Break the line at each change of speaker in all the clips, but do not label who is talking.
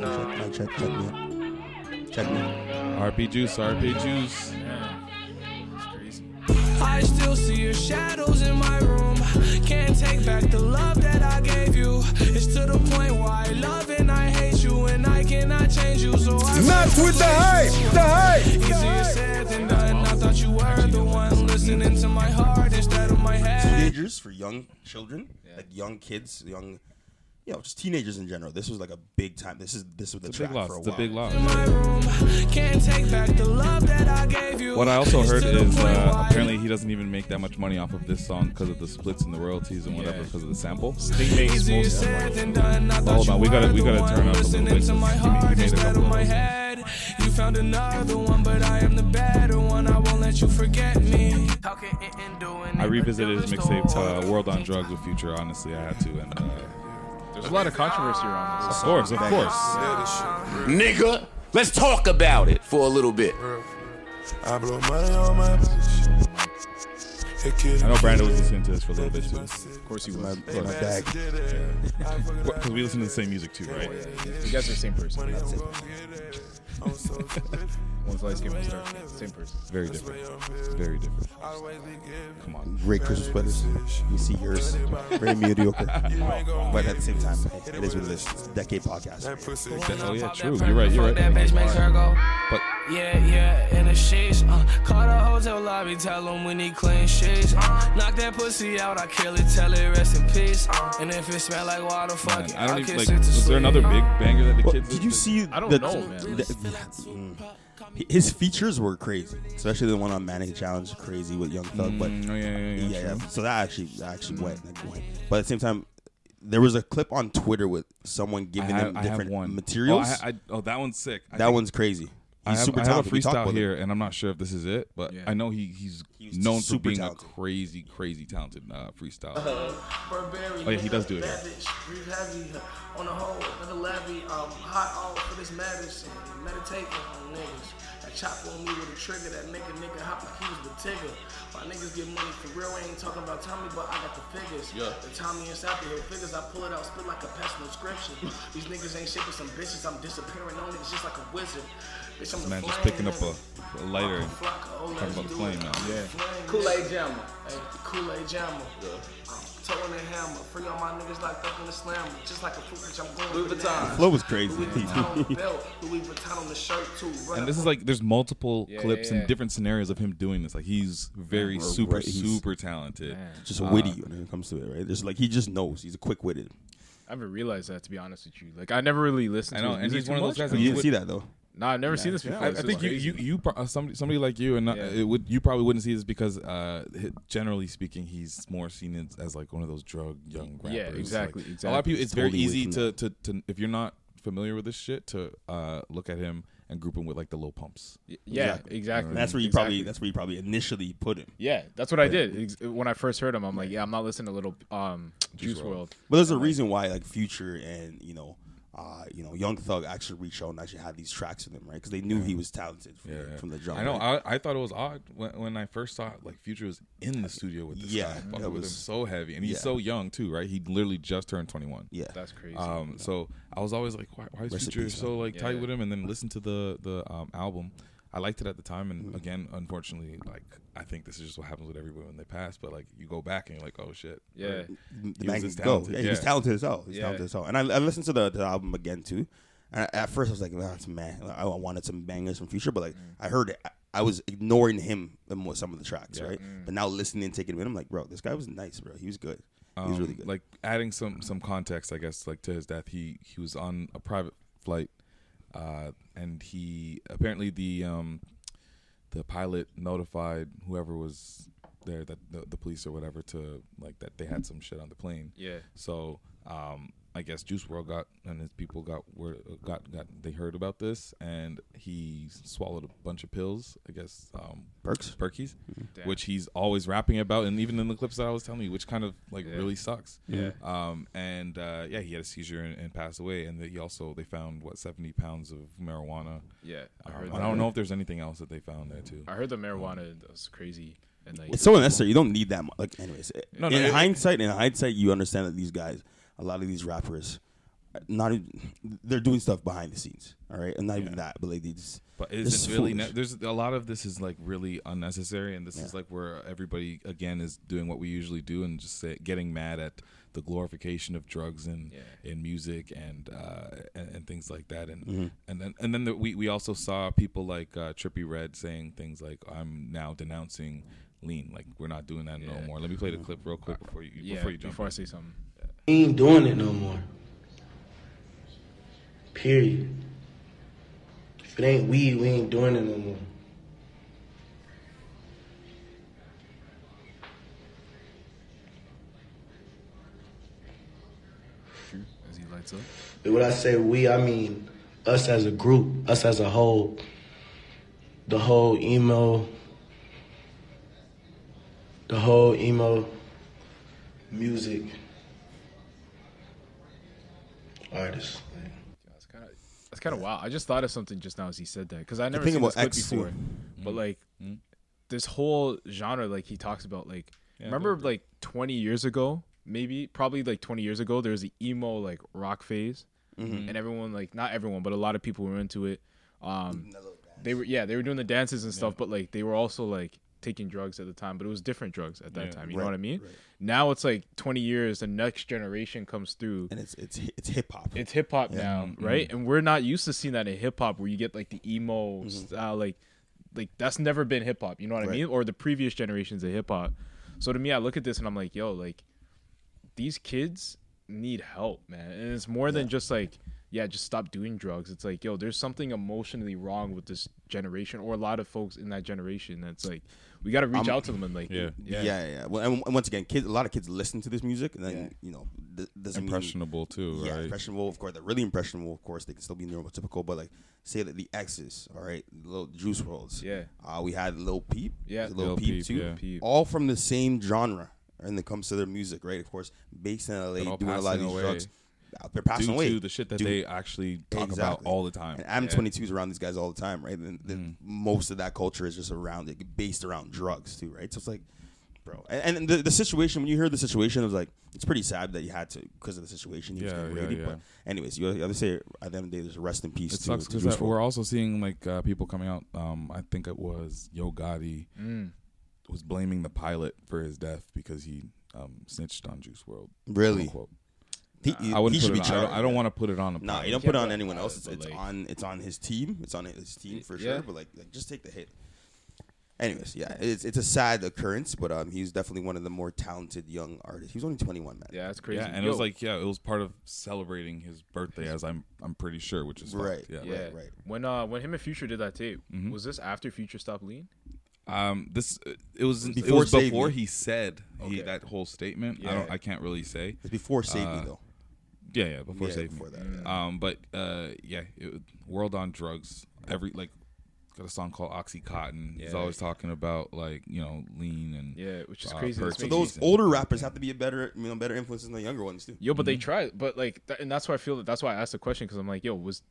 Check, check me out. Check me out.
RP Juice, RP Juice.
It's crazy.
I still see your shadows in my room. Can't take back the love that I gave you. It's to the point where I love and I hate you, and I cannot change you. So I
Not with the hype, the hype.
easier said than done. I thought you were the one listening to my heart instead of my head.
Teenagers for young children, like young kids, young, you know, just teenagers in general. This was like a big time. This is this was the
It's a
track
big loss.
for a
It's a
while.
big loss.
My room can't take back the love that I gave you.
What I also
It's
heard
to the
is
point where
uh,
I
apparently he doesn't even make that much money off of this song because of the splits and the royalties and whatever
Yeah.
because of the sample.
Sting makes
Easier
most
said than done. I thought
hold
you
on, we gotta-
were
we
the
gotta
one
turn up a little
listening
bit,
to my
'cause he- he
heart
made a
instead
couple
of
of
my
those.
head. You found another one, but I am the better one. I won't let you forget me.
I revisited his mixtape uh, World on Drugs with Future. Honestly, I had to. And uh,
There's a lot of controversy around
of
this.
course, of course.
Nigga, let's talk about it for a little bit.
I blow money on my bitch. It kills
I know
me.
Brandon was listening to this for a little bit too
Of course, he
My,
was.
my bag.
because we listen to the same music too, right?
You guys are the same person.
That's it.
One's light skin, one's dark. skin. Same person.
It's very different. It's very different. Come on.
Great Christmas sweaters. You see yours. Very mediocre. But at the same time, it is what it is. It's a decade podcast.
Oh yeah, true. You're right. You're
That bitch makes her
right.
go.
But uh,
Yeah, yeah, in the sheets. Uh, call the hotel lobby, tell them we need clean sheets. Uh, knock that pussy out, I kill it, tell it rest in peace. Uh, and if it smell like water, fuck
man,
it.
I
I'll
don't even
kiss
like.
it to
Was there
sleep.
another big banger that the
Well,
kids?
did you see?
I don't
the-
know, man.
the- mm. his features were crazy, especially the one on Manic Challenge, crazy with Young Thug. But
Oh yeah, yeah, yeah.
yeah,
true.
yeah. So that actually that actually went, that went. But at the same time, there was a clip on Twitter with someone
I
giving
have,
them
I have
different
one.
materials.
Oh, I, I, oh, that one's sick. I
that
think-
one's crazy. He's
I have,
super
I have a
talented. We talked
freestyle
about
here, and I'm not sure if this is it, but
Yeah.
I know he he's
was
known for
super
being
talented.
a crazy, crazy talented uh, freestyle. oh yeah, he does do it. Here.
Breathe heavy on the whole, never levy. Um, hot all for this medicine. Meditating on niggas. That chop on me with a trigger. That nigga, nigga, hop like he was the tigger. My niggas get money for real. I ain't talking about Tommy, but I got the figures. Yeah. The Tommy inside the hill figures. I pull it out, spit like a pest inscription. These niggas ain't shit but some bitches. I'm disappearing on niggas just like a wizard. Bitch, I'm the
Man, just
flame,
picking up
nigga.
a, a lighter and
Flock of old
talking
niggas
about the
do
flame
it.
now.
Kool-Aid jammer. Hey, Kool-Aid jammer. Towing a hammer. Free all my niggas locked up in the slammer. Just like a fruit bitch, I'm going Louis Vuitton.
Flow was crazy.
Louis Vuitton on the belt. Louis Vuitton on the shirt, too. Run
And
up
this is like there's multiple
Yeah,
clips
yeah, yeah.
and different scenarios of him doing this. Like he's very
Or
super,
right, he's-
super talented.
just witty
Uh,
when it comes to it, right? Just like he just knows. He's a quick witted.
I haven't realized that to be honest with you. Like I never really listened.
I
to
know,
his
and
music
he's
too
one of
much.
those guys that
You
you
didn't
would-
see that though.
Nah, I've never seen this
Yeah,
before.
I, I
This is
think you,
crazy.
you, you pro- uh, somebody, somebody like you, and uh,
Yeah.
it would you probably wouldn't see this because, uh, hi- generally speaking, he's more seen as, as like one of those drug young rappers.
Yeah,
Like,
exactly,
A lot of
exactly.
people, it's
Totally
very
away
easy
from
to, to, to if you're not familiar with this shit to uh, look at him and group him with like the low pumps.
Yeah,
Exactly.
exactly.
And that's where you
Exactly.
probably that's where you probably initially put him.
Yeah, that's what I did Ex- when I first heard him. I'm like, yeah, I'm not listening to little um, Juice
WRLD.
World.
But there's a reason why like Future and you know, uh, you know, Young Thug actually reached out and actually had these tracks with him, right? Because they knew he was talented from,
Yeah, yeah.
from the jump.
I know.
right?
I, I thought it was odd when, when I first saw it, like Future was in the studio with this
Yeah,
guy,
that
fucking with him
was-
so heavy, and he's
yeah.
so young too, right? He literally just turned 21.
yeah,
That's crazy.
Um, so I was always like, why, why is
Rest in
Future
peace,
so like tight
Yeah.
with him? And then listen to the the um, album. I liked it at the time,
Mm-hmm.
and again, unfortunately, like I think this is just what happens with everyone when they pass. But like you go back and you're like, oh shit,
yeah,
Mm-hmm. the
He was
man
just
can go.
talented,
Yeah, he was
yeah.
talented as hell. He's
Yeah.
talented as hell. And I, I listened to the, the album again too. And I- at first, I was like, "That's man, I wanted some bangers from Future," but like
Mm.
I heard it. I, I was ignoring him and what- some of the tracks, right?
Mm.
But now listening and taking it in, I'm like, "Bro, this guy was nice, bro. He was good. He was
Um,
really good."
Like adding some some context, I guess, like to his death, he he was on a private flight, uh, and he apparently the um, the pilot notified whoever was there that the, the police or whatever to like that they had some shit on the plane.
Yeah.
So um, I guess Juice World got and his people got were got got they heard about this and he swallowed a bunch of pills. I guess um,
Perks?
Perkies, which he's always rapping about, and even in the clips that I was telling you, which kind of like really sucks. Yeah. Um, and uh, yeah, he had a seizure and, and passed away, and he also they found what seventy pounds of marijuana.
yeah. I
Um,
heard.
I
that.
don't know if there's anything else that they found there too.
I heard the marijuana was crazy, and like
it's so unnecessary. You don't need that much. Like, anyways,
No,
in
no, it-
hindsight, in hindsight, you understand that these guys, a lot of these rappers, not even, they're doing stuff behind the scenes. All right, and not even that, but like they just.
But
this
is it really?
foolish.
Ne- there's a lot of this is like really unnecessary, and this is like where everybody again is doing what we usually do and just say, getting mad at the glorification of drugs and in music and, uh, and and things like that. And
Mm-hmm.
and then and then the, we we also saw people like uh, Trippy Red saying things like, "I'm now denouncing." Lean, like we're not doing that no more. Let me play
Mm-hmm.
the clip real quick before you
Uh, Yeah,
before you jump.
before I
in.
say something.
ain't doing it no more. Period. If it ain't weed, we ain't doing it no more.
As he lights up.
And when I say we, I mean us as a group, us as a whole. The whole emo, the whole emo music artist.
That's kind of that's kind of wild. I just thought of something just now as he said that because I never
thing
seen
about
this clip
X too.
before. But like this whole genre, like he talks about, like remember like 20 years ago, maybe probably like 20 years ago, there was the emo like rock phase,
Mm-hmm.
and everyone like not everyone, but a lot of people were into it. Um, they were yeah, they were doing the dances and stuff, but like they were also like taking drugs at the time, but it was different drugs at that time. You know what I mean? Now it's like 20 years, the next generation comes through,
And it's it's it's hip hop.
it's hip hop now,
Mm-hmm.
right? And we're not used to seeing that in hip hop where you get like the emo style, like like that's never been hip hop. You know what I
Mm-hmm. Right.
mean? Or the previous generations of hip hop. So to me, I look at this and I'm like, yo, like these kids need help, man. And it's more than just like, yeah, just stop doing drugs. It's like, yo, there's something emotionally wrong with this generation or a lot of folks in that generation. That's like, we got to reach out to them and like,
Yeah.
Yeah, yeah. yeah. Well, and, and once again, kids. A lot of kids listen to this music, and then you know, th- doesn't mean-
impressionable too,
yeah,
right?
impressionable. Of course, they're really impressionable. Of course, they can still be neurotypical, but like say that the X's, all right, little Juice Worlds.
Yeah.
uh, we had Lil Peep.
Yeah.
Lil,
Lil
Peep,
Peep,
too.
yeah.
Peep.
All from the same genre, and it comes to their music, right? Of course, based in LA,
all
doing a lot of
passing
these
away.
drugs. Uh, They're passing
Due
away
to the shit that
Due-
they actually talk about
Exactly.
all the time. Mm.
And I'm 22 is around these guys all the time, right? And the, most of that culture is just around it, based around drugs too, right? So it's like, bro, and, and the, the situation when you hear the situation, it was like it's pretty sad that you had to because of the situation. He was
Yeah,
getting
yeah,
raided,
yeah.
But anyways, you have to say at the end of the day, there's a rest in peace.
It
to-
sucks
to
because
Juice WRLD.
we're also seeing like uh, people coming out. Um, I think it was Yo Gotti
Mm.
was blaming the pilot for his death because he um, snitched on Juice World.
Really? He,
I
he
wouldn't. put
should
it
be
on, I
charged.
don't, I don't want to put it on. A
Nah,
pilot.
you don't put it on anyone else. It's,
but,
it's
like-
on it's on his team. It's on his team for
Yeah.
sure. But like, like, just take the hit. Anyways, yeah, it's it's a sad occurrence, but um, he's definitely one of the more talented young artists. He was only 21, man.
yeah, that's crazy.
Yeah, and it
Yo,
was like yeah, it was part of celebrating his birthday, as I'm I'm pretty sure, which is fucked,
Right,
Yeah.
yeah,
right.
When uh, when him and Future did that tape,
Mm-hmm.
was this after Future stopped lean?
Um, this it was before it
Before
was
Save
before
Me.
he said he,
Okay.
that whole statement. I
Yeah.
don't. I can't really say.
It's before Save
Uh,
Me though.
Yeah, yeah, before
Yeah,
Save
before
Me.
Mm-hmm.
that,
Mm.
Um, but uh, yeah, it, World on Drugs. Every like, got a song called OxyContin. He's
Yeah.
always talking about like you know lean and
Yeah, which is
uh,
crazy.
perks
So
and
Those
things.
older rappers have to be a better, you know, better influences than the younger ones too.
Yo, but they try, but like, th- and that's why I feel that. That's why I asked the question because I'm like, yo, was,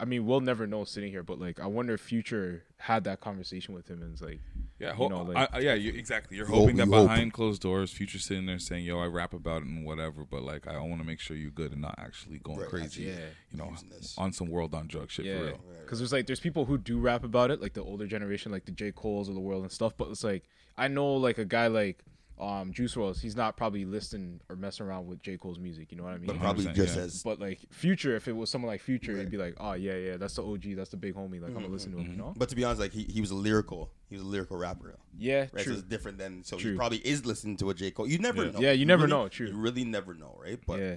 I mean, we'll never know sitting here, but like, I wonder if Future had that conversation with him and it's like,
Yeah, ho-
you know, like,
I, I- yeah, you, exactly. You're
hope-
hoping that
you hope.
behind closed doors, future sitting there saying, "Yo, I rap about it and whatever," but like, I want to make sure you're good and not actually going crazy.
actually
you know,
using this.
on some world on drug shit
yeah,
for
because
real.
there's like, there's people who do rap about it, like the older generation, like the J Cole's of the world and stuff. But it's like, I know like a guy like, um, Juice Worlds, he's not probably listening or messing around with J Cole's music. You know what I mean?
But probably
100%,
just
yeah.
as
But like Future, if it was someone like Future, it'd be like, oh yeah, yeah, that's the OG, that's the big homie. Like I'm gonna listen to him, you know?
But to be honest, like he, he was a lyrical, he was a lyrical rapper.
Yeah,
Right,
true.
so it's different than so
True.
he probably is listening to a J Cole. You never know.
Yeah, you never
really-
know, true.
You really never know, right? But
yeah,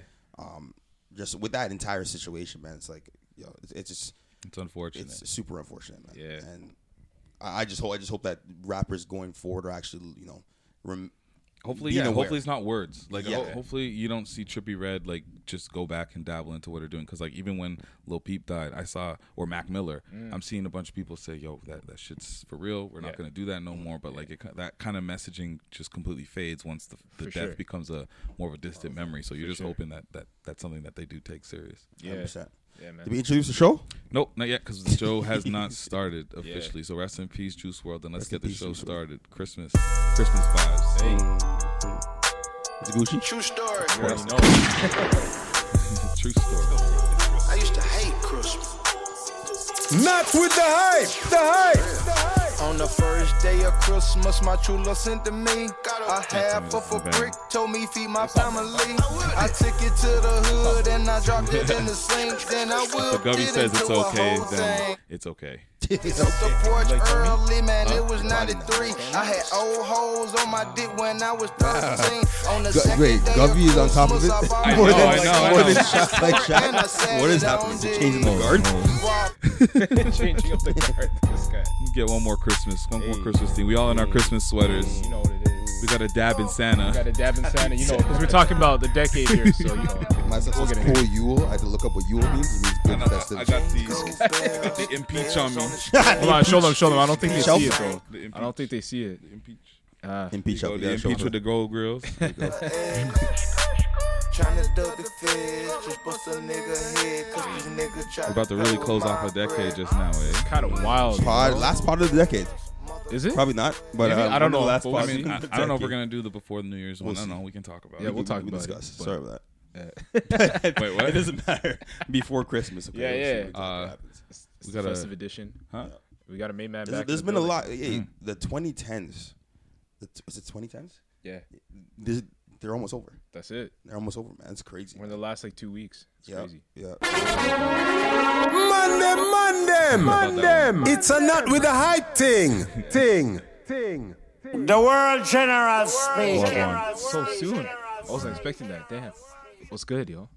just with that entire situation, man, it's like yo, it's, it's just
It's unfortunate.
it's super unfortunate, man.
Yeah.
and I, I just hope I just hope that rappers going forward are actually you know. Rem-
hopefully,
being
yeah.
aware.
Hopefully, it's not words. Like,
Yeah.
ho- hopefully, you don't see Trippy Red like just go back and dabble into what they're doing. Because like, even when Lil Peep died, I saw or Mac Miller,
Mm.
I'm seeing a bunch of people say, "Yo, that, that shit's for real. We're not gonna do that no more." But like, it, ki- that kind of messaging just completely fades once the, the
For
death
sure.
becomes a more of a distant memory. So you're just hoping that, that that's something that they do take serious.
yeah,
100%.
yeah, man.
Did we introduce the show?
Nope, not yet, because the show has not started officially. So rest in peace, Juice World, and let's get the show started. Christmas, Christmas vibes.
Hey.
It's Gucci.
True story.
You already know.
True story.
I used to hate Christmas.
Not with the hype, the hype.
On the first day of Christmas, my true love sent to me a half
That's
of a
amazing.
brick. Told me feed my family. I took it to the hood and I dropped it in the sink. Then I
If
whipped
Gubby
it
says it's
into a
okay,
whole
then
thing.
it's okay.
Took the porch early, man. It was 93. I had old hoes on my dick when I was 13. On the second
wait,
day
Gubby
of
is on top of
Christmas,
it?
bought
I
more
know,
than
I know, I
more
know.
than
Like,
And I
Shaq, Oh,
said
what is
it on
happening? Is it
G.
changing the guard?
Rock
Changing up the card. This guy.
Get one more Christmas, one more Christmas thing. We all in our Christmas sweaters.
You know what it is.
We got a dab in
Got
Santa.
to dab in Santa, you know, because we're talking about the decade here, so you know.
oh.
My son says
get it.
cool Yule. I had to look up what Yule means. It means
I
good
got the,
festive.
I got the, I got the impeach on me.
Hold on, show them, show them. I don't think they
Show
see it,
them.
though.
The impeach.
I don't think they see it.
The impeach.
Ah.
Impeach
Yo,
up.
the impeach with the gold grills.
Tryna duck the feds, just bust a nigga head, cause these niggas try
We're about to really close off a decade just now, eh?
kind of wild.
Pod, last part of the decade.
Is it?
Probably not, but
Maybe,
uh,
I don't
the
know,
Last
but
part
I mean,
of
I,
the
I don't know if we're
decade.
gonna do the before the New Year's one. I don't know. We can talk about.
Yeah,
it.
we'll talk
we
about
discuss.
it. but-
Sorry about
talk. Wait, what?
that. It doesn't matter. Before Christmas. Okay,
Yeah,
we'll see
yeah.
what exactly
Uh,
happens.
It's
We
the
gotta-
festive edition.
Huh?
We got a main man
There's-
back.
there's
in the
been a lot.
building.
Yeah, The 2010s. The t- was it 2010s?
Yeah,
This, they're almost over.
that's it.
They're almost over, man. It's crazy.
We're in the last like two weeks. It's
yeah,
crazy.
yeah.
Man them, man them, man them. It's a not with the hype thing, thing, thing.
The world general speaking.
So soon. I wasn't expecting that. Damn. What's good, yo?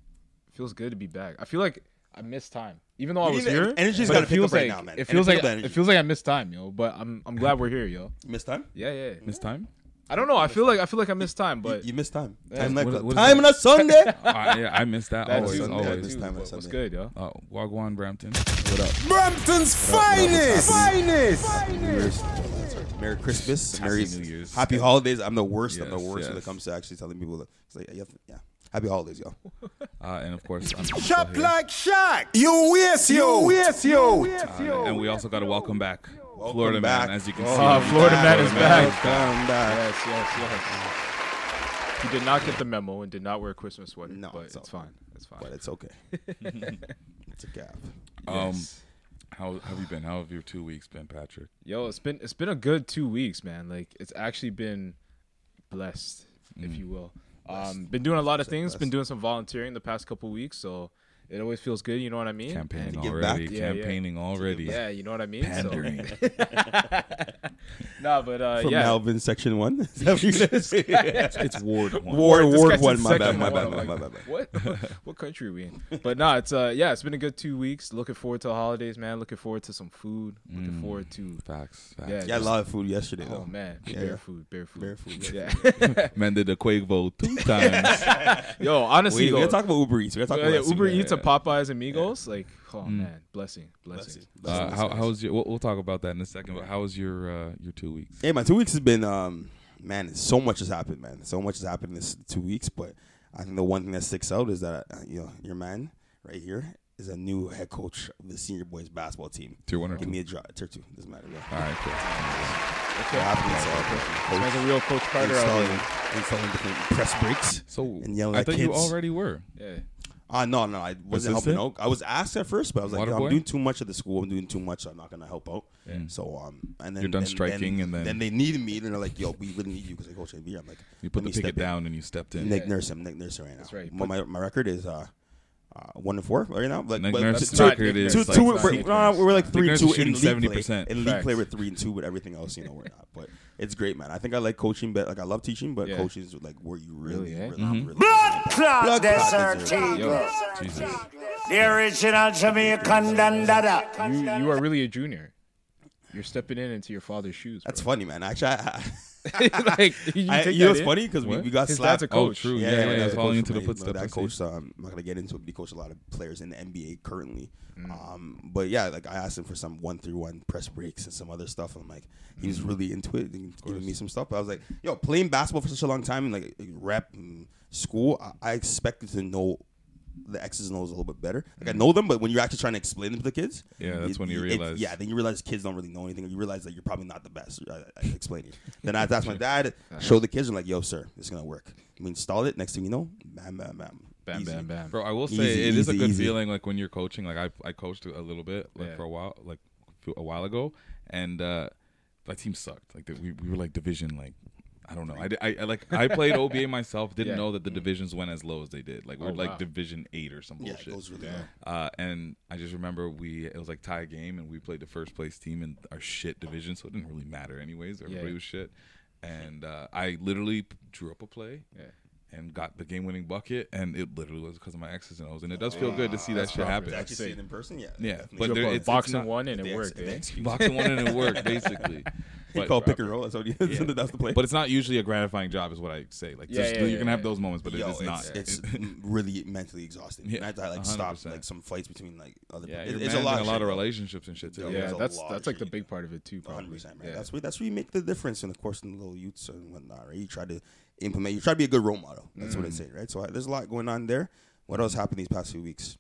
Feels good to be back. I feel like I missed time, even though I
You
was
need-
here.
energy's
but
gotta
it
pick up
feels
right
like-
now, man.
It feels
Pick
like
up the energy.
it feels like I missed time, yo. But I'm I'm glad we're here, yo.
Missed time?
Yeah, yeah.
Miss time?
I don't know. I feel like I feel like I missed time, but
You missed time.
Yeah.
Time, like,
What- what is
time on a Sunday.
Uh, yeah, I missed that
that
always.
too,
Sunday, I
Always.
missed time on
What's
Sunday.
good, yo?
Uh, Wagwan Brampton.
Brampton's finest, finest.
Merry- Merry Christmas. Merry
New Year's.
Happy holidays. I'm the worst. I'm the
Yes,
worst when
yes.
it comes to actually telling people. That, it's like, yeah, yeah. Happy holidays, y'all.
Uh, and of course, I'm still
Chop
here.
like Shaq. You waste you, waste you.
Uh, and we also got to welcome back Florida
back.
man, as you can see.
Oh, Florida man is back.
Welcome back.
Yes, yes, yes. He did not get the memo and did not wear a Christmas sweater.
No,
but
it's
it's,
all-
fine. It's fine.
But it's okay. it's a gap.
Um, how have you been? How have your two weeks been, Patrick?
Yo, it's been it's been a good two weeks, man. Like it's actually been blessed, if
Mm.
you will. Um, been doing a lot of things. Been doing some volunteering the past couple weeks, so it always feels good. You know what I mean?
Campaigning
give
already.
back?
Yeah, yeah.
Campaigning already.
Yeah, you know what I mean. So,
Pandering.
nah, but uh,
From
yeah,
Melvin, section one. Is that what you said?
it's Ward One.
Ward,
This
Ward
guy's in
one. My bad.
section
My
one. Oh
bad.
I'm
My
like,
bad. My bad.
What what country are we in? But nah, it's uh yeah, it's been a good two weeks. Looking forward to the holidays, man. Looking forward to some food. Looking forward to
Facts. Facts.
yeah.
Mm. Yeah, I
just-
lot of food yesterday.
oh
though.
man,
Yeah.
bear food, bear food,
Bear food,
Yeah,
Man did the Quavo two times.
yo, honestly,
We,
yo,
we gotta talk about Uber Eats. We gotta talk
Yeah,
about
Oh, yeah,
that soon.
Uber Eats and Popeyes Amigos, like, oh man, blessing, blessing.
uh, how how was your? We'll, we'll talk about that in a second. But how was your uh, your two weeks?
Hey, my two weeks has been, um, man, so much has happened, man. So much has happened in this two weeks, but I think the one thing that sticks out is that, uh, you know, your man right here is a new head coach of the senior boys basketball team.
Tier one or
Give
two?
me a drop. Tier two. Doesn't matter. Yeah.
All right, cool.
Happens,
As a real Coach
uh,
Carter, out
installing,
here.
installing different press breaks.
So
and yelling
I
at
thought you
kids.
already were.
yeah,
Uh, no, no, I wasn't
Assistant?
helping out. I was asked at first, but I was like,
Water
"Yo,
boy?
I'm doing too much at the school. I'm doing too much. So I'm not gonna help out. So um, and then
You're done
then-
striking, and then-
then they needed me, and they're like, "Yo, we really need you because I coach NBA." I'm like,
You put
"Let me
the picket
step in."
down and you stepped in.
Nick Nurse, I'm Nick Nurse right now.
right. You
My, my, my record is uh, uh, one and four right now. Like,
Nick
but
Nurse's
t- two-
record
two-
is
two-
like-
two-
Nick
we're, no, no, we're like three
Nurse
and
is
two in
shooting
league
70%.
play. In league
Facts.
play, we're three and two with everything else. You know, we're not. But it's great, man. I think I like coaching, but like I love teaching, but
Yeah.
coaching is like where you really,
Really, eh?
really,
Mm-hmm.
really,
Clock
Blood
this
clot
her
is
teeth.
yo,
Jesus.
The original Jamaican dandada.
you you are really a junior. You're stepping in into your father's shoes.
That's
bro.
funny, man. Actually, I,
like
I,
you,
I,
take
you know
that
it's
in?
funny because we,
What?
we got
His
slapped.
dad's a coach.
Oh, true. Yeah, yeah, yeah.
that's
Following
a
into the
coach for me.
footsteps. I
That
see.
coach, um, I'm not gonna get into it, but he coached a lot of players in the NBA currently.
Mm.
Um, but yeah, like I asked him for some one through one press breaks and some other stuff. I'm like, he
Mm.
was really into it, and giving me some stuff. But I was like, yo, playing basketball for such a long time and like rep and school, I, I expected to know. The X's and O's a little bit better. Like I know them, but when you're actually trying to explain them to the kids,
Mm. Yeah, that's when you
it-
realize.
Yeah, then you realize kids don't really know anything. You realize that you're probably not the best. I, I explain it. Then I asked my dad, show the kids, and like, yo, sir, it's gonna work. We install it. Next thing you know, bam, bam, bam.
Bam, bam, bam.
Bro, I will say
Easy,
it is a
easy,
good
easy.
feeling like when you're coaching. Like I I coached a little bit like
Yeah.
for a while, like f- a while ago, and uh my team sucked. Like we we were like division like. I don't know. I, di- I, I like I played OBA myself. Didn't
Yeah. Mm-hmm.
know that the divisions went as low as they did. Like we're
Oh,
like
wow.
division eight or some
Yeah, it
bullshit.
goes really Yeah.
Uh, and I just remember we it was like tie game and we played the first place team in our shit division, so it didn't really matter anyways. Everybody
yeah.
was shit, and uh, I literally p- drew up a play and got the game winning bucket, and it literally was because of my exes and O's, and it does feel good to see that
Oh, That's
shit
proper.
happen.
To actually see it in person, yeah,
yeah.
definitely.
But
Drew up
there,
a
it's,
box
it's
and
not-
one and it
They
worked,
actually-
eh?
they- Box and one and it worked basically.
He called pick and roll, that's what he- that's what- that's the play.
But it's not usually a gratifying job, is what I say. Like,
Yeah,
just,
yeah,
you're
yeah,
gonna have
yeah.
those moments, but
Yo,
it is not.
It's, it's m- really mentally exhausting.
Yeah,
and I had to like stop
100%.
like some fights between like other.
Yeah,
people.
you're
It- it's a lot,
managing a lot
shit,
of
though.
relationships and shit, too.
Yo,
Yeah,
there's a
that's-
lot
that's,
of
like, the
shit.
big part of it, too, probably.
100%, man.
Yeah.
That's where that's where you make the difference, and of course, in the little youths and whatnot. Right, you try to implement. You try to be a good role model. That's what I
Mm.
say. Right. So I, there's a lot going on there. What else happened these past few weeks?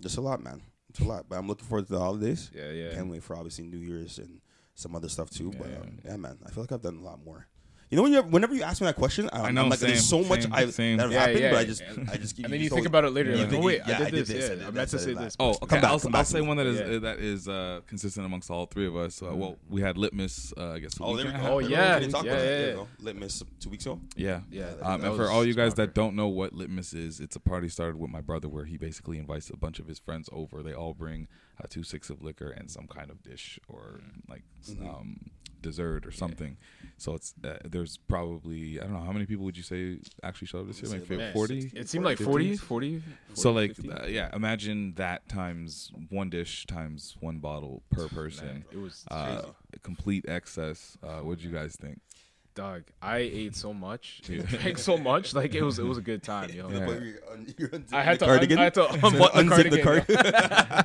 Just a lot, man. It's a lot, but I'm looking forward to the holidays.
Yeah, yeah.
Can't wait for obviously New Year's and some other stuff too. but um, yeah, man, I feel like I've done a lot more. You know, when you whenever you ask me that question, I,
I know,
am like, there's so
same,
much
same,
I,
same.
that have
Yeah,
happened,
yeah,
but I
yeah.
just, I just keep
And then you
just always-
think about it later, you're like,
think
oh,
you-
wait, I did this, yeah,
that,
I
that,
meant to
that,
say
that.
this.
Oh,
Come
okay.
back,
I'll,
come
I'll
back.
say one that is
Yeah. Mm-hmm.
uh, that is uh, consistent amongst all three of us. Uh, well, we had litmus. Uh, I guess. a
Oh, there
week
we
and a
go.
half
We
ago.
didn't talk about that. There we go. Litmus two weeks ago.
Yeah.
that-
Um,
that
and for
was-
all you guys that don't know what Litmus is, it's a party started with my brother where he basically invites a bunch of his friends over. They all bring uh, two six of liquor and some kind of dish or
Mm-hmm.
like s-
Mhm.
um, dessert or something. So it's uh, there's probably I don't know how many people would you say actually showed up this year?
Say
Like
about
forty.
60. It seemed like 40, 40,
So
40,
like
50.
uh, yeah, imagine that times one dish times one bottle per person.
it was
uh, complete excess. Uh, what'd you guys think?
Dog, I ate so much,
Yeah.
drank so much. Like it was, it was a good time, yo.
To the point where you're un- you're unzipping
I had
the
to, un-
cardigan.
I had to
So
unbutton the
unzip
cardigan. yo.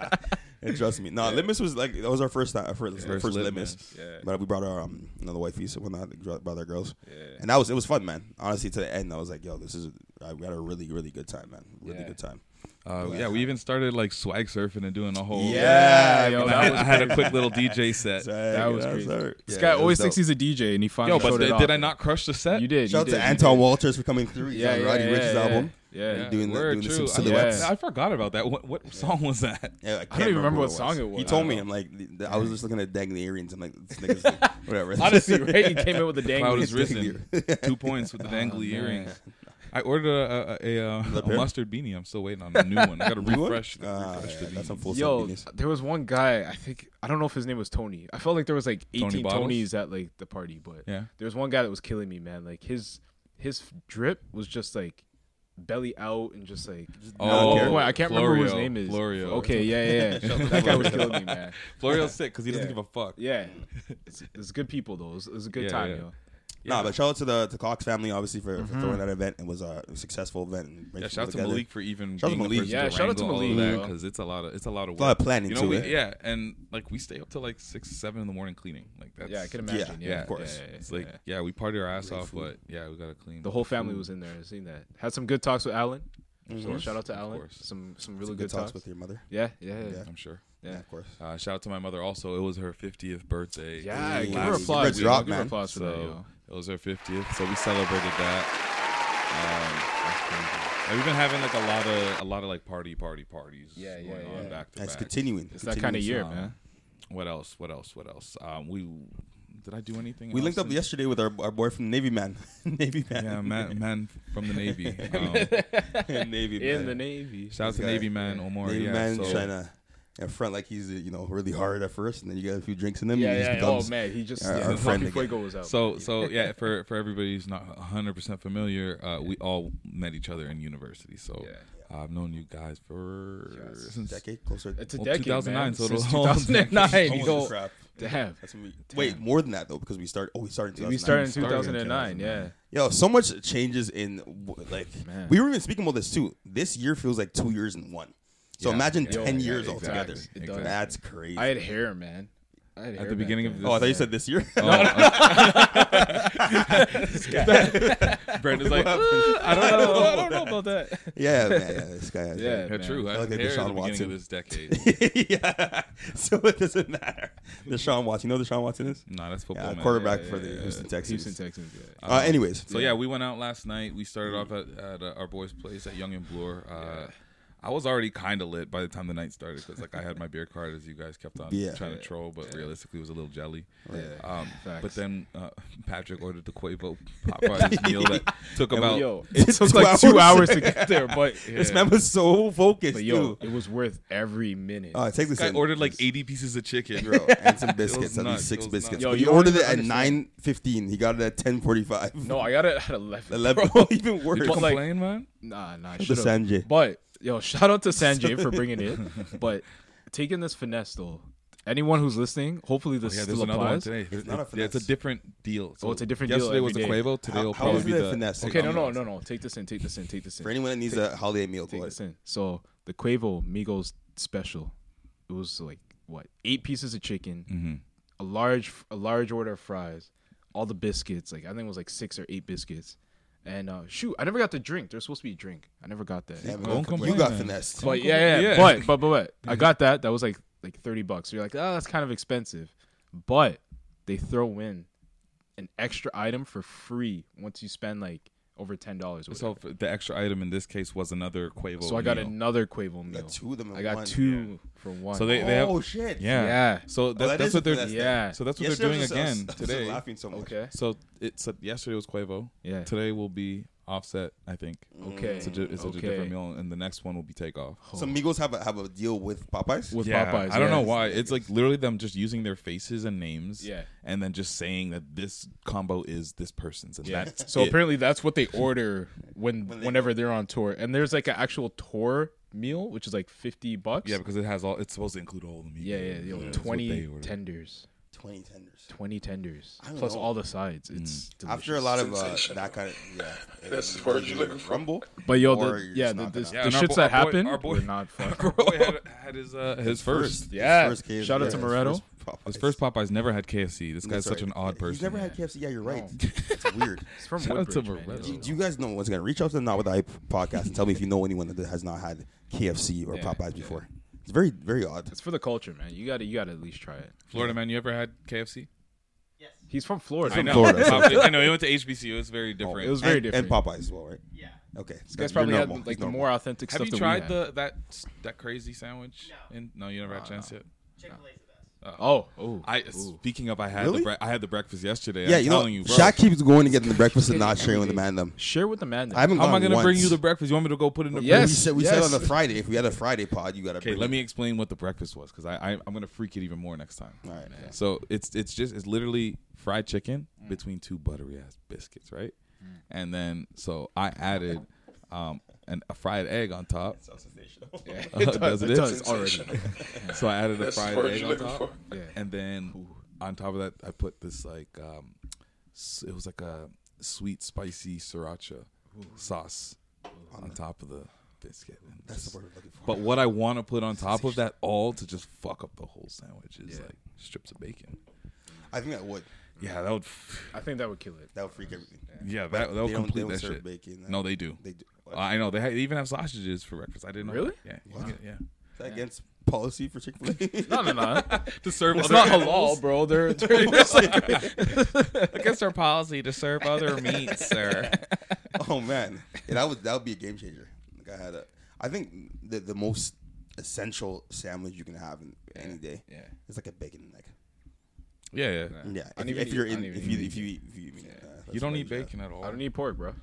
and trust me, no, Litmus was like that was our first time, our first,
First
first
Litmus.
Litmus.
Yeah.
But we brought our um, another wifeys and whatnot, the gr- brought our girls,
Yeah.
and that was it was fun, man. Honestly, to the end, I was like, yo, this is I we had a really really good time, man. Really
Yeah.
good time.
Uh,
But-
yeah, we even started like swag surfing and doing a whole.
Yeah, yo,
I,
that was
I had a
crazy.
quick little DJ set.
that was crazy. This
Yeah,
guy
that was
always
dope.
thinks he's a DJ, and he finally
Yo, but
showed
did-
it off.
did I not crush the set?
You did.
Shout out
you
to
did, you
Anton
did.
Walters for coming through. He's
Yeah,
on
yeah,
Roddy
yeah,
Rich's
yeah.
album.
Yeah.
And doing the,
Word,
doing the
true.
some
I-
silhouettes.
I, forgot about that. What what song was that?
Yeah, can't
even remember
who
what song it
He
was.
told me,
Wow.
I'm like, th- th- I was just looking at Danglerians. I'm like, this nigga's like whatever.
Honestly, right? He came in with the
If I was
dangliers.
risen, two points with the dangly
Oh, man.
earrings. I ordered a, a, a, uh, a
pair?
mustard beanie. I'm still waiting on a new one. I got to
New one?
refresh.
Ah,
refresh
yeah, that's
beanie.
a full
Yo,
set penis.
there was one guy. I think I don't know if his name was Tony. I felt like there was like
Tony
eighteen
Bottles?
Tonys at like the party, but
Yeah.
there was one guy that was killing me, man. Like his his drip was just like belly out and just like
Oh,
Oh, I can't remember who his
Florio,
name is.
Florio.
Okay, yeah, yeah,
Shout out
yeah.
to
that guy was
Florio.
killing me, man.
Florio's sick 'cause he doesn't
Yeah.
give a fuck.
Yeah, it's, it's good people though. It was, it was a good
Yeah,
time,
yeah.
yo.
Nah, but shout out to the to Cox family obviously for, for
Mhm.
throwing that event. It was a successful event. And bringing people
Yeah, shout out to
together.
Malik for even
shout out to
being the
Malik.
person
Yeah, shout out to
wrangle all of
Malik,
that
yo.
'cause it's a lot of it's a lot of work.
It's a lot of planning
you know,
to
we,
it.
Yeah, and like we stay up till like six, seven in the morning cleaning. Like that's
Yeah, I can imagine. Yeah,
yeah,
of course.
yeah, yeah. it's like yeah, we party our ass off, but yeah, we gotta clean.
The whole family
Food.
was in there. I seen that. Had some good talks with Alan.
Of
So
course,
shout out to
of
Alan.
course.
Some some really
Mm-hmm. good
good,
talks
talks
with your mother.
Yeah, yeah, yeah.
I'm sure.
Yeah.
of course.
Uh, shout out to my mother. Also, it was her 50th birthday.
Yeah,
last
give her
week.
applause,
Good yo. drop, Give her man.
applause for
so,
that, yo.
It was her 50th, so we celebrated that. Um, and we've been having like a lot of a lot of like party, party, parties.
Yeah, yeah,
going on
yeah.
Back to
That's
back.
continuing.
It's that kind of
Continuing.
year,
Um,
man.
What else? What else? What else? Um, we did I do anything?
We
else
linked up
in-
yesterday with our, our boy from Navy man. Navy man.
Yeah, man, man from the Navy. Um,
Navy
In
man.
the Navy.
Shout out to
This guy.
Navy man Omar.
Navy
yeah,
man
so-
trying to in front like he's uh, you know really hard at first, and then you get a few drinks in him.
Yeah,
and he just
yeah, yeah. Oh,
becomes
man, he just-
our,
yeah,
our
the
friend
Rocky
again.
Fuego was out.
So so yeah, for for everybody who's not 100 percent familiar, uh, we all met each other in university. So uh, I've known you guys for since
Decade closer.
It's a
well,
decade,
2009.
Uh, man.
So it'll-
Since 2009,
Holy
yo.
crap.
Damn.
That's when we,
Damn.
Wait, more than that though, because we started. Oh, we started. In
We started in
2009.
2009, yeah.
Yo, so much changes in w- like
Man.
we were even speaking about this too. This year feels like two years in one. So
Yeah.
imagine
Yeah.
ten
Yeah,
years
exactly.
altogether.
It does.
That's crazy.
I had hair, man. I had
at
hair
the
back
beginning of
then.
this.
Oh, I thought you said this year.
Oh,
No, no.
uh,
This guy.
Brandon's like,
What
"Uh, I don't know.
I don't know about that.
Yeah, man. Yeah, this guy. Has
Yeah,
hair.
yeah, true.
I
I had
look like
hair at
Deshaun
the beginning
Watson
of this decade.
yeah. So it doesn't matter. Deshaun Watson. You know who Deshaun Watson is?
No, that's football.
Yeah,
man.
quarterback
Yeah,
for
yeah,
the
yeah.
Houston Texans.
yeah.
Uh, anyways,
so yeah. we went out last night. We started off at, at uh, our boy's place at Young and Bloor. Uh, I was already kind of lit by the time the night started because like I had my beer card as you guys kept on
Yeah.
trying to troll, but realistically it was a little jelly.
Right.
Yeah,
Um,
facts.
but then uh, Patrick ordered the Quavo pop parties meal that took
And we-
about
yo, it took like two hours to get there, but
This
yeah.
man was so focused,
But yo,
too.
it was worth every minute.
Oh, take this
This guy
in.
ordered like eighty pieces of chicken,
Bro, and some
It was
biscuits, at
nuts.
least six
It was
biscuits.
nuts.
But he
you don't
ordered it
even
at
understand.
nine fifteen. He got it at ten forty five.
No, I got it at 11.
11.
bro.
Even worse.
But, like,
complain, man?
Nah, nah. I
The
should've.
Sanjay.
But, yo, shout out to Sanjay for bringing it. But taking this finesse, though, anyone who's listening, hopefully
Oh,
this
yeah, there's
still
another one
applies.
today. It's,
not a
yeah, it's a
finesse.
different deal.
Oh, it's a different deal
yesterday
every
was the
day.
Quavo. Today
How-
will
how
probably
is
be
it a
the
finesse?
Okay, no,
Um,
no, no, no. Take this in. Take this in. Take this in.
For anyone that needs a holiday meal,
take
go
this in. So the Quavo Migos special, it was like what eight pieces of chicken, a large a large order of fries, all the biscuits. Like I think it was like six or eight biscuits, and uh, shoot, I never got the drink. There's supposed to be a drink. I never got that.
Yeah, man,
Don't complain,
you got
man.
finessed.
But yeah, yeah,
Yeah.
But, but but but I got that. That was like like thirty bucks. So you're like, oh, that's kind of expensive, but they throw in an extra item for free once you spend like over ten dollars.
So f- the extra item in this case was another Quavo.
So I got
meal.
another Quavo meal.
two of them in
I got
one.
two for one.
So they, they have,
Oh, shit.
Yeah.
Yeah.
So that,
Oh, that
that's
is
what
a
they're
finesse thing.
Yeah.
So that's what
Yesterday I
they're doing
was just- I was-
again
I was just
today.
laughing so much.
okay.
So it's a, yesterday was Quavo.
Yeah.
Today will be Offset. I think.
Okay.
It's a, di- it's a
Okay.
different meal, and the next one will be Takeoff.
So Migos have a have a deal with Popeyes.
With
yeah,
Popeyes.
I don't know
yeah.
why. It's like literally them just using their faces and names.
Yeah.
And then just saying that this combo is this person's, and
Yeah.
that's
So
it.
apparently that's what they order when, whenever they're on tour. And there's like an actual tour meal, which is like fifty bucks.
Yeah, because it has all. It's supposed to include all the meat.
yeah, yeah. Yo,
That's what they
twenty
ordered.
tenders.
Twenty tenders.
Twenty tenders.
don't
Plus
know.
all the sides.
Mm.
It's delicious.
After a lot of uh, that kind of yeah,
That's the word you're looking for.
rumble.
But yo,
or
the,
you're
yeah,
just
the,
knocking out.
the,
and
the
our
shits
boy-
that
our boy-
happen
our boy-
were not fun.
Our boy had, had his uh, his first.
Yeah.
His first KFC.
Shout out to
Yeah,
Moretto.
his first Popeyes.
His first Popeye's never had KFC. This
That's
guy's such
right.
an odd person.
He's never had KFC. Yeah, you're right. It's weird.
It's from
Shout out to
Woodbridge, man.
Moretto.
Do you, do you guys know what's gonna reach out to the Not With the Hype podcast and tell me if you know anyone that has not had KFC or
Yeah,
Popeyes
yeah.
before? It's very very odd.
It's for the culture, man. You gotta you gotta at least try it.
Florida man, you ever had KFC?
He's from Florida.
I know.
Florida, so-
Popeye- I know. He went to HBCU. It's very different.
It was very
and,
different.
And Popeyes as well, right? Yeah. Okay.
You guys
You're
probably
normal.
had like the
Normal.
more authentic
Have
stuff.
you
that we
tried
had.
the that that crazy sandwich? No, and, no you never had a chance yet.
Oh, oh,
I speaking of, I had
Really?
the bre- I had the breakfast yesterday.
Yeah,
I'm
you know,
telling you, bro.
Shaq keeps going to get the breakfast and not sharing with the man them.
share with the man. then.
I haven't.
How am I
gone
gonna bring
once.
you the breakfast? You want me to go put it in the
Yes.
We said we
Yes.
said on the Friday. If we had a Friday pod, you gotta.
Okay,
bring
let
it.
me explain what the breakfast was because I, I I'm gonna freak it even more next time.
All right, man.
So it's it's just it's literally fried chicken between two buttery ass biscuits, right? And then so I added um an, a fried egg on top.
It
does
does,
it
it
is?
does already.
So I added a
That's the
fried
word
egg
you're
on
looking
top,
for.
Yeah.
and then on top of that I put this like um s- it was like a sweet spicy sriracha sauce on top of the biscuit. And
That's
just-
the word I'm looking for.
but what I want to put on top of that all to just fuck up the whole sandwich is like strips of bacon.
I think that would
Yeah, that would.
I think that would kill it.
that would freak everything.
Yeah, that that
they
would
don't-
complete
they don't
that
serve
shit.
bacon.
No, they do.
They do.
I know they, ha- they even have sausages for breakfast. I didn't know.
Really?
That. Yeah. Yeah. yeah.
Is that against policy for Chick Fil A?
No, no, no.
To serve
It's
other
not
animals?
halal, bro. They're, they're
Against our policy to serve other meats, sir.
oh man, yeah, that would that would be a game changer. Like I had a, I think the the most essential sandwich you can have in, any day.
yeah.
it's like a bacon and egg.
Yeah, yeah.
Yeah,
I
if,
don't even
if you're
eat- I
in,
don't even
if you
eat
if you eat, if you, eat meat, uh, that's
You don't
what
eat
I have.
bacon at all.
I don't eat pork, bro.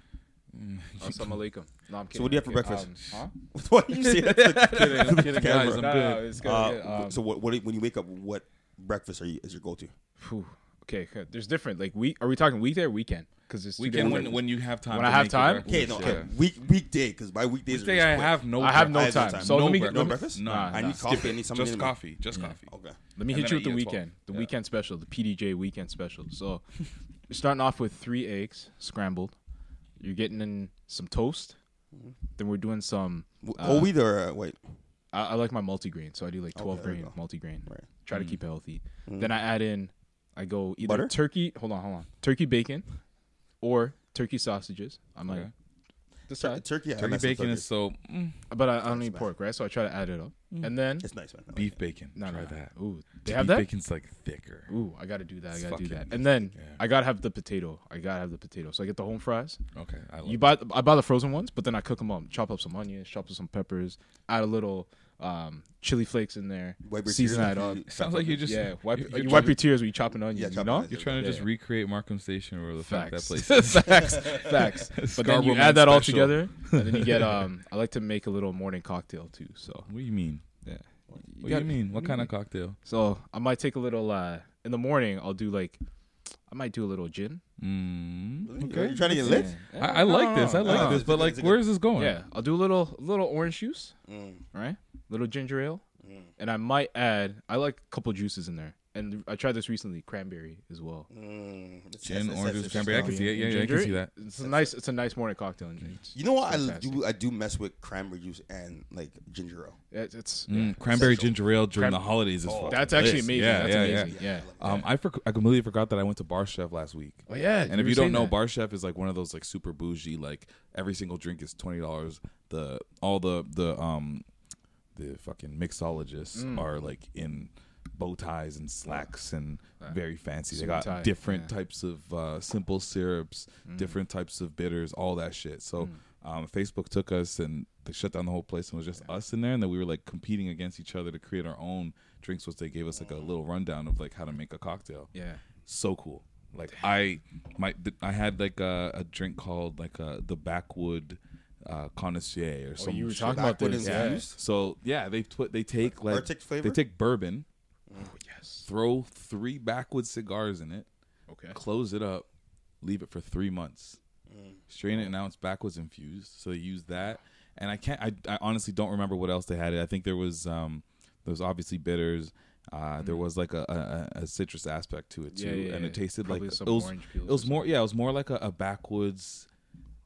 Assalamu alaikum. No, I'm
Mm.
kidding.
So what do you have for
I'm
breakfast?
kidding. Um,
Why you say that to the
kidding, I'm kidding, guys,
camera?
I'm
huh? No, no,
good.
it's good.
Uh,
yeah, um,
so what, what do you- when you wake up, what breakfast are you is your go to?
phew. okay, good. there's different. Like week. Are we talking weekday or weekend? Because it's two
Weekend
different
when
breakfasts.
when you have time.
When
to
I have
make your
time?
breakfast,
Okay, no, okay.
yeah.
Week weekday because my weekdays
Weekday
are
I
just quick.
have no.
I have no
I have no
time.
time.
So
No
let me
breakfast.
get
No
let me-
breakfast?
No,
Nah,
I
nah.
need coffee. I need something.
Just
in the middle.
coffee. Just coffee.
Okay.
Let me
And
hit you with
then I E
the
eat at 12.
weekend, the weekend special, the PDJ weekend special. So, you're starting off with three eggs scrambled. You're getting in some toast. Then we're doing some.
W-
uh,
Whole wheat or uh, wait?
I, I like my multigrain, so I do like twelve
there you
grain
go.
multigrain.
Right.
Try to
Mm.
keep it healthy.
Mm.
Then I add in, I go either
Butter?
turkey. Hold on, hold on. Turkey bacon, or turkey sausages. I'm like,
Okay.
the side.
turkey, I
Turkey mess with bacon turkey. is so- mm.
But I, I don't eat pork, right? So I try to add it up,
Mm.
and then
it's nice, man.
Beef bacon.
No,
Try
no,
that.
Ooh, they
Beef
have that.
bacon's like thicker.
Ooh, I gotta do that. I
It's
gotta do that.
fucking-
And then
yeah.
I gotta have the potato. I gotta have the potato. So I get the home fries.
Okay, I love
you buy. I buy the frozen ones, but then I cook them up. Chop up some onions. Chop up some peppers. Add a little um, chili flakes in there.
Wipe your
season
tears
it up.
after you- Sounds like you're just-
yeah. Wipe,
you're-
you
you're
wipe
chopping-
your tears when you chop an onion. you know?
You're trying to just
Yeah.
recreate Markham Station or the fact that
Facts.
place. is.
facts, facts. But then you
Scarborough
add
Man
that all
special.
together, and then you get. Um, I like to make a little morning cocktail too. So what
do you mean?
Yeah. Mm.
What do you mean? What kind of cocktail?
So I might take a little. Uh, in the morning, I'll do like. I might do a little gin.
Mm,
okay. You trying to get lit?
Yeah.
I- I like this. I like this, but, like, where is this going?
Yeah, I'll do a little, little orange juice, right? Little ginger ale, and I might add. I like a couple juices in there, and I tried this recently. Cranberry as well.
Gin, that's- orange that's juice, cranberry. I can see it. Yeah, yeah, I can
Ginger.
see that. Mm.
It's a nice. It's a nice morning cocktail. And it's
You know what? I
fantastic.
do. I do mess with cranberry juice and like ginger ale.
It's, it's
Mm, cranberry ginger ale during the holidays is fucking
Oh. That's actually
lit.
amazing.
Yeah,
That's
yeah,
amazing.
Yeah.
Yeah.
Um, I for, I completely forgot that I went to Bar Chef last week.
Oh, yeah,
And
you
if
were
you don't
saying
know,
that.
Bar Chef is like one of those like super bougie. Like every single drink is twenty dollars. The all the the um the fucking mixologists
Mm.
are like in bow ties and slacks and very fancy. They
Suit
got
and tie,
different
yeah. Mm.
types of uh, simple syrups, different types of bitters, all that shit. So um, Facebook took us and they shut down the whole place and it was just us in there. And then we were like competing against each other to create our own drinks, which they gave us like a little rundown of like how to make a cocktail.
Yeah.
so cool. Like I my th- I had like a, a drink called like uh the backwood. Uh, connoisseur or
Oh,
some
you were
shit.
talking about Backwood this, yeah. infused?
So yeah, they put they take like
Arctic flavor? Oh,
they take bourbon,
yes.
Throw three backwood cigars in it.
Okay.
Close it up. Leave it for three months.
Mm.
Strain it, and now it's backwards infused. So they use that, and I can't. I, I honestly don't remember what else they had. I think there was um, there was obviously bitters. Uh, There was like a, a, a citrus aspect to it too,
Mm. Yeah, yeah,
and it
yeah.
tasted
Probably
like
some
it was.
orange
it
peels
was more. Yeah, it was more like a, a backwoods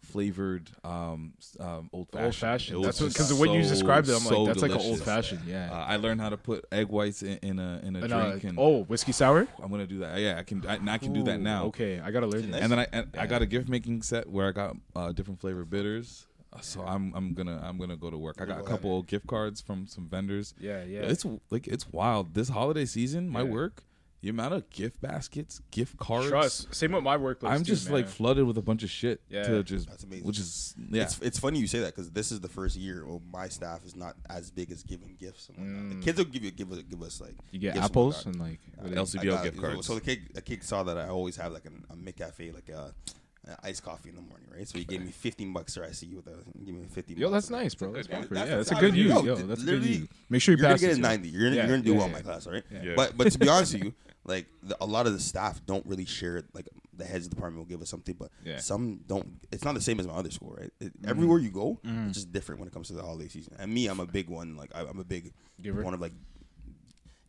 flavored um, s- um, old fashioned.
Old-fashioned.
It was
That's what-
just
'cause the way you described it, I'm like,
so
that's like an
delicious.
old-fashioned, yeah.
Uh, I learned how to put egg whites in, in a in a
And, uh,
drink. and,
oh, whiskey sour.
I'm gonna do that. Yeah, I can. I, and I can do that
Ooh,
now.
okay, I gotta learn this.
And then I and I
Yeah.
got a gift making set where I got uh, different flavor bitters. Uh, So I'm I'm gonna I'm gonna go to work. I got a couple gift cards from some vendors.
Yeah, yeah.
It's like it's wild. This holiday season, my
Yeah.
work, the amount of gift baskets, gift cards.
Trust. Same with my workplace.
I'm
too,
just like
man.
flooded with a bunch of shit.
Yeah.
to just
That's amazing.
which is yeah.
It's, it's funny you say that because this is the first year where my staff is not as big as giving gifts. And whatnot. The kids will give you give us give us like
Mm. You get
gifts
apples
whatnot.
and, like, what
I
else? LCBO
got-
gift
so-
cards.
So the kid a kid saw that I always have like an, a McCafe like a. Uh, iced coffee in the morning, right? So he gave me fifteen bucks, sir. I see you with a give me fifteen.
Yo,
bucks.
that's nice, bro. That's proper. Yeah, that's a
I
good
mean,
use.
yo,
Yo,
th-
that's a good
literally,
use. Make sure you
you're
pass
gonna
it,
get a
yo.
ninety. You're gonna,
Yeah,
you're gonna do
yeah,
well in
yeah.
my class, all right?
Yeah.
But but to be honest with you, like the, a lot of the staff don't really share. Like the heads of department will give us something, but
Yeah.
some don't. It's not the same as my other school, right? It,
Mm.
Everywhere you go,
Mm.
it's just different when it comes to the holiday season. And me, I'm a big one. Like I, I'm a big
Giver?
one of like.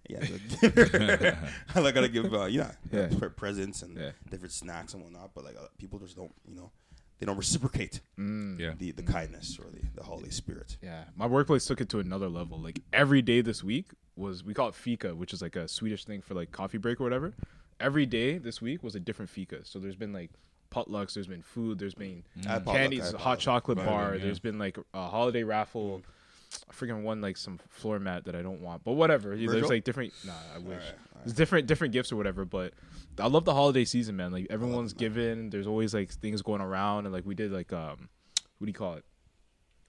Yeah, the- I like gotta give uh, you know
Yeah.
pre- presents and different snacks and whatnot, but like uh, people just don't you know they don't reciprocate
Mm. Yeah.
the the kindness or the, the holy spirit.
Yeah, my workplace took it to another level. Like every day this week was we call it fika, which is like a Swedish thing for like coffee break or whatever. Every day this week was a different fika. So there's been like potlucks, there's been food, there's been
I had potluck, I
candies,
had
hot
potluck.
chocolate
Mm. Right,
bar,
yeah. Mm.
there's been like a holiday raffle. I freaking won like some floor mat that I don't want, but whatever.
Virgil?
There's like different. Nah, I wish. There's different different gifts or whatever, but I love the holiday season, man. Like everyone's giving. There's always like things going around, and like we did like um, what do you call it?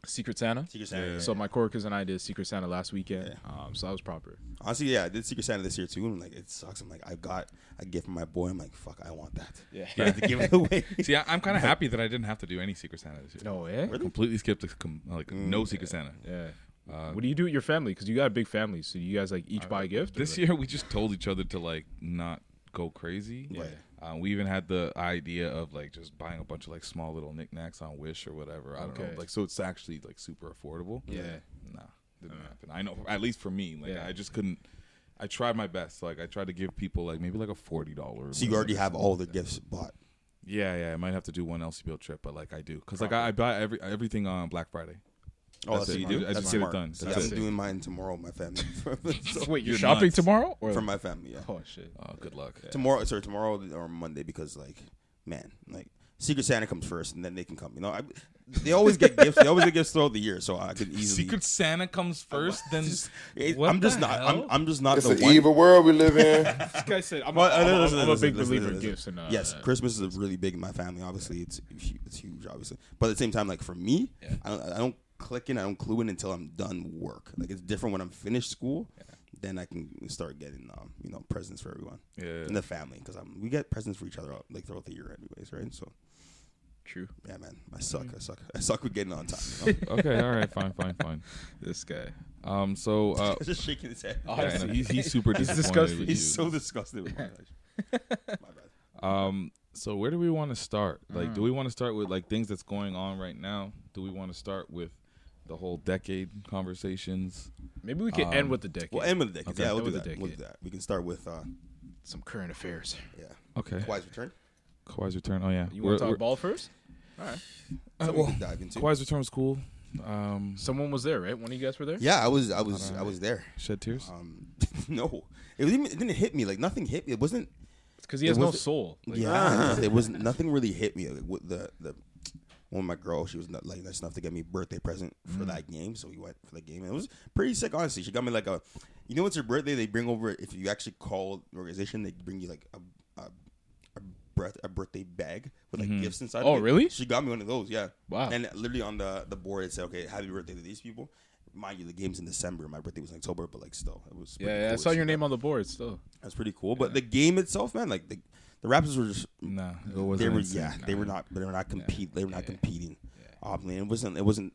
Secret Santa.
Secret Santa, yeah.
So my coworkers and I did Secret Santa last weekend. Um, so that was proper.
Honestly, yeah, I did Secret Santa this year too, and like it sucks. I'm like, I got a gift from my boy. I'm like, fuck, I want that.
Yeah.
I have to give it away.
See, I, I'm kind of happy that I didn't have to do any Secret Santa this year.
No way. Really? Mm.
Completely skipped a com- uh, like no Secret Santa.
Yeah.
Uh,
what do you do with your family? Because you got a big family, so you guys like each
Uh,
buy a gift. or,
This
like-
year, we just told each other to like not go crazy.
Yeah. Right.
Uh, we even had the idea of like just buying a bunch of like small little knickknacks on Wish or whatever. I don't
Okay.
know. Like so, it's actually like super affordable.
Yeah.
Nah, didn't happen. I know. At least for me, like I just couldn't. I tried my best. Like I tried to give people like maybe like a forty dollars.
So you already have all the gifts bought.
Yeah, yeah. I might have to do one LCBO trip, but like I do because like I, I buy every everything on Black Friday.
Oh,
That's
that's,
it.
what you do.
I just
that's
get it
smart.
done.
See,
That's
I'm
it.
doing mine tomorrow. My family. So-
Wait, you're Good shopping minds. tomorrow, or-
for my family? Yeah.
Oh, shit.
Oh, good luck. Yeah.
Tomorrow, sorry, tomorrow or Monday because like, man, like Secret Santa comes first, and then they can come. You know, I, they always get gifts. They always get gifts throughout the year, so I could easily.
Secret Santa comes first, then
It-
what
I'm just
the
not. I'm,
hell?
I'm just not.
It's
the
an
one.
evil world we live in.
This guy said, I'm a-
Well,
I'm a-
uh, listen,
I'm a
listen,
big
listen,
believer
listen,
in
listen.
gifts and, uh,
yes, Christmas is really big in my family. Obviously, it's hu- it's huge. Obviously, but at the same time, like for me, I, don't, I don't click in. I don't clue in until I'm done work. Like it's different when I'm finished school. Then I can start getting, um, you know, presents for everyone
Yeah.
and the family because I'm we get presents for each other like throughout the year, anyways, right? So
true. Mm.
Yeah, man, I suck. I suck. I suck with getting on time.
okay, all right, fine, fine, fine.
This guy.
Um. So. Uh,
Just shaking his head.
Yeah,
Oh,
I know. he's, he's super
He's
disappointed.
disgusted.
with
He's
you.
so disgusted with my life.
Um. So where do we want to start? Like, do
Mm.
we want to start with like things that's going on right now? Do we want to start with the whole decade conversations?
Maybe we can end with the decade.
Um, We'll end with the decade.
Okay.
Yeah, we'll
End
do
with
that.
the
We'll do that. We can start with uh,
some current affairs.
Yeah.
Okay.
Kawhi's return.
Kawhi's return. Oh yeah.
You
We're-
want to
we're- uh,
talk ball first? All right.
So we
well,
can dive into.
Kawhi's return was cool. Um.
Someone was there, right? One of you guys were there.
Yeah, I was, I was, I was there.
Shed tears.
Um, no, it, was even, it didn't hit me. Like nothing hit me. It wasn't.
'cause he
it
has no
wasn't-
soul. Like-
yeah, it was nothing really hit me. Like, what the the when my girl she was not like nice enough to get me a birthday present for
Mm.
that game, so we went for the game. And it was pretty sick, honestly. She got me like a, you know, it's your birthday. They bring over if you actually call the organization, they bring you like a. a a breath, a birthday bag with like
Mm-hmm.
Mhm.
gifts inside.
Oh,
of it.
really?
She got me one of those. Yeah.
Wow.
And literally on the the board it said, "Okay, happy birthday to these people." Mind you, the game's in December. My birthday was in October, but like still, it was. pretty
Yeah, yeah I
cool to
saw
see
your
that.
name on the board still.
That's pretty cool. But the game itself, man, like the the Raptors were just
nah. It
they
wasn't
were
insane.
yeah, they
Nah.
were not they were not compete they were not competing. Obviously, it wasn't it wasn't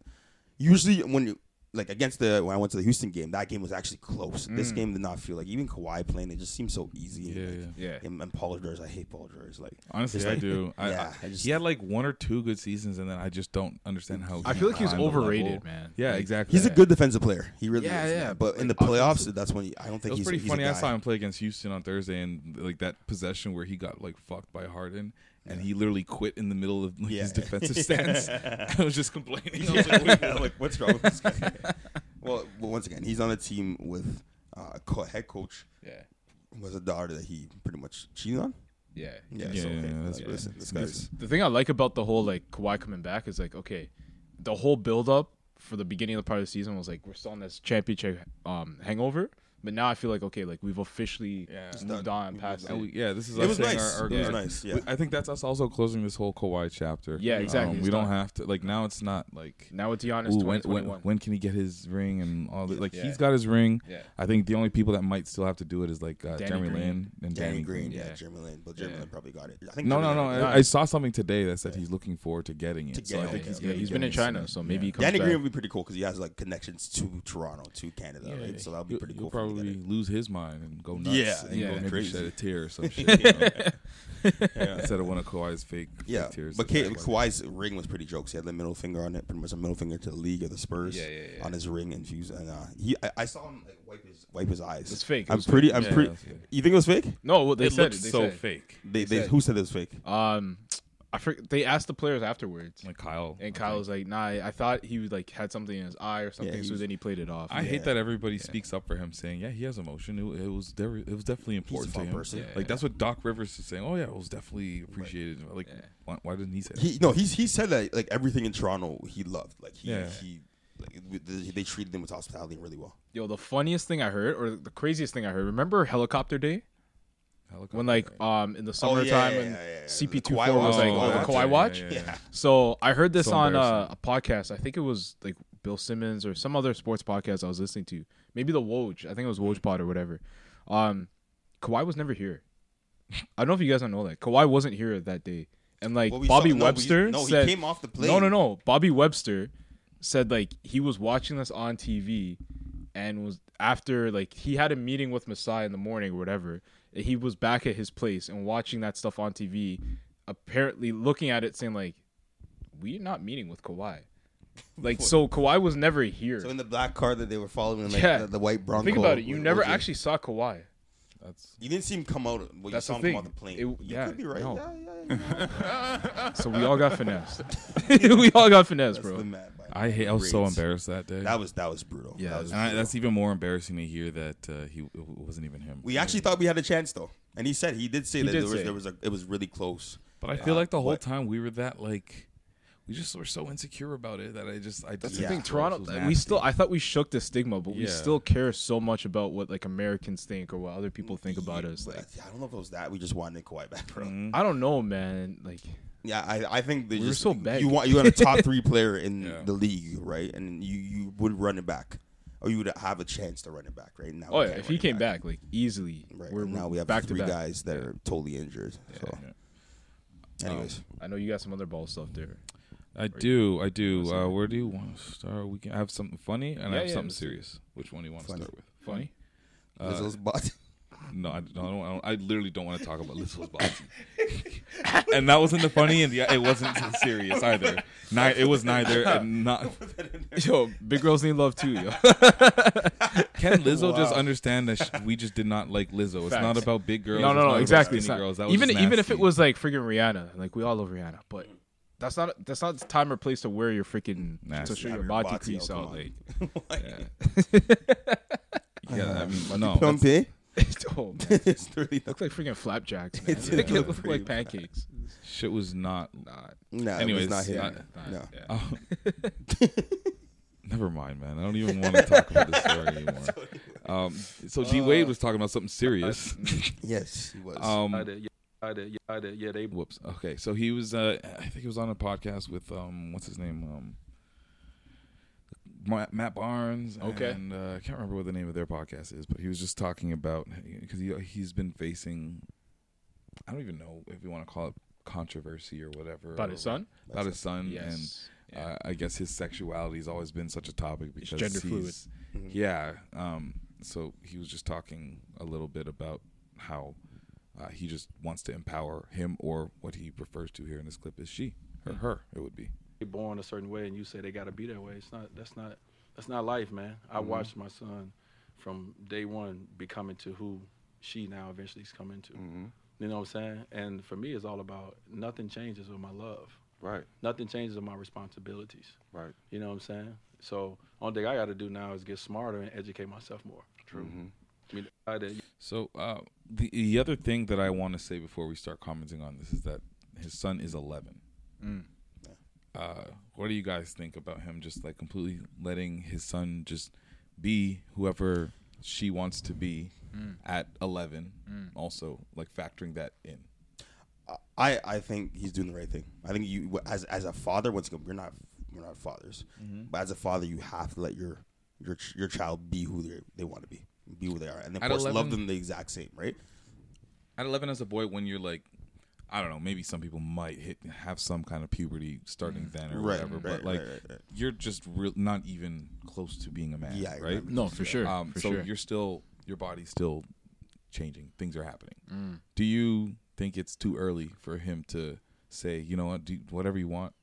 usually when you like against the when I went to the Houston game, that game was actually close. This
Mm.
game did not feel like even Kawhi playing, it just seemed so easy. Yeah, like,
yeah.
And, and Paul George, I hate Paul George. Like
Honestly,
it's
I
like-
do. I,
yeah,
I, he had like one or two good seasons, and then I just don't understand how.
I feel like he's
climbed the
overrated,
level.
man.
Yeah,
Like,
exactly.
he's a good defensive player. He really
Yeah,
is.
yeah,
Yeah, but in the
like,
playoffs, that's when he, I don't
It
think
was
he's
pretty
he's
funny.
A
I
guy.
saw him play against Houston on Thursday, and like that possession where he got like fucked by Harden, and he literally quit in the middle of like, his
Yeah.
defensive stance. I was just complaining. I was
Yeah.
like, wait,
Yeah, like, what's wrong with this guy? well, well, once again, he's on a team with uh, a co- head coach.
Yeah.
Was a daughter that he pretty much cheated on.
Yeah.
Yeah. so, okay, like, listen, this guy's.
The thing I like about the whole like Kawhi coming back is like okay, the whole build up for the beginning of the part of the season was like we're still on this championship um hangover, but now I feel like okay, like we've officially moved on past
And
it.
we- yeah, this is us saying our, our our- we- I think that's us also closing this whole Kawhi chapter. Um,
Yeah, exactly,
we
it's
don't
done.
have to like now. It's not like
Now with Giannis
when, when
2021.
when can he get his ring and all that? Like
Yeah.
he's got his ring.
Yeah.
I think the only people that might still have to do it is like uh,
Danny
Jeremy
Green.
Lin and
Danny
Danny,
Green, yeah, Jeremy Lin, but Jeremy Lin probably got it. I think
no, no,
Jeremy
no.
Lin-
I, I saw something today that said he's looking forward to getting it.
to
so
get
I
it.
think he's
Yeah,
gonna
he's
get
been in
it
China,
soon.
so maybe he comes
Danny
back.
Green would be pretty cool because he has like connections to Toronto, to Canada, right? So that would be
He'll-
pretty
he'll
cool. for him to
probably lose his mind and go nuts.
Yeah,
and
yeah.
go maybe
Crazy.
shed a tear or some shit. you know?
Yeah.
Instead of one of Kawhi's fake, fake
Yeah,
tears.
but
That's
Ka-
why-
Kawhi's ring was pretty jokes. He had the middle finger on it, pretty much a middle finger to the league or the Spurs
Yeah, yeah, yeah.
on his ring and fuse. And uh, he, I, I saw him like, wipe his wipe his eyes.
It's fake. It
I'm
was
pretty.
fake.
I'm
Yeah,
pretty.
that's fake.
You think it was fake?
No, well, they
It
said
looked
it. They
so
said it.
fake.
They- they- who said it was fake?
Um, I forg They asked the players afterwards.
Like Kyle,
and Kyle was like, "Nah, I thought he was like had something in his eye or something."
he
so
was-
then he played it off.
I hate that everybody speaks up for him, saying, "Yeah, he has emotion. It, it was there, it was definitely important to
fun
him."
person.
Like that's what Doc Rivers is saying. Oh yeah, it was definitely appreciated. Like why, why didn't he say?
He
that?
no. He's he said that like everything in Toronto he loved. Like he
Yeah.
he like it- they they treated him with hospitality really well.
Yo, the funniest thing I heard, or the craziest thing I heard, remember Helicopter Day?
Helicopter
when like um in
Oh,
the
yeah,
summertime
yeah,
when
yeah, yeah, yeah. The
CP24
Kawhi
was
Watch.
like
Oh,
oh, the
that's
Kawhi
it,
watch.
yeah, yeah, yeah.
So I heard this
So
on uh, a podcast. I think it was like Bill Simmons or some other sports podcast I was listening to. Maybe the Woj. I think it was Woj Pod or whatever. Um, Kawhi was never here. I don't know if you guys don't know that Kawhi wasn't here that day. And like
Well, we
Bobby
saw- no, we-
Webster,
no, he
said,
came off the
No, no,
plane.
no. Bobby Webster said like he was watching this on TV and was after like he had a meeting with Masai in the morning or whatever. He was back at his place and watching that stuff on TV, apparently looking at it saying like, "We're not meeting with Kawhi." Like so, Kawhi was never here.
So in the black car that they were following, like
yeah,
the, the white Bronco.
Think about it. You
was-
never
was it-
actually saw Kawhi.
that's
you didn't see him come out. Well,
That's
you
the
saw him
thing.
come out the plane.
It-
you
yeah,
could be right.
no.
Yeah, yeah, yeah.
So we all got finessed. We all got finessed,
That's
bro.
the mad bite.
I hate. I was so
Great.
embarrassed that day.
That was that was brutal.
Yeah,
That was
and I,
brutal.
that's even more embarrassing to hear that uh, he it wasn't even him.
We actually thought we had a chance though, and he said he did say
He
that
did
there was
say.
there was a it was really close.
But I feel like the
Uh,
whole
but-
time we were that like, we just were so insecure about it that I just I
That's
just,
the thing, Toronto. like, We still, I thought we shook the stigma, but we
Yeah.
still care so much about what like Americans think or what other people think about us. Like,
I don't know if it was that we just wanted Kawhi back, bro.
Mm-hmm.
I don't know, man. Like,
Yeah, I, I think they
We were
just
so bad.
you want you want a top three player in the league, right? And you you would run it back, or you would have a chance to run it back, right? Now,
oh
we
yeah,
can't
if he
run it
came back. like easily,
right?
we're
now we have
back
three
to back.
guys that are totally injured. So, anyways,
Um, I know you got some other ball stuff there.
I do, I do. Uh, where do you want to start? We can have something funny and
Yeah,
I have
yeah,
something
let's do it.
serious. Which one do you want
Funny.
to start with?
Funny. Um, uh,
Lizzo's bot.
No, I don't, I don't. I literally don't want to talk about Lizzo's bot. and that wasn't the funny, and yeah, it wasn't serious either. Ni- it was neither. And not.
Yo, big girls need love too. Yo.
Can Lizzo just
Wow.
understand that sh- we just did not like Lizzo? It's not
Facts.
about big girls.
No,
it's
no,
not
no.
about
Exactly.
skinny
It's not-
girls. That was
even
just
even if
nasty.
it was like freaking Rihanna, like we all love Rihanna, but that's not that's not the time or place to wear your freaking
Nasty.
to show
Have
your
your
body
boxy
crease
out,
out.
come
Like,
Yeah, I mean,
Monty
no.
Python.
that's-
oh, man.
it's really
looks like freaking flapjacks. Man.
It's-
It's like,
it looked
it looked
pretty
like pancakes.
Shit was not.
Not.
No, it was
Anyways,
not him.
I-
No.
Oh. never mind, man. I don't even want to talk about this story anymore. Um, so D Wade was talking about something serious.
Yes, he was.
Um,
I did, yeah, I did, yeah, I did, yeah, they
whoops. Okay, so he was. Uh, I think he was on a podcast with um, what's his name? Um, Ma- Matt Barnes.
Okay.
and uh, I can't remember what the name of their podcast is, but he was just talking about because he he's been facing. I don't even know if you want to call it controversy or whatever.
About his
or-
son?
About his son,
Yes.
and uh, I guess his sexuality has always been such a topic because
gender
he's,
fluid. Mhm.
Yeah. Um. So he was just talking a little bit about how uh, he just wants to empower him, or what he refers to here in this clip is she,
Hmm.
or her. It would be.
they born a certain way and you say they got to be that way. It's not. That's not. That's not life, man. I
Mm-hmm.
Mhm.
watched my son from day one becoming to who she now eventually is coming to.
Mm-hmm.
You know what I'm saying? And for me, it's all about nothing changes with my love.
Right.
Nothing changes with my responsibilities.
Right.
You know what I'm saying? So only thing I got to do now is get smarter and educate myself more.
True.
I mean, I did.
So uh, the the other thing that I want to say before we start commenting on this is that his son is 11.
Mm.
Uh, what do you guys think about him just like completely letting his son just be whoever she wants to be
Mm.
at 11?
Mm.
Also, like factoring that in.
I, I think he's doing the right thing. I think you as as a father, once again, we're not we're not fathers,
Mm-hmm.
Mhm.
but as a father, you have to let your your ch- your child be who they they want to be, be who they are, and of
At
course,
11
love them the exact same, right?
At 11 as a boy, when you're like, I don't know, maybe some people might hit have some kind of puberty starting
Mm.
then or
Right,
whatever,
right,
but like
right, right, right.
you're just real not even close to being a man,
Yeah, I
right?
remember No, this, for yeah. sure,
Um,
for
so
sure.
you're still your body's still changing, things are happening.
Mm.
Do you think it's too early for him to say, you know what, do whatever you want,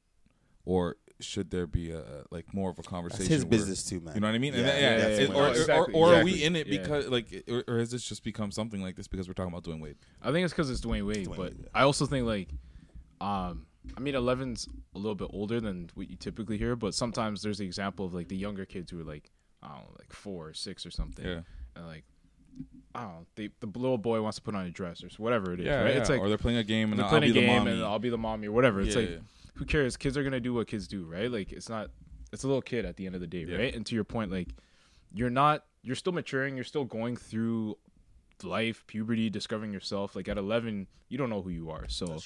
or should there be a like more of a conversation?
his
where-
business too, man.
You know what I mean? And
Yeah,
that-
yeah,
it-
definitely.
or,
No, exactly,
or, or are we
exactly.
in it
Yeah.
because like, or, or has this just become something like this because we're talking about Dwayne Wade?
I think it's because it's Dwayne Wade, but I also think like, um, I mean, 11's a little bit older than what you typically hear, but sometimes there's the example of like the younger kids who are like, I don't know, like four or six or something,
Yeah.
and like. I don't know. They, the little boy wants to put on a dress or s- whatever it is.
Yeah,
right?
yeah.
It's like
Or they're playing a game and
they're
I'll
playing
be
a
the
game
mommy.
and I'll be the mommy or whatever. It's
Yeah,
like
yeah.
who cares? Kids are gonna do what kids do, right? Like it's not. It's a little kid at the end of the day,
Yeah.
right? And to your point, like you're not. You're still maturing. You're still going through life, puberty, discovering yourself. Like at 11, you don't know who you are. So,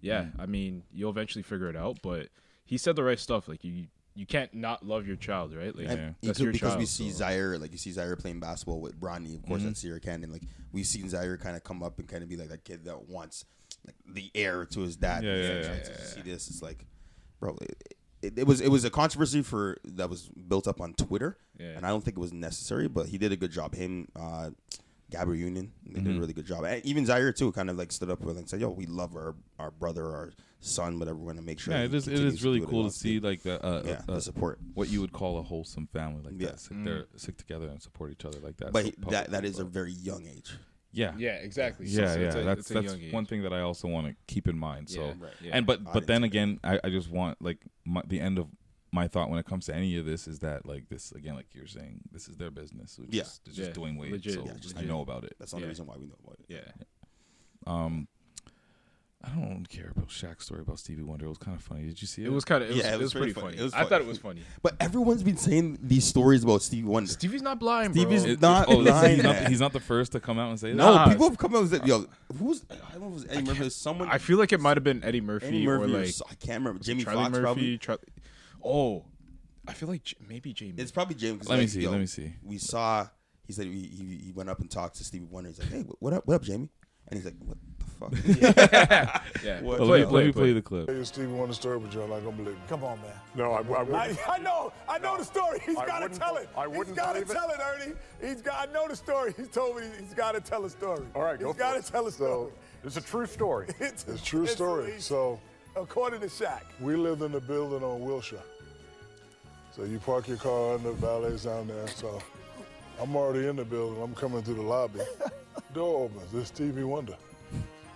yeah,
Mm.
I mean, you'll eventually figure it out. But he said the right stuff. Like you, you can't not love your child, right? Like
And you
that's
could-
your
because
child.
we see Zaire, like you see Zaire playing basketball with Bronny, of
Mm-hmm.
course, at Sierra Canyon. Like we've seen Zaire kind of come up and kind of be like that kid that wants like the heir to his dad.
Yeah, yeah,
And
yeah,
so
yeah,
to
yeah,
See this, it's like, bro, it, it, it was it was a controversy for that was built up on Twitter,
Yeah.
and I don't think it was necessary, but he did a good job. Him, uh, Gabby Union, they did a
Mhm.
really good job. And even Zaire too, kind of like stood up with and said, "Yo, we love our our brother, our son, whatever. We're gonna make sure."
yeah,
he
it is. It
continues
is really
do what he
cool to
wants
see
do."
like the, uh,
yeah,
uh,
the support.
what you would call a wholesome family like
Yeah.
that. Sit
Mm.
there, sit together and support each other like that.
but
so
he- that
publicly,
that is
but-
a very young age.
Yeah.
Yeah, exactly. So-
Yeah,
so
yeah.
it's a-
that's
it's a
that's
young age.
one thing that I also want to keep in mind. So,
Yeah, right, yeah.
and but
I
but then again, I, I just want like my, the end of my thought when it comes to any of this is that like this again, like you're saying, this is their business, which
Yeah.
is they're just
Yeah.
doing weight.
Legit.
So
Yeah, just
I
legit.
know about it.
That's the only Yeah. reason why we know about it.
Yeah.
Um, I don't care about Shaq's story about Stevie Wonder. It was kind of funny. Did you see it?
It was kinda- it was- it was
pretty
pretty funny. I thought it was funny.
But everyone's been saying these stories about Stevie Wonder.
Stevie's not blind, bro.
Stevie's
It-
not
oh, he's
lying.
not-
man.
he's not the first to come out and say that?
No,
Nah.
people have come out and said, "Yo, who's I don't know if it was Eddie Murphy, or someone."
I feel like it might have been Eddie Murphy,
Eddie Murphy
or
or
like
so- I can't remember. Jimmy
Charlie
Foxx
Murphy,
probably.
Char- oh, I feel like J- maybe Jamie.
It's probably James. 'cause,
Let me
like,
see,
yo,
let me see.
We saw. He said he, he, he went up and talked to Stevie Wonder. He's like, "Hey, what up? What up, Jamie?" And he's like, "What the fuck?" What
Well, let,
the
me, let me
fuck?
play the clip.
Tell you Stevie Wonder story, but you're not gonna believe me.
Come on, man.
No, I, I
I,
wouldn't.
I know, I know the story. He's
I
got to
wouldn't-
tell it.
I wouldn't
He's got to
believe it.
tell it, Ernie. He's got. I know the story. He told me he's got to tell a story.
All right, go
He's
for
got
it.
to tell a story.
It's a true story.
It's a-
a true
it's a-
story. So
According to Shaq.
we lived in a building on Wilshire. So you park your car and the valet's down there. So I'm already in the building. I'm coming through the lobby. Door opens. It's Stevie Wonder.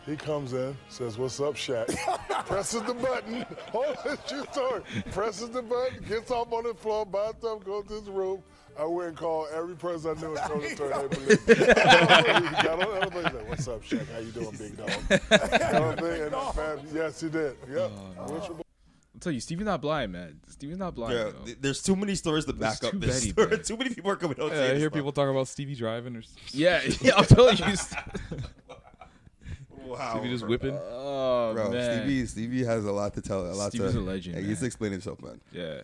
He comes in, says, "What's up, Shaq?" Presses the button. Oh, it's true story. Presses the button, gets off on the floor, buys stuff, goes to his room. I went and called every person I knew and told the story. They believed me. He got on the elevator, said, "What's up, Shaq? How you doing, big dog?" You know what I'm saying? And I fam- yes, he did. Yep. Wilshire
I'll tell you, Stevie's not blind, man. Stevie's not blind.
Yeah,
bro.
th- there's too many stories to
There's
back up
too
this
many,
story.
bro.
too many people are coming out.
Yeah,
saying
I hear
this
people talk about Stevie driving or
Yeah, yeah, I'll tell you.
Wow,
Stevie just
bro.
whipping.
Oh
Bro,
man,
Stevie, Stevie has a lot to tell. A lot
Stevie's
to,
a legend,
Like, he's
man.
explaining himself, man.
Yeah.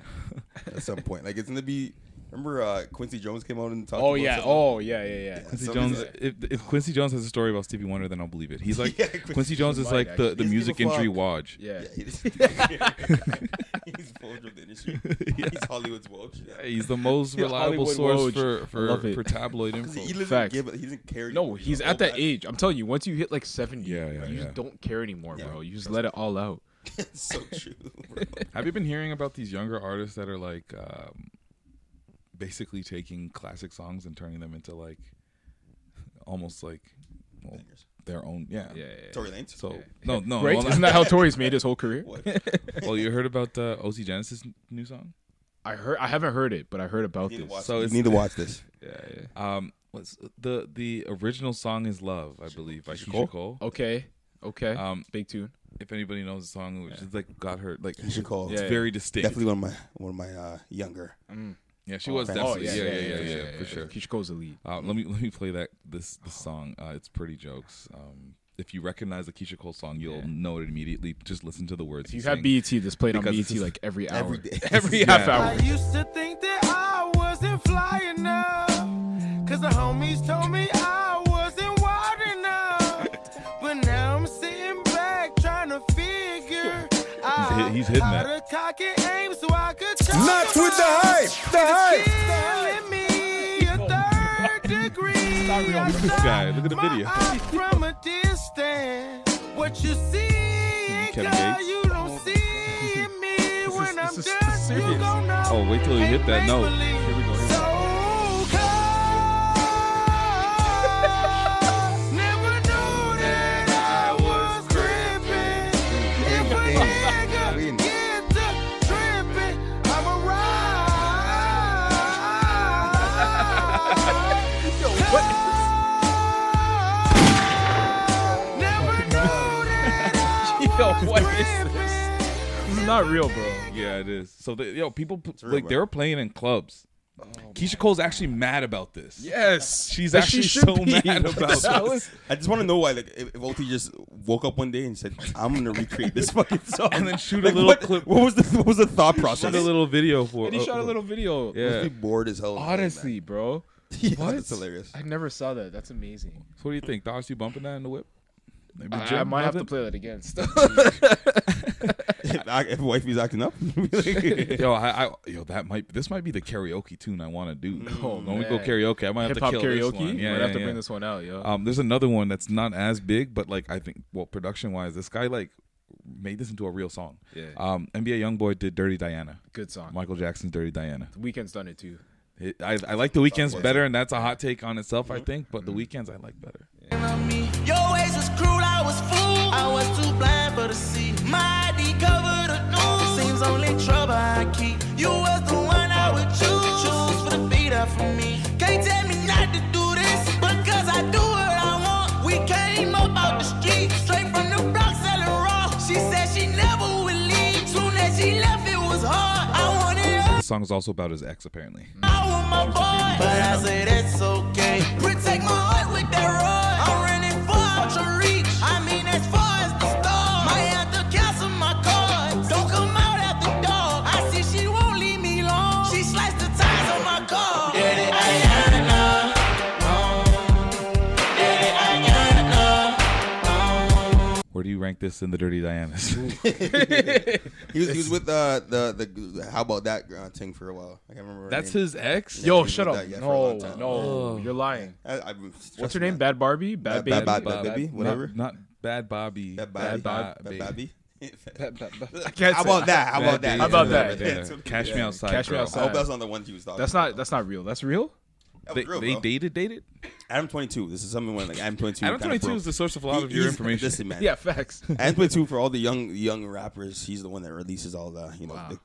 At some point, like it's gonna be. Remember uh, Quincy Jones came out and talked.
Oh,
about
yeah.
something?
Oh, yeah, yeah, yeah.
Quincy
some-
Jones. If, if Quincy Jones has a story about Stevie Wonder, then I'll believe it. He's like
Yeah,
Quincy,
Quincy
Jones
Jones
is
might
like the,
actually-
the
He doesn't
music
give a
industry
fuck.
Waj.
Yeah, he doesn't
he's,
give a fuck. He's full of the industry. He's Hollywood's Woj.
the most
Yeah,
reliable
Hollywood
source
Woj.
for
I love
for,
it.
for tabloid info.
He doesn't
Facts.
give. a- He doesn't care.
No, he's at
"Oh,
that age. I'm telling you, once you hit like 70, you
yeah.
just don't care anymore, bro. You just let it all out.
It's so true. bro.
Have you been hearing about these younger artists that are like um, basically taking classic songs and turning them into like almost like well, their own? Yeah, yeah.
Tory Lanez?
So no, no,
Right?
Oh, well,
Isn't that how Tori's made his whole career?
well, you heard about uh, OC Genesis new song?
I heard. I haven't heard it, but I heard about this.
You need to watch this.
yeah, yeah. Um, what's the the original song is "Love," I believe, by Keisha
Cole?
Cole.
Okay, okay.
Um,
big tune.
If anybody knows the song, which is like got her like
Keisha Cole.
It's very distinct.
Definitely one of my one of my uh, younger.
Yeah, she
Oh,
was
fans.
definitely.
Oh,
yeah, yeah, yeah,
yeah,
yeah,
yeah,
yeah, yeah.
for sure.
Kishiko's elite.
Uh, let me let me play that this this song. Uh, it's pretty jokes. Um, if you recognize the Keisha Cole song, you'll know it immediately. Just listen to the words.
If you
he's
had
saying.
BET, this played on
Because
BET
this is-
like every hour, every,
Yeah.
half hour.
I used to think that I wasn't fly enough. Cause the homies told me I wasn't wild enough. But now I'm sitting back trying to figure out
He's hit- he's hitting
how
that.
to cock and aim so I could talk
Not with the
about
hype, the hype,
killing
the
me a third degree.
Look at this guy. Look at the video.
I saw from a distance. What you see,
Kevin
girl,
Gates.
you don't see in me when I'm done. You gon' know.
Oh, wait till you hit that note. Here we go. Here we go.
Never knew that I was creeping. If a nigga get to tripping, I'ma ride. Never knew that I
Yo,
was
what is this? This is not real, bro.
Yeah, it is. So they, yo, people put,
real,
like
bro.
they were playing in clubs. Keisha Cole's actually mad about this.
Yes,
she's
As she
actually
should
so
be.
mad
What the
about
hell
this.
I just want to know why, like, if, if OT just woke up one day and said, "I'm gonna recreate this fucking song,"
And then shoot a
Like,
little
what,
clip.
What was the What was the thought
Shoot
process?
a little video for. uh,
And he shot a little video.
Yeah.
Must be bored as hell.
Honestly, bro.
Yeah,
what?
that's hilarious.
I never saw that. That's amazing.
So what do you think, Doss? You bumping that in the whip? Maybe
I- I
Jim
might have to
loves
play that again. Still.
if, I- if wifey's acting up,
it? yo, I, I, yo, that might this might be the karaoke tune I want to do.
Oh,
when we go
man.
karaoke, I might have
Hip-hop
to kill this
karaoke?
one. Yeah,
Might
yeah,
have to bring
yeah.
this one out, yo.
Um, there's another one that's not as big, but like I think, well, production wise, this guy like made this into a real song.
Yeah.
Um, NBA YoungBoy did "Dirty Diana."
Good song.
Michael Jackson's "Dirty Diana."
the weekend's done it too.
It, I, I like the weekends
Likewise.
better, and that's a hot take on itself, I think. But the weekends I like better.
Yeah.
Your ways was cruel, I was fooled. I was too blind for the see. My ID covered the news. Seems only trouble I keep. You was the one I would choose. Choose for the beat up for me. Can't tell me not to do this because I do what I want. We came up out the street, straight from the block selling raw. She said she never would leave. Soon as she left, it was hard. I wanted her.
This song is also about his ex, apparently.
I want my boy, but I say that's okay. Protect my heart with that rod. I'm running far to reach. I mean, as far as the star. Might have to cancel my card. Don't come out at the door. I see she won't leave me long. She sliced the tires on my car. Yeah, that I uh,
Where do you rank this in the Dirty Dianas?
he, was, he was with uh, the the how about that uh, thing for a while. I can't remember. her
That's
name.
his ex?
Yeah, he
Yo,
was
shut
with
up!
that, yeah, for a
no,
long time.
no, you're lying.
I- I'm
What's
stressing
her name?
that.
Bad Barbie,
Bad-
Bad,
Bad- Bad-
Baby,
Bad Baby, whatever.
Not, not Bad Bobby.
Bad Bobby.
Bobby.
Bad Bobby.
I can't
How
say
about that? How about that?
How about
Yeah,
that?
yeah. Cash me outside,
Cash me
girl.
outside.
I hope that's not the one she was talking
That's not. That's not real. That's real.
That
They-
was real,
they
bro.
dated, dated.
Adam 22. This is something when like Adam 22.
Adam
kinda
22
broke-
is the source of a lot
He-
of your
he's-
information.
Listen, man.
Yeah, facts.
Adam 22 for all the young young rappers. He's the one that releases all the you know. The,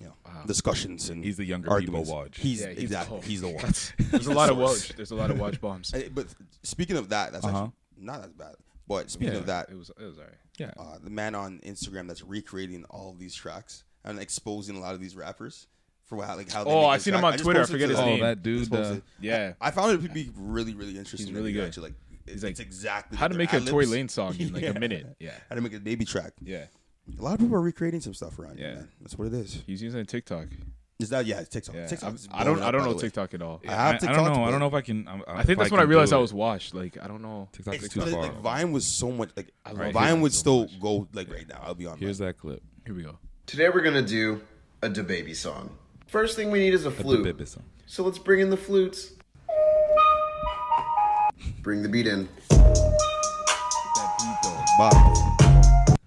you know, Discussions and
He's the younger
arguments.
people Woj.
He's
Yeah, he's
exactly
Woj.
he's the one.
That's-
He's
there's a
the
lot of
source.
Woj. There's a lot of Woj bombs.
Uh, But speaking of that, that's
Uh-huh.
actually not as bad. But speaking
Yeah,
of that,
it was. It was alright. Yeah.
uh, the man on Instagram that's recreating all these tracks and exposing a lot of these rappers for what, like how. They
Oh,
make
I
their
seen him
track.
on
just
Twitter. I
posted
forget
to
his
the-
Oh,
name.
that dude.
just posted-
Uh,
Yeah.
I, I found it to be really, really interesting.
He's
to
really
do,
good.
Actually, like it's,
He's like,
it's exactly
how to
the
make a Tory
ad-libs.
Lane song in like a minute. Yeah.
How to make a baby track.
Yeah.
A lot of people are recreating some stuff around. Yeah,
Yeah.
man. that's what it is.
He's using TikTok.
Is that yeah? It's TikTok.
Yeah.
TikTok.
I'm-
is
I don't.
blowing
I
up,
don't
by
know
the way.
TikTok at all.
I have
I
TikTok.
don't know.
but
I don't know if I can. I'm,
I think that's when I realized I was washed. Like I don't know.
TikTok
It's
too
like,
far.
like Vine was so much like
love
Vine
TikTok
would
so
still go like right now. I'll be honest.
Here's that clip.
Here we go.
Today we're gonna do a DaBaby song. First thing we need is a flute.
Baby song.
So let's bring in the flutes. Bring the beat in.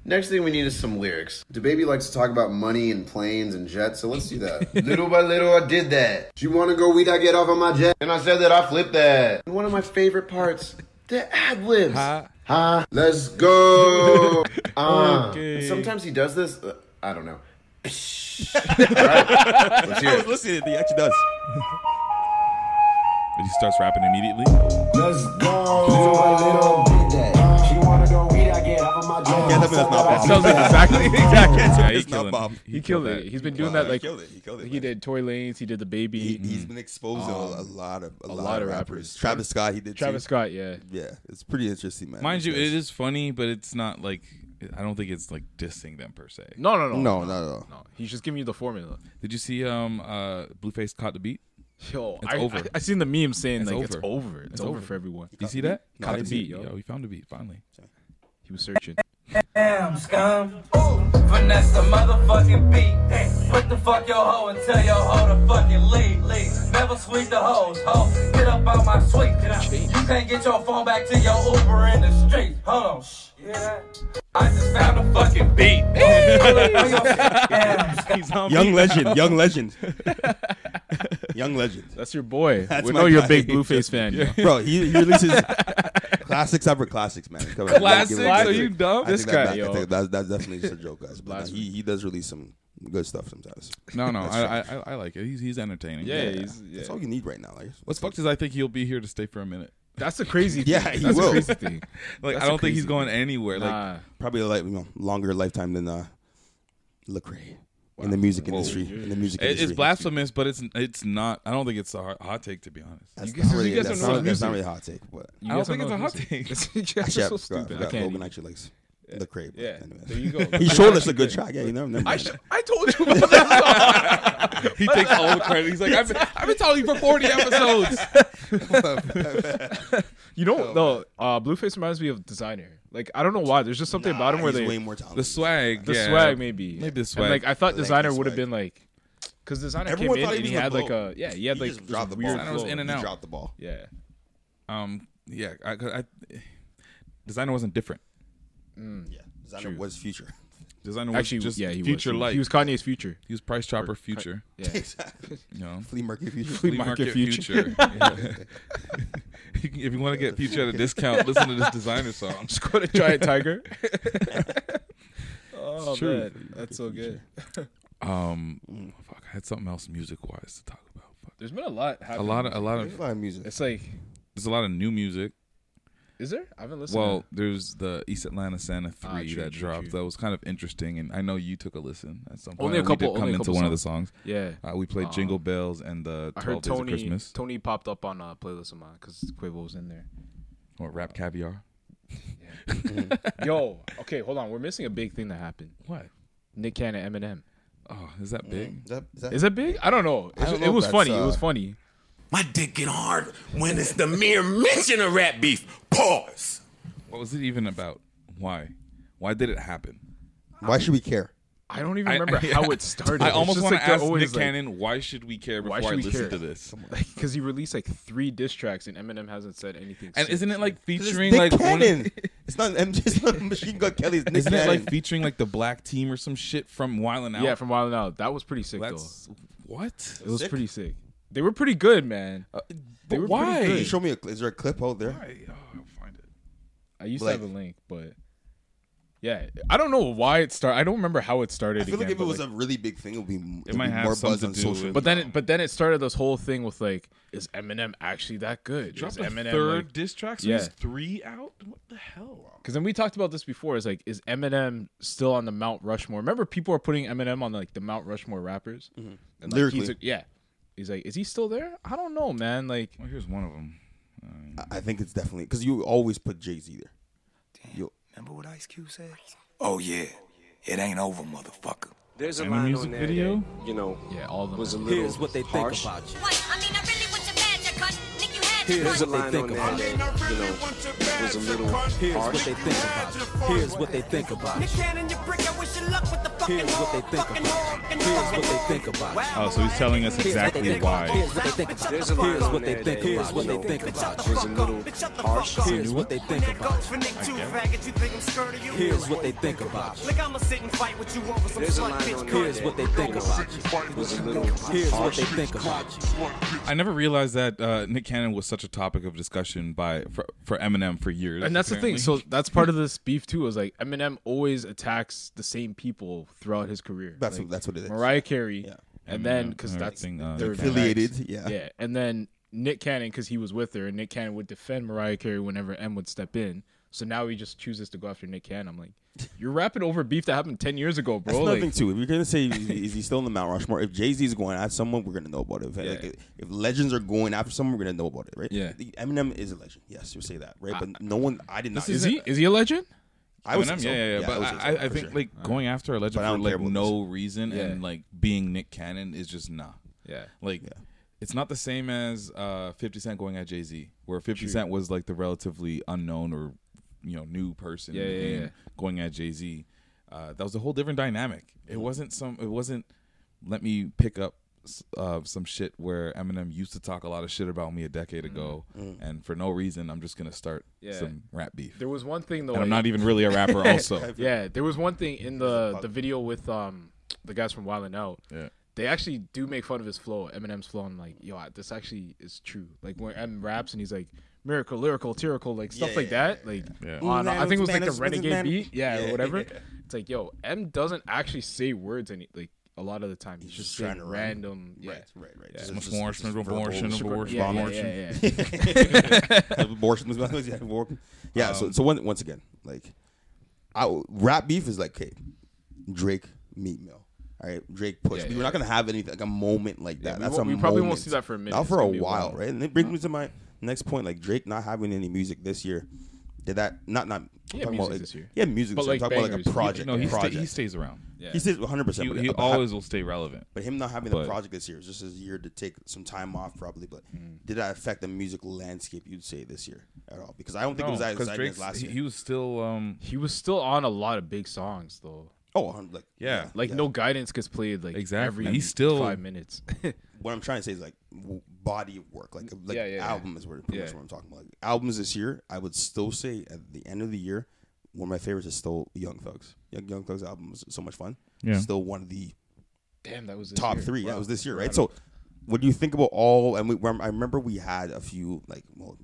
Next thing we need is some lyrics. DaBaby likes to talk about money and planes and jets, so let's do that. little by little, I did that. Do you wanna go weed? I get off on my jet, and I said that I flipped that. And one of my favorite parts, the ad libs.
Ah.
Ha. Ha. Let's go. uh.
Okay.
And Sometimes he does this. Uh, I don't know. Let's hear
I was
it.
listening. He actually does.
He starts rapping immediately.
Let's go. Little by little, I did that. She wanna go weed, I get off on my jet.
Can't tell me that's not Bob.
Sounds like exactly. Exactly.
Can't tell
Yeah,
me
he
it's not
killing
Bob.
it.
He killed it. He's been doing
Wow,
that like
he killed it. He killed it.
he did Toy Lanes. He did the baby.
He, he's been exposed to a- a lot of a, lot, of rappers. Travis Scott, he did.
Travis
too.
Scott. Yeah.
Yeah, it's pretty interesting, man.
Mind you,
These
it
guys-
is funny, but it's not like I don't think it's like dissing them per se.
No, no, no,
No, not at all.
no. He's just giving you the formula.
Did you see um uh Blueface caught the beat?
Yo,
It's
I,
over.
I, I seen the meme saying
It's
like
over.
it's over. It's,
It's
over,
over.
for everyone.
Did you see that?
No, I
Caught the
didn't see
beat.
it, yo.
Yo, he found the beat finally.
He was searching.
Damn, scum. Ooh, finesse the motherfucking beat. Hey, Put the fuck your hoe and tell your hoe to fucking leave. leave. Never sweep the hoes, ho. Get up out my suite. Get out. You can't get your phone back to your Uber in the street. Hold on. Shh. Yeah. I just found a fucking beat. Damn, scum.
Young legend, young legend, young legend.
That's your boy.
That's
we
my
know you're
guy.
a big Blueface fan. yo.
Bro, he, he releases classics ever classics, man. Come on,
Classics?
give it- give it-
Are you dumb?
I
This
take that
guy,
back. I
yo.
take- That's, that's definitely just a joke, guys. But no,
Blasphemy.
he, he does release some good stuff sometimes.
No, no,
That's
I, I
trash.
I I like it. He's he's entertaining.
Yeah, he's-
That's
yeah.
all you need right now. Like,
What's fucked is I think he'll be here to stay for a minute.
That's a crazy.
Yeah,
thing.
he
That's
will.
A crazy thing.
Like
That's
I
a
don't think he's
crazy
going anywhere. Like
Nah.
probably a like you know, longer lifetime than uh, Lecrae in the music industry. In the music
it-
industry,
it's blasphemous, but it's it's not. I don't think it's a hot, hot take to be honest.
That's, not
You guys-
really,
you guys
that's,
don't know
not, that's not
music.
really a hot take, but
You
I don't
guys
think it's a
know
hot
this.
take.
you guys
Actually,
are
I forgot- I
so stupid. I
forgot
can't.
Logan
even-
actually likes Lecrae. but
Yeah.
anyways.
There you go.
He showed us a good track. Yeah, you never, never
I,
mind.
sh- I told you about that song.
he takes all the credit. He's like, I've been, I've been telling you for forty episodes.
You know, no, uh, Blueface reminds me of Designer. Like I don't know why. There's just something about him where
he's
they
way more talented.
The swag,
the
yeah.
swag maybe
maybe the
And,
swag.
like I thought
Like the
Designer would
swag.
have been like, because Designer
Everyone
came
thought
in
he was gonna
and he had like
blow.
a yeah he had like
just dropped the
weird
ball.
Designer was
flow.
in and
he
out.
dropped the ball.
Yeah,
um, yeah, I, 'cause I, designer wasn't different.
Yeah, Designer was future.
Designer was
actually
just
yeah he
future
was. He-
light.
He was Kanye's future.
he was price chopper future.
Yeah.
exactly.
You know,
Flea market future.
flea market,
market
future.
future.
Yeah. if you want to get Peachy at a discount, listen to this designer song.
Just go to Giant Tiger. oh
It's true.
man, that's so good.
Um, fuck, I had something else music wise to talk about.
There's been a lot.
A
Happening.
lot of a lot of
music.
It's like,
There's a lot of new music.
is there? I haven't listened.
Well, there's the East Atlanta Santa three
Ah, true,
that
true,
dropped. That was kind of interesting, and I know you took a listen at some point.
Only a
and we did
couple-
come
only a
into
couple
one of the
songs.
songs.
Yeah.
uh, we played
Um,
Jingle Bells and the
I
Twelve
heard
Days of
Tony.
Christmas
Tony popped up on a playlist of mine because Quavo was in there.
or Rap Caviar.
Yo, okay, hold on. We're missing a big thing that happened.
What?
Nick Cannon, Eminem.
Oh, is that
Is
big?
Mm. that, is that-
Is that big? I don't know.
I don't
It-
know
it
if
was
that's,
funny. it
uh,
was funny.
My dick get hard when it's the mere mention of rap beef. Pause.
What was it even about? Why? Why did it happen?
Why should we care?
I don't even remember how it started.
I
It's
almost
just
want
like
to
they're
ask
always
Nick
like-
Cannon, why should we care before
Why should
I
we
listen
care?
to this?
Because he released like three diss tracks and Eminem hasn't said anything.
And
since.
isn't it like
It's
featuring
Nick
like
Cannon.
one?
it's not MJ. It's not Machine Gun Kelly's Nick
Isn't it
Cannon.
like featuring like the black team or some shit from Wild and Out?
Yeah, from Wild 'N Out. That was pretty sick
That's-
though.
What?
It was
Sick?
pretty sick. They were pretty good, man. Uh, they were
Can
Pretty
why?
you
good. oh,
show me? A, is there a clip out there?
I used
Like-
to have a link, but yeah, I don't know why it started. I don't remember how it started.
I feel like
again,
if it
but,
was
like-
a really big thing, it would be, it'd be
might have
more buzz
something
on
to do
social.
with-
media.
But then, it, but then it started this whole thing with like, is Eminem actually that good?
Dropped
Is
a
Eminem
third
like-
diss track, so
yeah,
he's three out. What the hell?
because then we talked about this before. Is like, is Eminem still on the Mount Rushmore? Remember, people are putting Eminem on like the Mount Rushmore rappers. And, like,
Lyrically.
he's a- yeah. He's like, is he still there? I don't know, man. Like,
Well, here's one of them.
I I think it's definitely because you always put Jay Z there. You-
Remember what Ice Cube said?
Oh yeah, it ain't over, motherfucker.
There's
a And the line music on there that, video?
you know,
yeah, all the
was a
little
Here's what they
harsh.
think about you.
Here's
Here's
what
what they
they think
think about you. You know, was a little Here's what they think about you. Here's what they think about you.
Nick Cannon, you prick, I wish you luck with the fucking
Here's what they think about you. Here's what they think
uh.
about you.
Oh, so he's telling us exactly why.
Here's what they think about you. Here's what they think about you. Here's what they think about you. Was a little harsh. Here's what they think about you.
faggot, you think I'm scared of you?
Here's what they think about you.
Like I'ma sit and fight with you over some
There's a
slut
line
bitch
on
cunt.
there. Here's what they think about you. Was a little Here's what they think about you.
I never realized that uh, Nick Cannon was such a topic of discussion by for, for Eminem for years.
and that's the thing.
apparently.
So that's part of this beef too. Is like Eminem always attacks the same people throughout his career.
That's
Like,
what- that's what it is.
Mariah Carey, and then
Eminem,
because that's
everything, uh,
their
Nick Cannon.
attacks.
Affiliated, yeah.
yeah, and then Nick Cannon because he was with her, and Nick Cannon would defend Mariah Carey whenever M would step in. So now he just chooses to go after Nick Cannon. I'm like, you're rapping over beef that happened ten years ago,
That's
bro.
nothing
Like,
too. If you're gonna say is he- is he still in the Mount Rushmore, if Jay Z's going at someone, we're gonna know about it. If, like,
Yeah.
if legends are going after someone, we're gonna know about it, right?
Yeah.
Eminem is a legend. Yes, you say that, right? But no one, I did not.
is he is he a legend?
I would say
Eminem,
so.
yeah, yeah, yeah,
Yeah, I
But
would
I,
say so,
I, I
for
think
sure.
like going after a legend
But I
for
don't care
like
about
no reason
Yeah.
and like being Nick Cannon is just nah.
Yeah.
Like it's not the same as uh, Fifty Cent going at Jay Z, where Fifty
True.
Cent was like the relatively unknown or you know new person in
Yeah,
the
yeah,
game
yeah.
going at Jay Z. Uh, that was a whole different dynamic. It wasn't some. It wasn't. Let me pick up s- uh, some shit where Eminem used to talk a lot of shit about me a decade ago,
Mm.
and for no reason, I'm just gonna start
Yeah.
some rap beef.
There was one thing though.
And I'm
I-
not even really a rapper also.
yeah, there was one thing in the the video with um the guys from Wild 'N Out.
Yeah.
They actually do make fun of his flow, Eminem's flow, and like, yo, I- this actually is true. Like when M raps and he's like miracle, lyrical, tyrical, like stuff
Yeah,
like
yeah,
that. like
yeah.
on,
Ooh,
I think it was like the
man, it's- it's
renegade
man.
beat, yeah,
Yeah.
or whatever. It's like, yo, M doesn't actually say words any like a lot of the time. He's, just,
just
saying
trying to rhyme.
random, yeah.
Right, right, right.
Yeah.
Just-
Much
just-
more,
just
more,
verbal-
more,
super-
more,
yeah,
more.
yeah,
Abortion was yeah, abortion. Yeah, so so one, once again, like, I w- rap beef is like, okay, Drake meat mill. All right, Drake pushed.
Yeah,
me.
yeah,
We're not gonna have anything like a moment like that.
we
That's
won't-
a
we probably won't
moment.
see that for a minute.
Not
It's
for a
gonna be a
while,
while.
right? And it brings me to my next point. Like Drake not having any music this year. Did that not not? I'm
Yeah,
talking about,
music
like-
this year.
Yeah, music.
But,
this year. I'm
like,
talking about like
bangers.
a
He-
project.
no, he, sta-
project.
he stays around.
He stays 100. percent
He, he always will stay relevant.
but him not having
But-
the project this year is just his year to take some time off, probably. But
Mm.
did that affect the music landscape? You'd say this year at all? Because I don't think it was
No,
as
'cause
exciting as
Drake's-
last
he,
year.
he was still um
He was still on a lot of big songs though.
oh, I'm like
yeah.
Like no guidance gets played like
Exactly.
every
He's still-
five minutes.
what I'm trying to say is like w- body of work, like uh, like
Yeah, yeah, yeah.
album is where pretty much
Yeah.
what I'm talking about. Like, albums this year, I would still say at the end of the year, one of my favorites is still Young Thugs. Young, Young Thugs album was so much fun.
Yeah.
Still one of the
Damn, that was this
top
year.
three.
Wow.
That was this year,
Wow.
right? So, what do you think about all? And we, rem- I remember we had a few like well,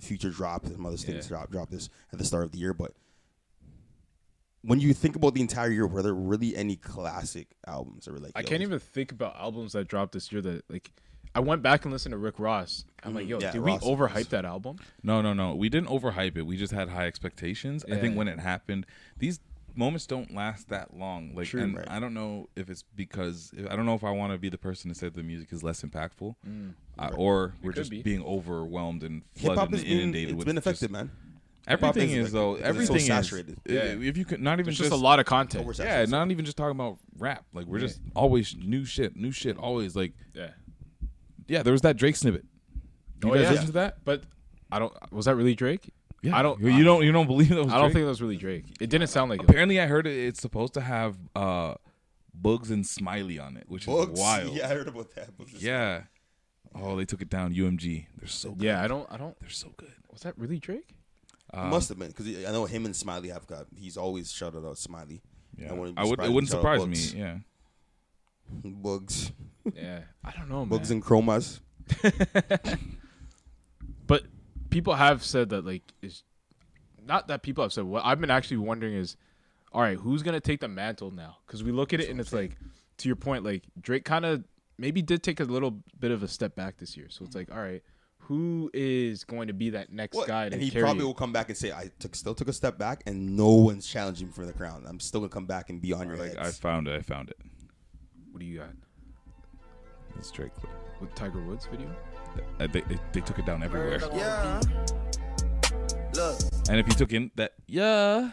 Future dropped, some other things
Yeah.
dropped, dropped this at the start of the year. But when you think about the entire year, were there really any classic albums that were like,
I
yo,
can't even think about albums that dropped this year that like I went back and listened to Rick Ross. I'm like,
Mhm.
yo,
Yeah,
did
Ross
we
is-
overhype that album?
No, no, no. We didn't overhype it. We just had high expectations. I think
Yeah.
when it happened, these moments don't last that long. Like,
True.
and
Right.
I don't know if it's because I don't know if I want to be the person to say the music is less impactful,
Mm.
uh,
Right.
or
It
we're
could
just
be.
being overwhelmed and
Hip-hop
flooded and
has been-
inundated
it's
with.
been
just-
affected, man. Hip-hop
Everything
is
is, though.
affected because it's so
Everything is
saturated.
i-
Yeah.
If you could, not even
There's just a lot of content.
Yeah,
Oversaturated.
not even just talking about rap. Like we're
Yeah.
just always new shit, new shit, always like.
Yeah.
Yeah, there was that Drake snippet. You
Oh,
guys
yeah.
listen to that?
But I don't. Was that really Drake?
Yeah.
I don't.
You don't. You don't believe that was
I don't
Drake?
think that was really Drake. It didn't sound like. it.
Apparently, I heard it, it's supposed to have uh, Bugs and Smiley on it, which
Bugs?
is wild.
Yeah, I heard about that. Bugs and
Yeah. Oh, they took it down. UMG. They're so good.
Yeah, I don't. I don't.
They're so good.
Was that really Drake?
It must have been because I know him and Smiley have got. He's always shouted out Smiley.
Yeah.
wouldn't be
I would. It
surprised if
wouldn't
he shouted
surprise
out
me.
Bugs.
Yeah.
Bugs.
Yeah, I don't know,
Bugs
man.
and Chromas.
But people have said that like is not that people have said. What I've been actually wondering is, all right, who's gonna take the mantle now? Because we look at it and it's like, to your point, like Drake kind of maybe did take a little bit of a step back this year. So it's
Mm-hmm.
like, all right, who is going to be that next
Well,
guy to
and he
carry?
probably will come back and say, "I took still took a step back, and no one's challenging for the crown. I'm still gonna come back and be on your heads."
I found it. I found it.
what do you got
It's Drake.
with Tiger Woods video?
Uh, they, they, they took it down everywhere.
Yeah.
Look.
And if you took in that, yeah,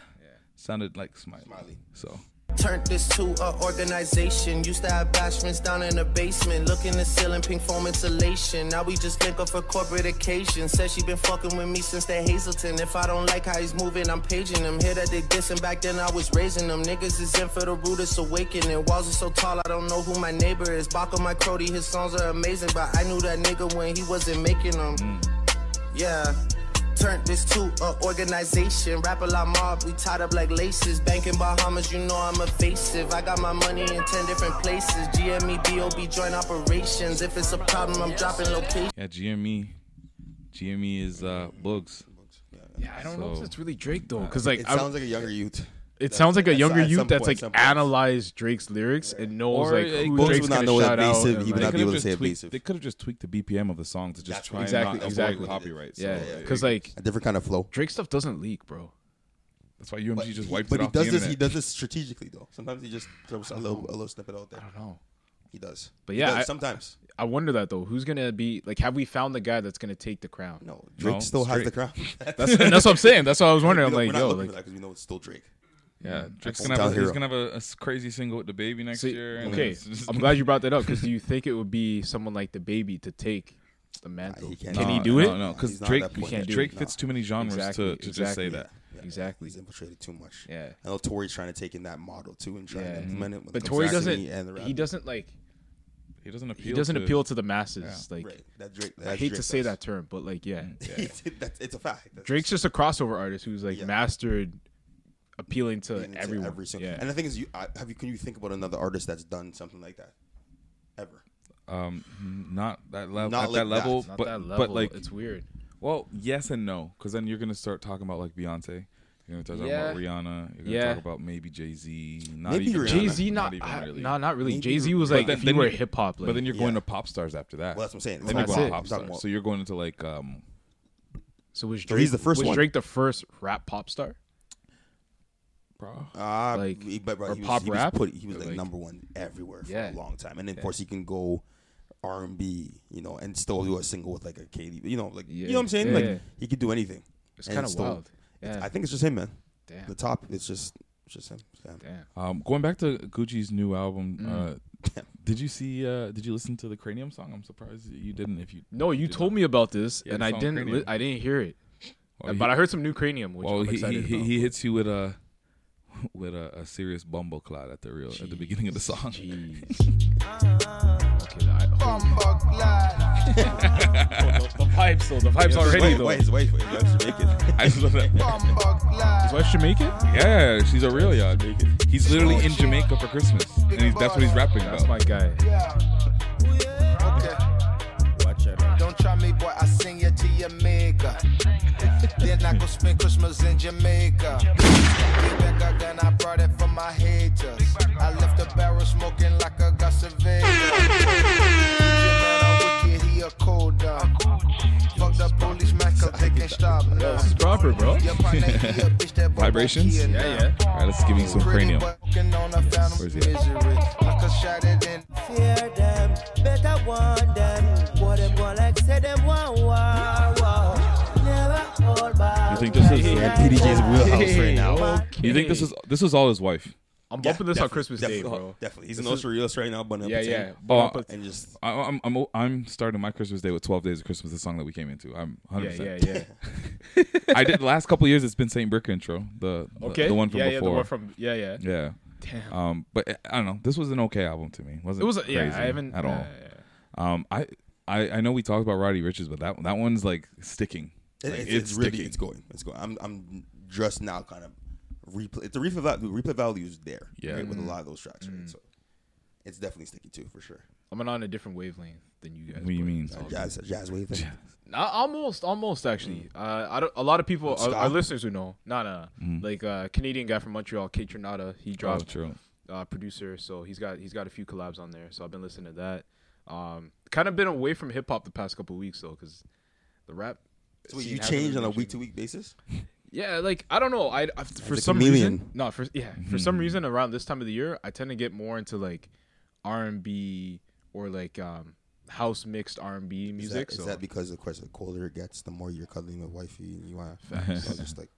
sounded like Smiley. Smiley. So.
Turned this to a organization. Used to have bashments down in the basement. Looking the ceiling, pink foam insulation. Now we just link up for corporate occasions. Said she been fucking with me since the Hazelton. If I don't like how he's moving, I'm paging him. Hear that they dissing back then, I was raising them. Niggas is in for the rudest awakening. Walls are so tall, I don't know who my neighbor is. Baco my Crody, his songs are amazing. But I knew that nigga when he wasn't making them. Yeah. Turned this to a organization. Rapper La Mob, we tied up like laces. Banking Bahamas, you know I'm evasive. I got my money in 10 different places. E, GME, BOB, joint operations. If it's a problem, I'm dropping location.
Yeah, E. GME. GME is uh, Bugs.
Yeah, I don't know if
So-
it's really Drake though, because uh, like
it
I-
sounds like a younger youth.
It
That's-
sounds like a
that's-
younger
at
youth
some
that's
point,
like
some point.
analyzed Drake's lyrics and knows like
it
who
could-
Drake's gonna shout out. and,
he would
like-
not be
could've
able to
just
say
tweaked-
evasive.
They could have just tweaked the BPM of the song to just
That's
try
exactly-
and not
exactly.
avoid copyright.
Yeah,
so,
yeah,
like,
'cause, like-
a different kind of flow.
Drake stuff doesn't leak, bro.
that's why UMG just wiped
but
it
he
off
does
the
this. He
internet.
does this strategically though. Sometimes he just throws a little, a little snippet out there. I
don't know.
He does.
But
He
yeah,
does
I-
sometimes
I wonder that though. Who's gonna be like? Have we found the guy that's gonna take the crown?
No, Drake still has the crown.
that's and that's what I'm saying. That's what I was wondering. I'm
We
like,
don't- we're not
yo,
looking
like,
for that 'cause we know it's still Drake.
Yeah,
Mm.
Drake's
Hometown
gonna have a, he's
hero.
gonna have a, a s- crazy single with the baby next
See,
year. and
okay,
it's just-
I'm glad you brought that up because do you think it would be someone like the baby to take the mantle?
he can't.
Can he
No,
do it?
no, no, 'cause
He's not
Drake-
at that
you
point
can't
yet.
do Drake it. fits too many genres
Exactly,
to- to just say
exactly,
that.
Yeah,
Exactly.
He's infiltrated too much.
Yeah.
I know Tori's trying to take in that model too and try
Yeah.
to implement it. when
But
it comes
Tory
to
doesn't.
singing and the rap.
He doesn't like.
He doesn't appeal.
He doesn't
to,
appeal to the masses.
Yeah.
Like,
Right. That Drake-
I
that's
hate to
Drake
say
does.
that term, but like, yeah,
That's- it's a fact. That's-
Drake's just a crossover artist who's like mastered appealing to
into
everyone.
every single.
yeah.
And the thing is, you I, have you can you think about another artist that's done something like that, ever?
um, not that level.
Not
at
like
that level,
that. Not
but
that
but
level.
like
it's weird.
Well, yes and no, because then you're gonna start talking about like Beyonce. You're gonna talk
Yeah.
about Rihanna. You're gonna
Yeah.
talk about maybe Jay Z.
Maybe Rihanna. Jay-Z not- I- nah, not really. Maybe Jay-Z was, Rihanna. like, if you were hip hop,
but
like-
then you're going
Yeah.
to pop stars after that.
Well, that's what I'm saying.
Then you're
That's
going to
it.
pop
I'm talking
stars.
about-
So you're going into like um,
So was
So
Drake
he's the first
was
one.
Drake the first rap pop star?
bro.
Uh,
Like,
he, but, bro,
or
he was,
pop
he
rap?
Was put, he was like,
Like-
number one everywhere for
Yeah.
a long time, and then
Yeah.
of course he can go R and B, you know, and still do a single with like a Katy, you know, like you
Yeah.
know what I'm saying?
Yeah,
like
yeah.
he could do anything.
It's
And
kinda
still-
wild.
it's-
Yeah.
I think it's just him, man.
Damn.
The top, it's just, it's just him. Damn.
Um, going back to Gucci's new album,
Mm.
uh, did you see? Uh, did you listen to the Cranium song? I'm surprised that you didn't. If you
No, you told me about this,
Yeah,
and
the
I
song
didn't.
Cranium.
Li- I didn't hear it.
Well,
but
oh, he-
I heard some new cranium, which
well,
I'm
he,
excited
he,
about.
he hits you with a with a, a serious bumble cloud at the real at the beginning of the song.
oh, the vibes, though. The vibes
Yeah,
already,
his wife-
though.
wait,
his wife, his wife's Jamaican.
I just love that.
His wife's Jamaican?
Yeah, she's Aurelia. He's literally in Jamaica for Christmas, and he's, that's what he's rapping about. That's
my guy.
Don't try me, boy. I sing you to your maker.
spent Christmas in Jamaica. Get back again, I brought it for my haters. I left the barrel smoking like a Gossavega. Your man, I'm wicked, he a cold dog. Fuck the police, man, 'cause they can't stop now.
This is proper, bro. Vibrations?
Yeah,
yeah. All right, let's give you some cranium. Where's he at?
Fear them, better warn them. What them want like say them want war, war. Never hold back.
You think this is
Hey,
PDJ's wheelhouse right now.
You think this is this was all his wife?
I'm
Yeah,
bumping this on
definitely,
Christmas Day,
definitely,
bro.
Definitely, he's
This
in Los
is-
Rios right now. But
Yeah, yeah.
Oh,
But-
and just
I- I'm, I'm I'm starting my Christmas day with 12 days of Christmas, the song that we came into. I'm 100.
Yeah,
yeah, yeah. I did the last couple years. It's been Saint Brick intro, the the-
Okay.
the, one from
Yeah, yeah, the
before.
one from- yeah, yeah.
yeah.
Damn.
Um, but uh, I don't know. This was an okay album to me. Wasn't
It was a-
Crazy
yeah, I haven't- uh,
at all.
yeah,
Um, I, I I know we talked about Roddy Richards, but that that one's like sticking.
It-
Like,
it's, it's, really
sticking.
it's going. It's going. I'm I'm just now kind of replay. The replay value, replay value is there.
Yeah.
right, with a
Mm.
lot of those tracks, right? So it's definitely sticky too, for sure.
I'm on a different wavelength than you guys.
What do you mean?
Jazz, jazz wave. thing.
Nah, almost, almost actually. Uh, I don't, a lot of people, our, our
Mm. Scott? Mm.
listeners who know, nah, nah. Like uh, Canadian guy from Montreal, Kate Trinata,
Oh,
he dropped
Oh, true.
uh, producer, so he's got he's got a few collabs on there. So I've been listening to that. Um, kind of been away from hip hop the past couple weeks though, because the rap.
So wait,
scene
you
hasn't
change on
really
a
changed.
week to week basis.
Yeah, like I don't know. I,
a
I for
Mm-hmm.
some reason
chameleon.
no for yeah for some reason around this time of the year I tend to get more into like R and B or like um, house mixed R and B
Is
music.
that, is
so
that because of course the colder it gets, the more you're cuddling with wifey and you want to so just like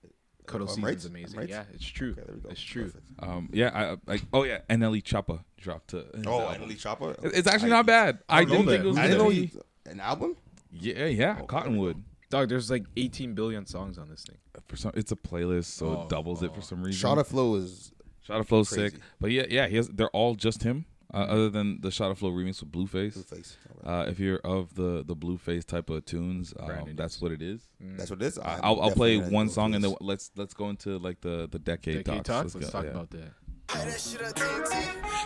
cuddle
I'm
season's
right? I'm
amazing.
right?
Yeah, it's true. It's true.
Um, yeah, I, I oh yeah, NLE Choppa dropped. To his
Oh,
album.
NLE Choppa?
It- It's actually not bad. I, didn't think it was.
I didn't Oh.
gonna
know
be- Mm-hmm.
you, an album.
Yeah, yeah, Cottonwood.
Dog, there's like 18 billion songs on this thing.
For some, it's a playlist, so
Oh,
it doubles it for some reason.
Shot of Flow is
Shot of Flow sick,
crazy.
but yeah, yeah, he has. They're all just him, uh, other than the Shot of Flow remix with Blueface.
Blueface.
Uh, if you're of the the Blueface type of tunes, um, that's what it is.
Mm. That's what it is.
I-
I'm
I'll, I'll play
definitely gonna
one
go
song
through
and then
this.
let's let's go into like the the decade,
Decade
talks.
talks? Let's talk about that.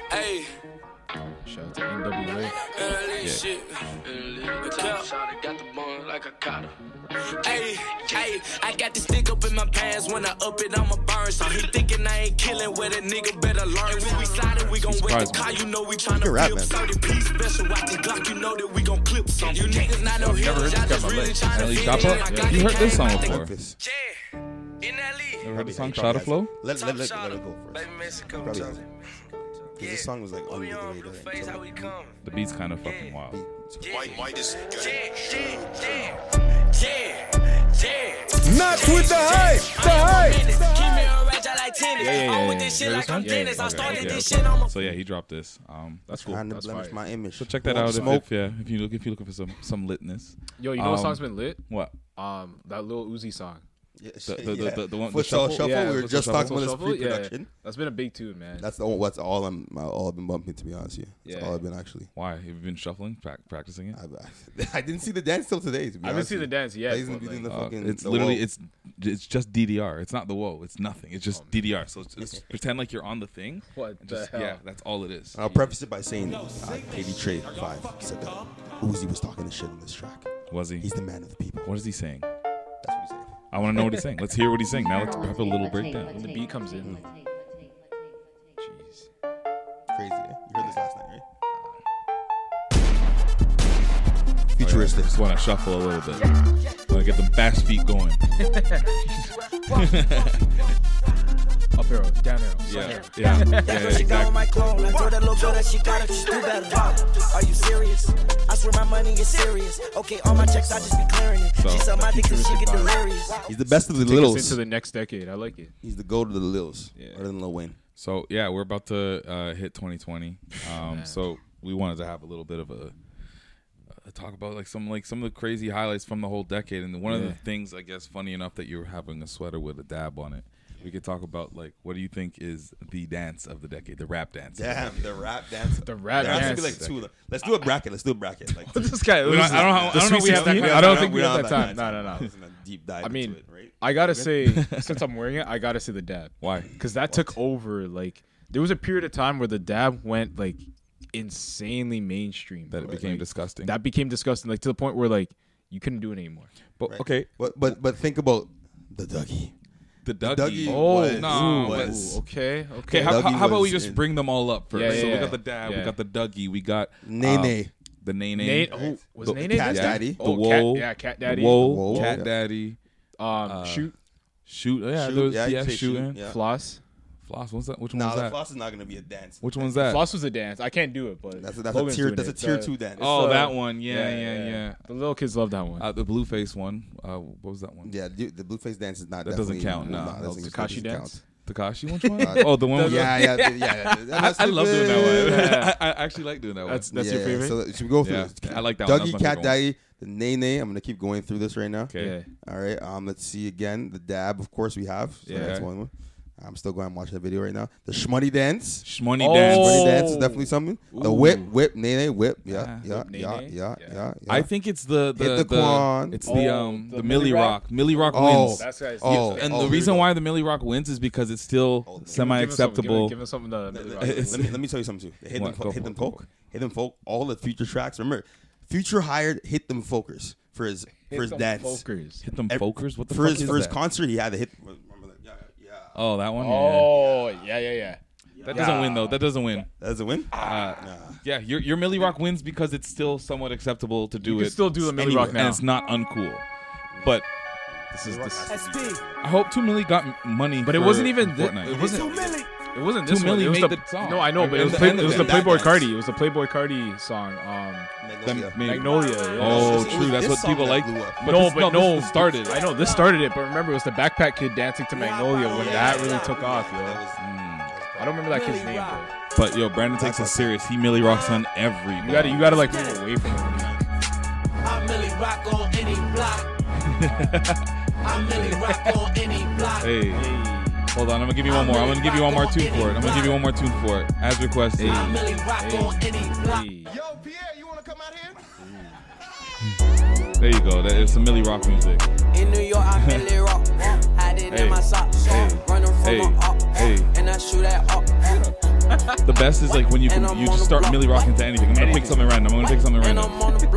Hey,
Shout out to NWA.
early
Yeah.
shit. Look up. Got the bun like a cotter. Hey, hey, I got this stick up in my pants. When I up it, I'ma burn. So he thinking I ain't killing where that nigga better learn. When we sliding, we gon' wet the
Surprise me.
car. You know we tryna
can rap,
flip
man.
30 piece special. Watch the Glock, you know that we gon' clip some. You niggas not no
I've never
heroes.
heard this
I
guy in
just
my
really
life.
tryna
NLE
fit
Choppa?
in. I got
You
the
heard this
game,
song
I think-
before.
Never
heard the song Shot of Flow?
Let let let, let it go first.
Baby Mexico,
Probably
tell
has it. 'Cause this song was like under the radar.
face how we come.
The beat's kind of fucking wild.
White, white is good. Yeah, yeah, yeah, yeah.
Not with the hype, the hype.
Yeah, yeah, yeah. yeah.
this
You
shit
heard
like I'm
this
Dennis. I
one? Yeah,
started
yeah,
this
okay,
shit on
okay.
my-
So yeah, he dropped this. Um, that's cool.
Trying to
That's
blemish
fire.
my image.
So check that
Blow
out if,
smoke.
if yeah, if you look if you looking for some some litness.
Yo, you know what
Um,
song's been lit?
What?
Um, that little Uzi song.
The- the- the- the- the one- the
Foot Shuffle? Shuffle? We were
Foot
just
Shuffle.
talking about this
Foot Shuffle? Yeah,
pre-production.
That's been a big tune, man.
That's the what's all I'm all I've been bumping to be honest with you. That's
Yeah.
all I've been actually.
Why have you been shuffling, pra- practicing it?
I, didn't see the dance till today. To be
I haven't
honest
seen
with
the
you.
dance yet,
That isn't
but,
within
like,
the
Uh,
fucking-
it's
the
literally
wall.
it's it's just DDR. It's not the whoa. It's nothing. It's just DDR. So it's, it's pretend like you're on the thing.
What
and
the
just-
hell?
Yeah, that's all it is.
I'll preface it by saying uh, Katie Trey Five said that Uzi was talking this shit on this track.
Was he? He's
the man of the people.
What is he saying? That's what he's saying. I want to know what he's saying. Let's hear what he's saying. Now let's have a little breakdown.
When the beat comes in, like,
Crazy. eh? You heard this last night, right?
Oh,
Futuristic.
Just want to shuffle a little bit. Want to get the bass beat going.
Up arrow, down arrow.
Yeah,
side arrow.
yeah, yeah, yeah,
That's what she got on my clone. I told that little girl that she got it, she do better. Are you serious? I swear my money is serious. Okay, all my checks, I just be clearing it.
So,
She saw my dick and she get delirious.
He's the best of the
Take us
littles.
into the next decade. I like it.
He's the goat of the littles. Other than Lil Wayne.
So yeah, we're about to uh, hit 2020. Um, so we wanted to have a little bit of a, a talk about like some like some of the crazy highlights from the whole decade. And one of Yeah. the things I guess funny enough that you were having a sweater with a dab on it. We could talk about like what do you think is the dance of the decade, the rap dance. of the
Damn,
decade.
the rap dance.
The rap
There has to be,
dance.
like, two of them. Let's do a bracket. Let's do a bracket. Like
this guy.
We don't-
listen,
I don't. have-
the
I don't know.
Sweet
if We have that.
16?
kind of
I don't
time.
think we
don't
have that time. No,
kind
no,
of
no.
This isn't a Deep dive.
I mean,
into it, right?
I gotta
Okay.
say, since I'm wearing it, I gotta say the dab.
Why?
Because that took over. Like there was a period of time where the dab went like insanely mainstream. That
it became disgusting.
That became disgusting, like to the point where like you couldn't do it anymore.
But okay,
but but but think about The Dougie.
The Dougie.
Dougie
oh,
was-
no.
was-
but-
okay, okay.
Dougie
how, how, how about
was
we just
in-
bring them all up first?
Yeah,
so
yeah,
we got the dad,
yeah.
we got the Dougie, we got
Nene.
um, the Nene.
Nate, oh, was
the,
Nene
the
this
Cat
guy?
Daddy.
Oh,
the
Cat-
Woe.
yeah, Cat Daddy.
The Woe. Uh,
Woe,
Cat
yeah.
Daddy.
Um, Shoot.
Shoot. Yeah,
Shoot,
there was,
yeah,
yeah,
you say
shoot.
Shoot,
yeah.
yeah.
Floss.
Floss. What's that? Which
Nah,
one's
the
that?
floss is not gonna be a dance.
Which one's that?
Floss was a dance. I can't do it, but
That's a- that's a tier-
doing
that's a
it.
tier
It's
two dance.
it's
Oh,
a-
that one. Yeah, yeah, yeah.
The little kids love that one.
Uh, the blue face one. Uh, what was that one?
Yeah, dude, the blueface dance is not.
That doesn't
definitely-
count. No,
nah, that doesn't- that doesn't count.
Takashi, which one?
Uh,
oh, the one. with-
yeah, yeah, yeah, yeah, yeah.
I, I love doing that one.
Yeah.
I, I actually like doing that one.
Yeah, So should we go through
Yeah,
this?
I like that.
Dougie
one. That's my
Cat
favorite one.
Daddy, the Nene. I'm gonna keep going through this right now.
Okay.
All right. Um, let's see again. The dab, of course, we have. So
Yeah.
that's one. I'm still going and watching the video right now. The Shmoney dance.
Shmoney dance.
Shmoney dance is
Oh.
definitely something. The
Ooh.
whip, whip, Nene, whip. Yeah,
Yeah.
yeah,
Whip,
yeah,
Nene.
yeah, yeah.
I think it's the the,
Hit the Quan.
it's the
Oh,
um
the
the,
Millie
Millie
Rock.
Rock. Millie Rock
Oh,
wins.
that's guys- Oh,
and
oh,
the
here we
reason
go.
why the Millie Rock wins is because it's still semi acceptable.
Give him something to.
Let, let- let me, let me tell you something too. The Hit them,
What? Go
folk, hit
for
them
it, go
folk, hit them folk. All the future tracks. Remember, future hired hit them folkers for his
Hit
for his
them
dance.
folkers.
Hit them
Ev-
folkers? What the
for
fuck
his
is
for his
that?
concert? He had to hit.
Oh, that one.
Oh, yeah, yeah, yeah.
yeah. That doesn't win though. That doesn't win.
That doesn't win.
Uh, Yeah, your your Millie Rock wins because it's still somewhat acceptable to do
You
it.
can still do the Millie
anywhere,
Rock now.
and it's not uncool. But
This is this.
I hope Two Millie got m- money,
But it
for
wasn't even. Th-
Fortnite.
it wasn't. It wasn't
Two
this one.
Millie
It was
made
the,
the song.
No, I know, but it was,
And the
the,
end
it
of
was the
it.
Playboy
That
Cardi. It was the Playboy Cardi song. Um,
Magnolia. Maybe.
Magnolia. yeah.
Oh, true. That's what people like. But
no,
this-
but no,
no, this started.
I know this started it, but remember it was the backpack kid dancing to Magnolia when that really took off, yo. Mm. I don't remember that kid's name. Bro.
But yo, Brandon takes it serious. He Millie Rocks on every.
You gotta, you gotta like move away from it.
I'm really rock on any block. I'm really rock on any block.
Hey. Hold on, I'm gonna give you one more. I'm gonna give you one more tune for it. I'm gonna give you one more tune for it, as requested.
I'm really rock on any block.
There you go. That is some Millie Rock music.
In New York, I feel it rock. Hide it
Hey.
in my socks. Running from
Hey,
my op.
hey.
And I shoot at up.
The best is like when you can, you just start Millie rocking to anything. I'm gonna pick something random. I'm gonna pick something random. I'm gonna pick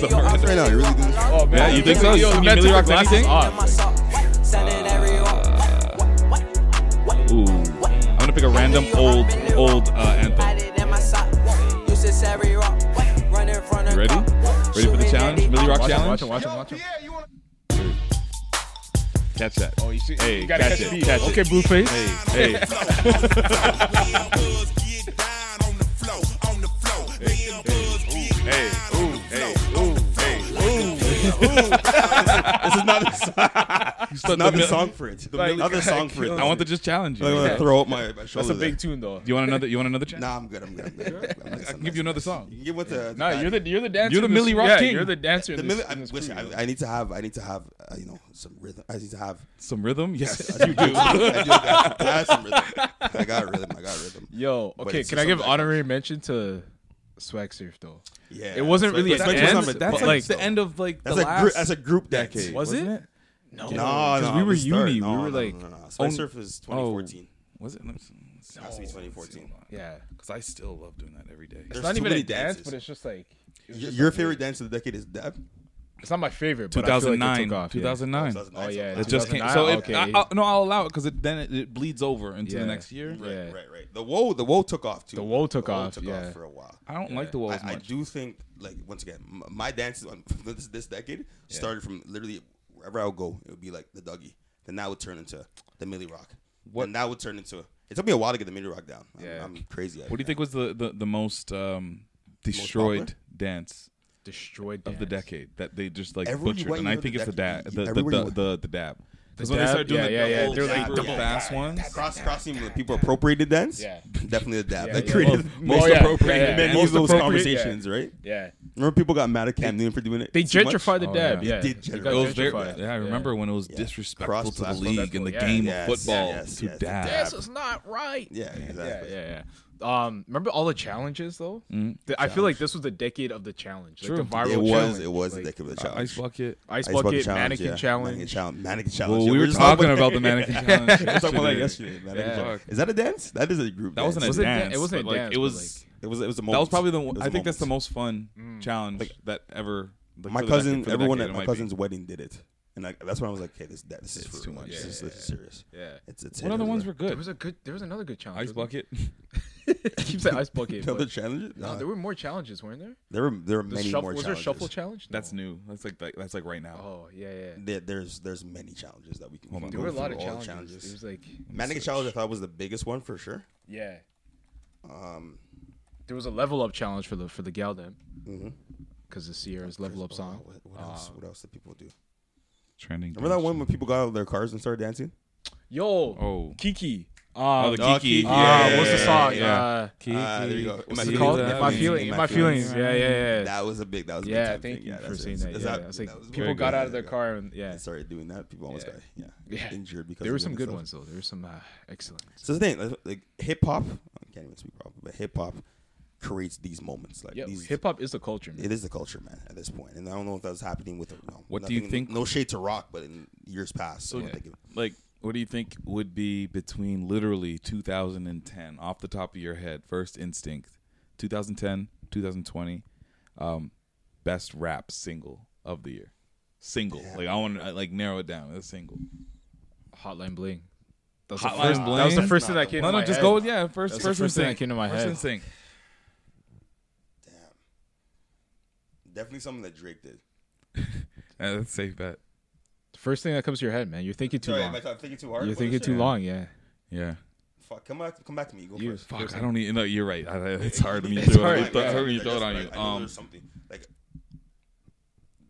something random.
Right now, you really do this.
Oh, man. Yeah, you think so? You
Yo,
see
that
Millie
took
Rock
the
last
legs
thing?
off.
Uh, Ooh. I'm gonna pick a random old old uh, anthem.
Hide it in my sock. You should say rock. Running from the
You ready? Ready for the challenge? Millie Rock
Watch him, watch
challenge?
him, watch him, watch him.
Catch that. Oh, you see? Hey,
you gotta
catch
catch
it.
these.
Catch
Okay,
it.
Blueface.
Hey, hey.
this is not a song.
You
It's not
start the
a
mil-
song for it. The
Like,
not a
God,
song for it.
kill me. I want to just challenge you.
I'm gonna throw up my, my
That's
shoulder.
a big
there.
tune, though.
Do you want another? You want another challenge?
Nah, I'm good. I'm good. I'm good. I'm good.
I can give you another song.
You give what the
Nah, you're the you're the dancer.
You're the
in this-
Millie Rock
yeah,
king.
You're the dancer. in
The
this-
minute- I,
in this
listen,
crew, yo.
I, I need to have. I need to have. Uh, you know, some rhythm. I need to have
some rhythm. Yes,
I
you
do.
do.
I, do, I, I have some rhythm. I got rhythm. I got rhythm.
Yo,
But
okay,
it's
can
just
I give
something
honorary mention to Swag Surf though?
Yeah,
it wasn't
Swag-
really an
Swag Surf
end,
was on the- that's
but
like
like
the
end of like
That's a group. That's a group decade.
Was
wasn't
it?
it?
No,
No, no.
because we were
the start.
uni.
No,
we
no,
were
no,
like,
no, no, no. Swag
Oh,
Surf is
oh.
2014.
Was it? Let me see.
It has to be 2014.
yeah,
because I still love doing that every day.
it's
There's
not
too
even a
many
dance,
dances.
but it's just like it was
Your,
just
your
like Oh,
favorite
weird.
dance of the decade is Dab.
It's not my favorite. But I feel like it
2009,
took off, yeah.
2009.
Oh yeah,
it just came.
2009?
So it,
okay.
I, I, no, I'll allow it because it, then it, it bleeds over into
Yeah.
the next year.
Right, right, right. The woe, the woe took off too. The
woe took off,
took
yeah.
off for a while.
I don't like the woe
I,
as
I
much.
do think, like once again, m- my dances on this this decade started from literally wherever I would go, it would be like the Dougie. Then that would turn into the Millie Rock. What? And that would turn into. It took me a while to get the Millie Rock down. I'm-
Yeah.
I'm, crazy. At
What do you
it
think was the the, the most um,
popular?
destroyed dance?
Destroyed
of the decade that they just like
Everywhere you
butchered,
went,
and
you
I
went
think
to
it's the
dec-
dab, the the,
everywhere you
the,
went.
the the dab. Because
The
when they
dab?
started doing
Yeah,
the
yeah, yeah.
double,
They're like
double
double
fast ones.
cross crossing with people appropriated dance.
Yeah.
definitely the dab.
Yeah,
That
yeah.
created
Oh,
most
yeah,
appropriate.
yeah, yeah.
many
Most
of those
appropriate, yeah.
conversations, right?
Yeah.
Remember, people got mad at Cam Newton for doing it.
They
too much?
gentrified the
Oh,
dab.
yeah.
Yeah,
They did
You
gentrify
got
It was very,
gentrified.
yeah, I remember when it was disrespectful
Cross
to the
platform.
league and the
Yeah.
game
Yes,
of football
yes,
to
yes.
dab.
This is not right.
Yeah,
Yeah,
exactly.
yeah, yeah. Um, remember all the challenges though?
Mm.
Th- I feel like this was the decade of the challenge. Like, the viral
Mm-hmm. It was.
challenge.
It was the
Like,
decade of the
Uh,
challenge.
Ice bucket.
Ice
Ice bucket
bucket,
challenge,
mannequin
yeah.
challenge.
Mannequin challenge. Mannequin
Well,
challenge.
we
Yeah,
were
just
talking about the mannequin challenge.
we were talking about that
yesterday.
yesterday. Mannequin
Yeah.
challenge.
Fuck.
Is that a dance? That is a group.
That
dance.
wasn't a
wasn't a dan-
dance.
it wasn't a
but, like,
dance,
It
but,
was.
It was. It was the
That was
moment.
probably the.
It
one
was
I think that's the
moment.
Mm.
most fun challenge that ever. like,
My
for the decade-
cousin,
for the
everyone at
decade, it
my
might be.
cousin's wedding did it. and I, that's when I was like, okay, this that, this is for-
too much.
This, is, this is
Yeah.
serious.
Yeah.
it's it's.
What other ones were
There
good?
was a good. There was another good challenge.
Ice
wasn't
bucket.
there? Keep saying ice bucket.
Another
but-
challenge?
No,
Nah.
there were more challenges, weren't there?
There were there were
The
many
shuffle-
more.
Was there a
challenges.
shuffle challenge?
That's new. That's like that- that's like right now.
Oh yeah, yeah.
There, there's there's many challenges that we can.
Hold
we
on.
can
There
go
were a lot
through
of
all the
challenges. It was like-
Manic challenge. I thought was the biggest one for sure.
Yeah.
Um,
There was a level up challenge for the for the gal then.
Mhm.
Because the Sierra's level up song.
What, what else? What else did people do?
Trending.
Remember that one when people got out of their cars and started dancing?
Yo.
Oh.
Kiki. Uh,
Oh, the Kiki.
Ah,
Yeah,
what's the
yeah,
song?
yeah.
Uh,
Kiki.
uh,
Ah, there you go.
What's it called? In my feelings. In my feelings. Yeah, yeah, yeah.
That was a big. That was a
Yeah,
Big time
thank
thing.
you
yeah,
for
that's-
saying that.
that's-
Yeah, it's like
that was
people
very good.
got out of their car and- yeah.
They started doing that. People almost got yeah,
Yeah.
injured because
There
of doing
were some
that
good
stuff.
ones though. There were some uh, excellent.
So the thing, like, like hip hop, I can't even speak proper, but hip hop creates these moments. Like
Yeah,
these,
hip hop is the culture. Man.
it is the culture, man. At this point, and I don't know if that's happening with no,
What do you
nothing-
think-
No shade to rock, but in years past, so
So,
I'm thinking,
like, what do you think would be between literally 2010, off the top of your head, first instinct, 2010, 2020, um, best rap single of the year? Single. Like, I want to like narrow it down. A single.
Hotline Bling. That was the
Hotline
first-
Bling.
That was the first thing that came.
No,
to
no,
my
just
head.
go with yeah. First,
That's the
first,
first thing that
instinct.
came to my
first
head.
instinct.
definitely something that Drake did.
Yeah, that's a safe bet.
First thing that comes to your head, man. You're thinking too
Sorry,
long.
am I- I'm thinking too hard
You're
about this
thinking too
shit?
long. Yeah.
Yeah.
Fuck, come back, come back to me. Go first.
Fuck, I don't even. No, you're right. I, I- it's hard when you
It's
throw
hard.
it, it's hard when you
I
throw it
just-
on
I-
you.
I know
Um,
there's something like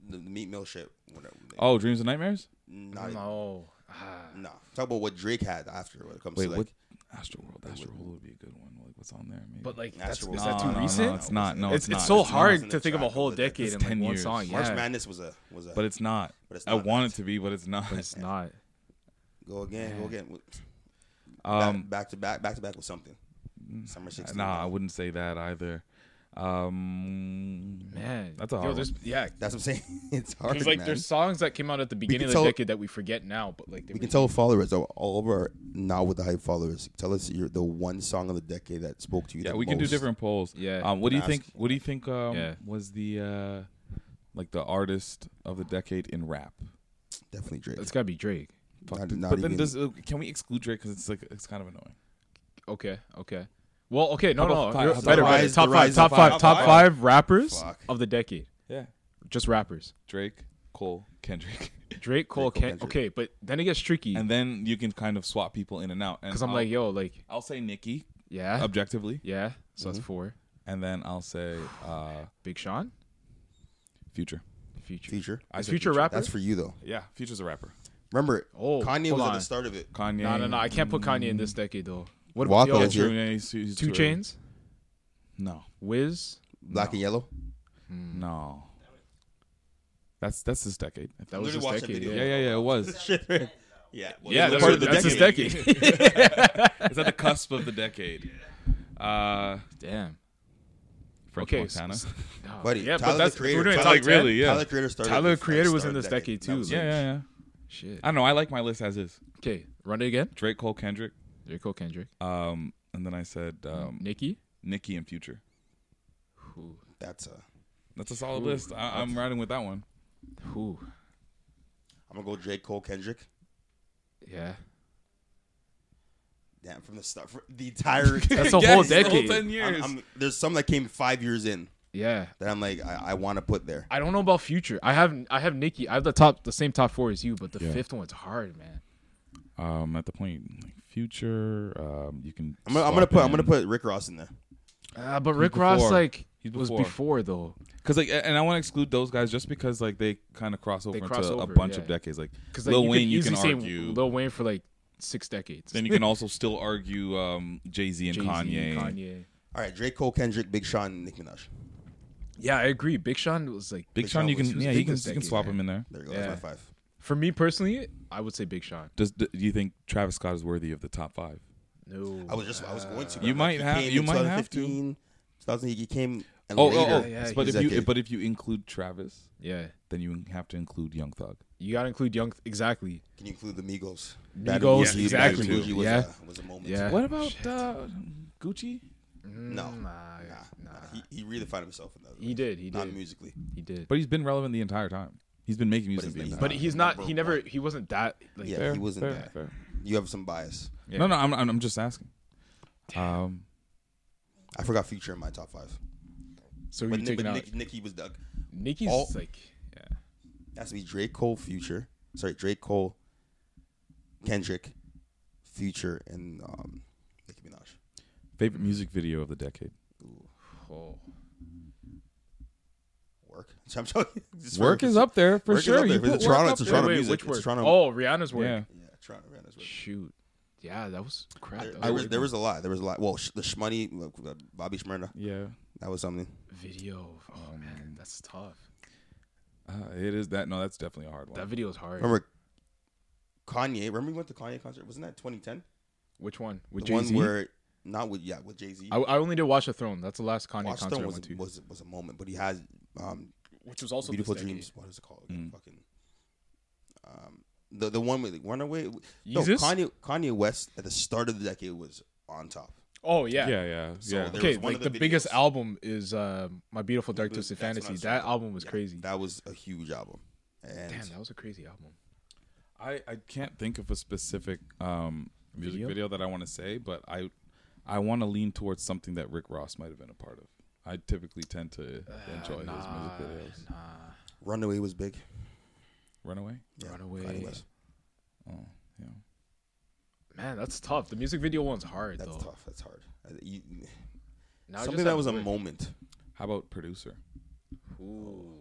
the, the meat meal shit. Whatever.
oh, dreams and nightmares.
Not,
Oh.
no,
no. Talk about what Drake had after when it comes
Wait,
to like
what? Astroworld. Astroworld would be a good one. Like, what's on there? Maybe.
But like, that's,
Natural
is
World.
that too
No, no, no,
recent?
it's not. No,
it's
it's not.
so
It's not.
hard
It's
to think of a
track
whole
over the- it's
decade in
10
like one
years.
song.
March
Yeah.
Madness was a was a.
But it's not.
But it's
I
not
want it to be, but it's not.
It's not.
go again, go again.
Um,
Um, back, back to back, back to back with something. Summer sixteen.
Nah, I wouldn't say that either. Um,
Man,
that's a
Yo,
hard.
there's-
one.
Yeah,
That's what I'm saying. It's hard.
Because like,
man.
there's songs that came out at the beginning of the
tell-
decade that we forget now, but like, they
We
were-
can tell followers, though, all of our not with the hype followers, tell us your, the one song of the decade that spoke to you.
Yeah,
the
we can do
most.
different polls.
Yeah.
Um, what do you
Ask.
think? What do you think? Um,
Yeah.
was the uh, like the artist of the decade in rap?
Definitely Drake.
It's gotta be Drake.
Fuck,
Not-
th-
not
but
even-
then does uh, can we exclude Drake because it's like it's kind of annoying.
Okay, okay. Well, okay, no,
How
no,
about five?
you're-
How about
better,
the
better.
rise-
Top
the
five,
rise
top
of
five,
five?
top
Five.
five rappers
Fuck.
of the decade.
Yeah.
Just rappers.
Drake, Cole, Kendrick,
Drake, Cole,
Cole,
Ken.
Kendrick.
Okay, but then it gets tricky
and then um, you can kind of swap people in and out. And
because I'm
I'll-
like, yo, like,
I'll say Nicki
yeah,
objectively,
yeah. So that's four.
and then I'll say uh,
Big Sean,
Future.
Future.
Future.
I
Is
said
Future rapper?
That's for you though.
Yeah, Future's a rapper.
Remember,
Oh,
Kanye was
hold
at
on.
the start of it.
Kanye.
No, no, no. I can't put Kanye in this decade though. What
Walk
about
on
yo,
it, Drew.
Yeah, he's- he's
Two
too early.
Chains,
No,
Wiz?
Black and Yellow.
no. Mm. That's that's this decade. I think.
That was this
Literally watched that
decade.
video.
Yeah,
yeah.
yeah, yeah. It was.
Yeah, well,
Yeah,
it was
that's,
part of the
that's
decade.
his decade.
it's at the cusp of the decade. Uh,
Damn.
French
Okay, s-
Montana.
s- oh,
Buddy,
yeah,
Tyler,
but that's
the creator,
we're doing
Tyler,
top
like,
ten.
really, yeah.
Tyler the Creator started.
Tyler
at
the Creator
start
was in
of the
this decade,
That
too,
was
yeah,
it.
yeah, yeah.
Shit.
I don't know. I like my list as is.
Okay, run it again.
Drake, Cole, Kendrick.
Drake, Cole, Kendrick,
Um, and then I said um,
Nicki.
Nicki and Future.
Who?
That's uh, a.
That's a solid list. I, I'm riding with that one.
Who?
I'm gonna go Drake, Cole, Kendrick.
Yeah.
Damn, from the start, for the entire.
That's a
Yes,
whole
the
decade.
ten years.
I'm, I'm, there's some that came five years in
Yeah.
that I'm like, I, I want to put there.
I don't know about future. I have I have Nicki. I have the top the same top four as you, but the fifth one's hard, man.
um, at the point like, Future. Um, you can.
I'm gonna, I'm gonna put, I'm gonna put Rick Ross in there.
Uh, but Rick
before.
Ross like
He's
was
before.
before though,
because like, a- and I want to exclude those guys just because like they kind of cross over into
cross
a
over,
bunch
yeah.
of decades. Like,
because like
Lil
you
Wayne,
can
you
easily
can
say
argue.
Lil Wayne for like six decades.
then you can also still argue um, Jay Z and
Jay-Z,
Kanye.
Kanye.
All right, Drake, Cole, Kendrick, Big Sean, and Nicki Minaj.
Yeah, I agree. Big Sean was like
Big, Sean,
Sean
you
was-
can
he was
yeah,
big
you can
this
you can
decade,
swap
man.
him in there.
There you go. That's
Yeah.
my five.
for me personally, I would say Big Sean.
Does do you think Travis Scott is worthy of the top five?
No.
I was just, I was going to. but
You
I'm like,
might
he
have-
came
you
in
might have to.
2015, 2000, he came. and
Oh,
later
oh, oh.
in
but
his
if you
decade.
but if you include Travis,
yeah.
then you have to include Young Thug.
You gotta include Young exactly.
can you include the Migos?
Migos,
Bad Bougie-
exactly.
Bad Bougie was,
Yeah.
a, was a moment.
Yeah.
What about uh, Gucci?
No,
Nah,
nah,
Mm, nah.
He, he redefined himself in that.
Ah, He did, he
Not
did.
musically.
He did.
But he's been relevant the entire time. He's been making music
his
videos.
name's
But he's not. He never. He wasn't that. Like,
yeah, he wasn't that. You have some bias.
No, no, I'm I'm just asking. Um,
I forgot Future in my top five.
So
but
you
Nick,
taking
but
out-
Nick, Nicki was Doug.
Nicki's like, yeah.
Has to be Drake Cole, Future. Sorry, Drake Cole, Kendrick, Future, and um, Nicki Minaj.
favorite music video of the decade.
Oh.
Work. I'm joking. Just
Work
for-
is up there for
Work is
sure.
up there.
You put
It's
work
Toronto. It's
up
a
there.
Toronto
Wait,
music.
which
It's
work?
Toronto.
Oh, Rihanna's work.
Yeah.
Yeah, Toronto. Rihanna's work.
Shoot. Yeah, that was crap.
There,
That
there
was
was there was a lot. There was a lot. Well, sh- the Shmoney, uh, Bobby Shmurda.
Yeah,
that was something.
video. Oh, man, that's tough.
Uh, it is that. No, that's definitely a hard one.
That video is hard.
Remember Kanye? Remember we went to Kanye concert? Wasn't that 2010?
Which one? With
the one
Jay-Z?
where not with yeah with Jay Z.
I, I only did Watch the Throne. That's the last Kanye
Watch
concert
Stone
I
was,
went to.
was was a moment, but he has um,
Which was also
beautiful
this decade.
dreams. What is it called?
Mm.
again? Fucking um, the the one with like, Runaway. No,
Yeezus?
Kanye Kanye West at the start of the decade was on top.
Oh yeah,
Yeah, yeah, So yeah. there
Okay,
was one
like
of the
the, biggest
videos-
album is uh, My Beautiful Dark
But
Twisted
that's what I
Fantasy.
was
That
talking
album was
Yeah,
crazy.
That was a huge album. And
Damn, that was a crazy album.
I, I can't think of a specific um, music video?
Video?
that I want to say, but I I want to lean towards something that Rick Ross might have been a part of. I typically tend to
Uh,
enjoy his music videos.
Runaway was big.
Runaway.
Yeah,
Runaway.
Kanye West.
Oh yeah.
Man, that's tough. The music video one's hard
That's
though.
tough. That's hard. Uh, you-
Now I
something
just
that
have
was a
Rick.
moment.
How about producer?
Ooh.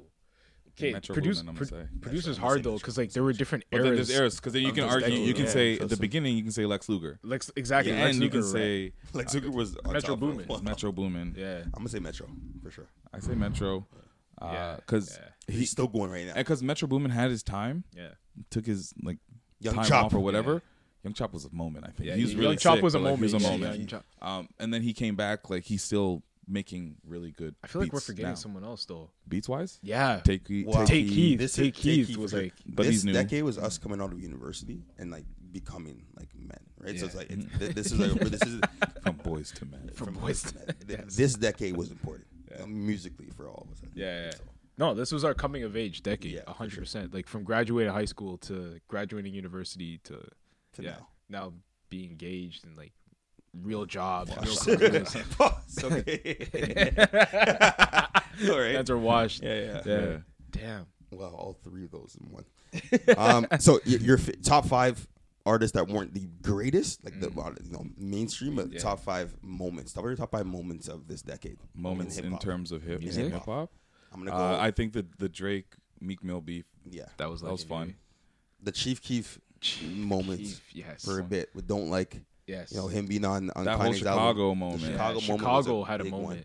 Okay,
Metro
produce,
Boomin, I'm
pro-
gonna say.
producer's
Metro, I'm
hard
gonna
though,
say
because like there were different
But
eras.
then there's errors because then you
of
can
this
argue.
decade.
You can
Yeah.
say
So
at the
it's-
beginning you can say Lex Luger.
Lex exactly.
Yeah,
Lex
and you can
Luger,
say
Lex Luger was on
Uh, Metro
top of it.
Boomin.
Well,
Metro Boomin.
Yeah.
I'm gonna say Metro for sure.
I say Metro. uh, Because
He's still going right now.
Because Metro Boomin had his time.
Yeah.
Took his like
Young
time
Chop.
off or whatever. Young Chop was a moment. I think.
Yeah,
he was
Young
really
Chop
sick,
was a
but, like, he
moment.
was a
Yeah,
moment.
Young Chop.
Um, and then he came back. Like he's still making really good.
I feel like we're
beats
forgetting
now.
someone else though.
Beats wise.
Yeah.
Take
Wow.
take
Keith.
This
Take
is-
Keith
Keith
was
for sure.
like-
But
this
he's new.
decade was us coming out of university and like becoming like men, right? So it's
Yeah.
like it's, th- this is like this is
from boys to men.
from boys to men. Th- This decade was important uh, musically for all of us.
Yeah. yeah. No, this was our coming of age decade,
Yeah, for
hundred percent. Like from graduating high school to graduating university to,
To
yeah,
now.
now being engaged and like real jobs, real
Washed.
careers.
Pause, okay. All right.
Hands are washed.
Yeah, yeah.
Yeah.
Damn.
Well, all three of those in one. um, so y- your fi- top five artists that weren't the greatest, like the uh, you know, mainstream, but top five moments. Top, what are your top five moments of this decade.
moments in,
hip-hop?
terms of hip
Music?
hip hop.
I'm gonna go.
Uh, I think the the Drake Meek Mill beef.
yeah,
That was
That was
legendary.
fun.
the Chief Keef moments
Keef, yes.
for a bit. We don't like.
Yes.
You know him being on on
That whole
Kanye's album.
Chicago
The
moment. Yeah,
Chicago, moment was
Chicago
a
had a
big
moment.
one.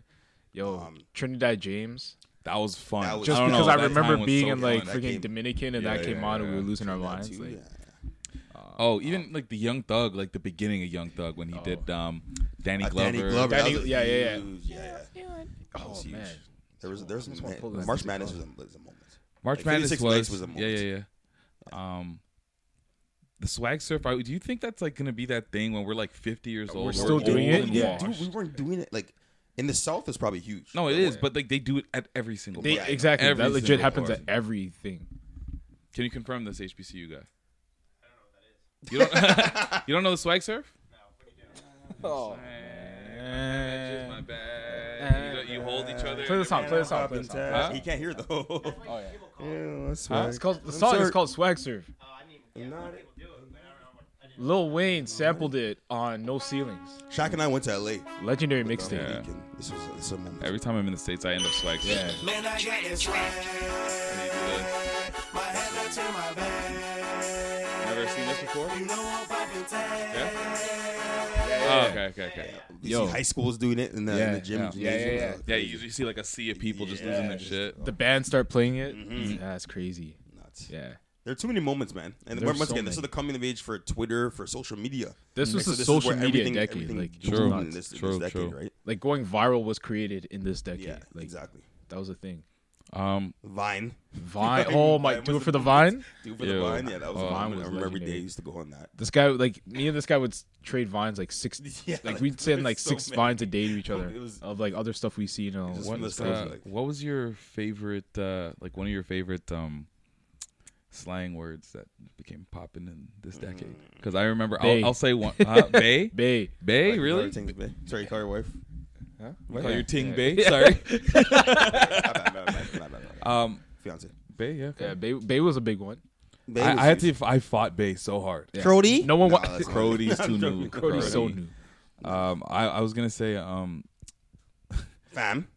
Yo, Trinidad James.
That was fun.
That was-
Just
Um, don't
because
know,
I
that
remember
time was
being
so
in like
fun. That
freaking
came-
Dominican and
Yeah,
that
yeah,
came on and we
yeah.
were losing our
That
minds.
too,
like,
yeah.
Oh, even like the Young Thug, like the beginning of Young Thug when he did um, Danny
Oh. Uh,
Glover.
Danny Glover.
Danny-
that was a
yeah, yeah, yeah.
huge- yeah, yeah. That was
Oh,
huge.
man.
There was there was
Just
some
wanna
man-
pull that
March
music
Madness
up.
was a, was a moment.
March
Like,
Madness
56
was,
Nights was a moment.
yeah, yeah, yeah. Um, the swag surf. I, do you think that's like gonna be that thing when we're like 50 years old?
We're still doing
old
it?
and
Yeah.
washed?
Dude, we weren't doing it like in the South is probably huge.
No, it is, but like they do it at every single.
They,
bar.
exactly.
Every
that legit
single
happens
bar.
at everything.
Can you confirm this HBCU guy? I don't know what that is. You don't. you don't know the swag surf?
Oh.
My bad. You, you hold each other.
Play the song. Play the song. Play the song.
Huh? He can't hear though. oh yeah.
Huh? It's called the song is called Swag Surf. Lil Wayne sampled it on No Ceilings.
Shaq and I went to LA.
Legendary
with, um,
mixtape.
Weeknd. This was this was a moment.
Every time I'm in the states, I end up swag surfing.
Yeah.
Man, I got this swag. My head up to my back.
Never seen this before?
You know I'm poppin' tag.
Oh, okay, okay, okay.
You see high schools doing it in the, in the gym.
Yeah, yeah,
gymnasium.
yeah. yeah. you usually see like a sea of people just losing their shit.
The band start playing it.
Mm-hmm.
Yeah, that's crazy.
Nuts.
Yeah.
There are too many moments, man. And
There's
once
so
again, this is
many.
the coming of age for Twitter, for social media.
This was
So
the
is
social
where
media
everything-
decade,
everything
like,
grew
true,
in this,
true,
this decade,
true.
right?
Like going viral was created in this decade.
Yeah,
like
exactly.
that was a thing.
Um,
Vine.
Vine. Oh my! Do it for the Vine.
Do it for
Ew.
the Vine. Yeah, that was a
Oh,
Vine.
Vine
I
was
remember every day I
legendary.
used to go on that.
This guy, like me and this guy would s- trade vines like six.
Yeah,
like
like,
we'd send
there's
like
so
six
many.
vines a day to each other
It was-
of like other stuff we see. You know,
just
what
was
was
crazy,
uh,
like-
what was your favorite? Uh, like one of your favorite um, slang words that became popping in this decade.
Mm.
Because I remember,
Bae.
I'll, I'll say one. Huh? Bay?
Bay.
Bay,
Like,
really?
Laura Ting's bae. Sorry, you call your wife.
Huh? You
What?
call
Yeah.
your ting
Yeah.
Bay?
Yeah.
Sorry.
My bad, my bad, my bad, my bad, my bad.
um,
Fiance.
Bay, yeah.
Yeah, Bay, Bay was a big one.
Bay
I,
was
I had to. I fought Bay so hard.
Yeah. Crody? No one wa-
that's not- Crody's too
I'm joking.
new.
Crody's so
Crody. Um, I, I was gonna say um,
fam,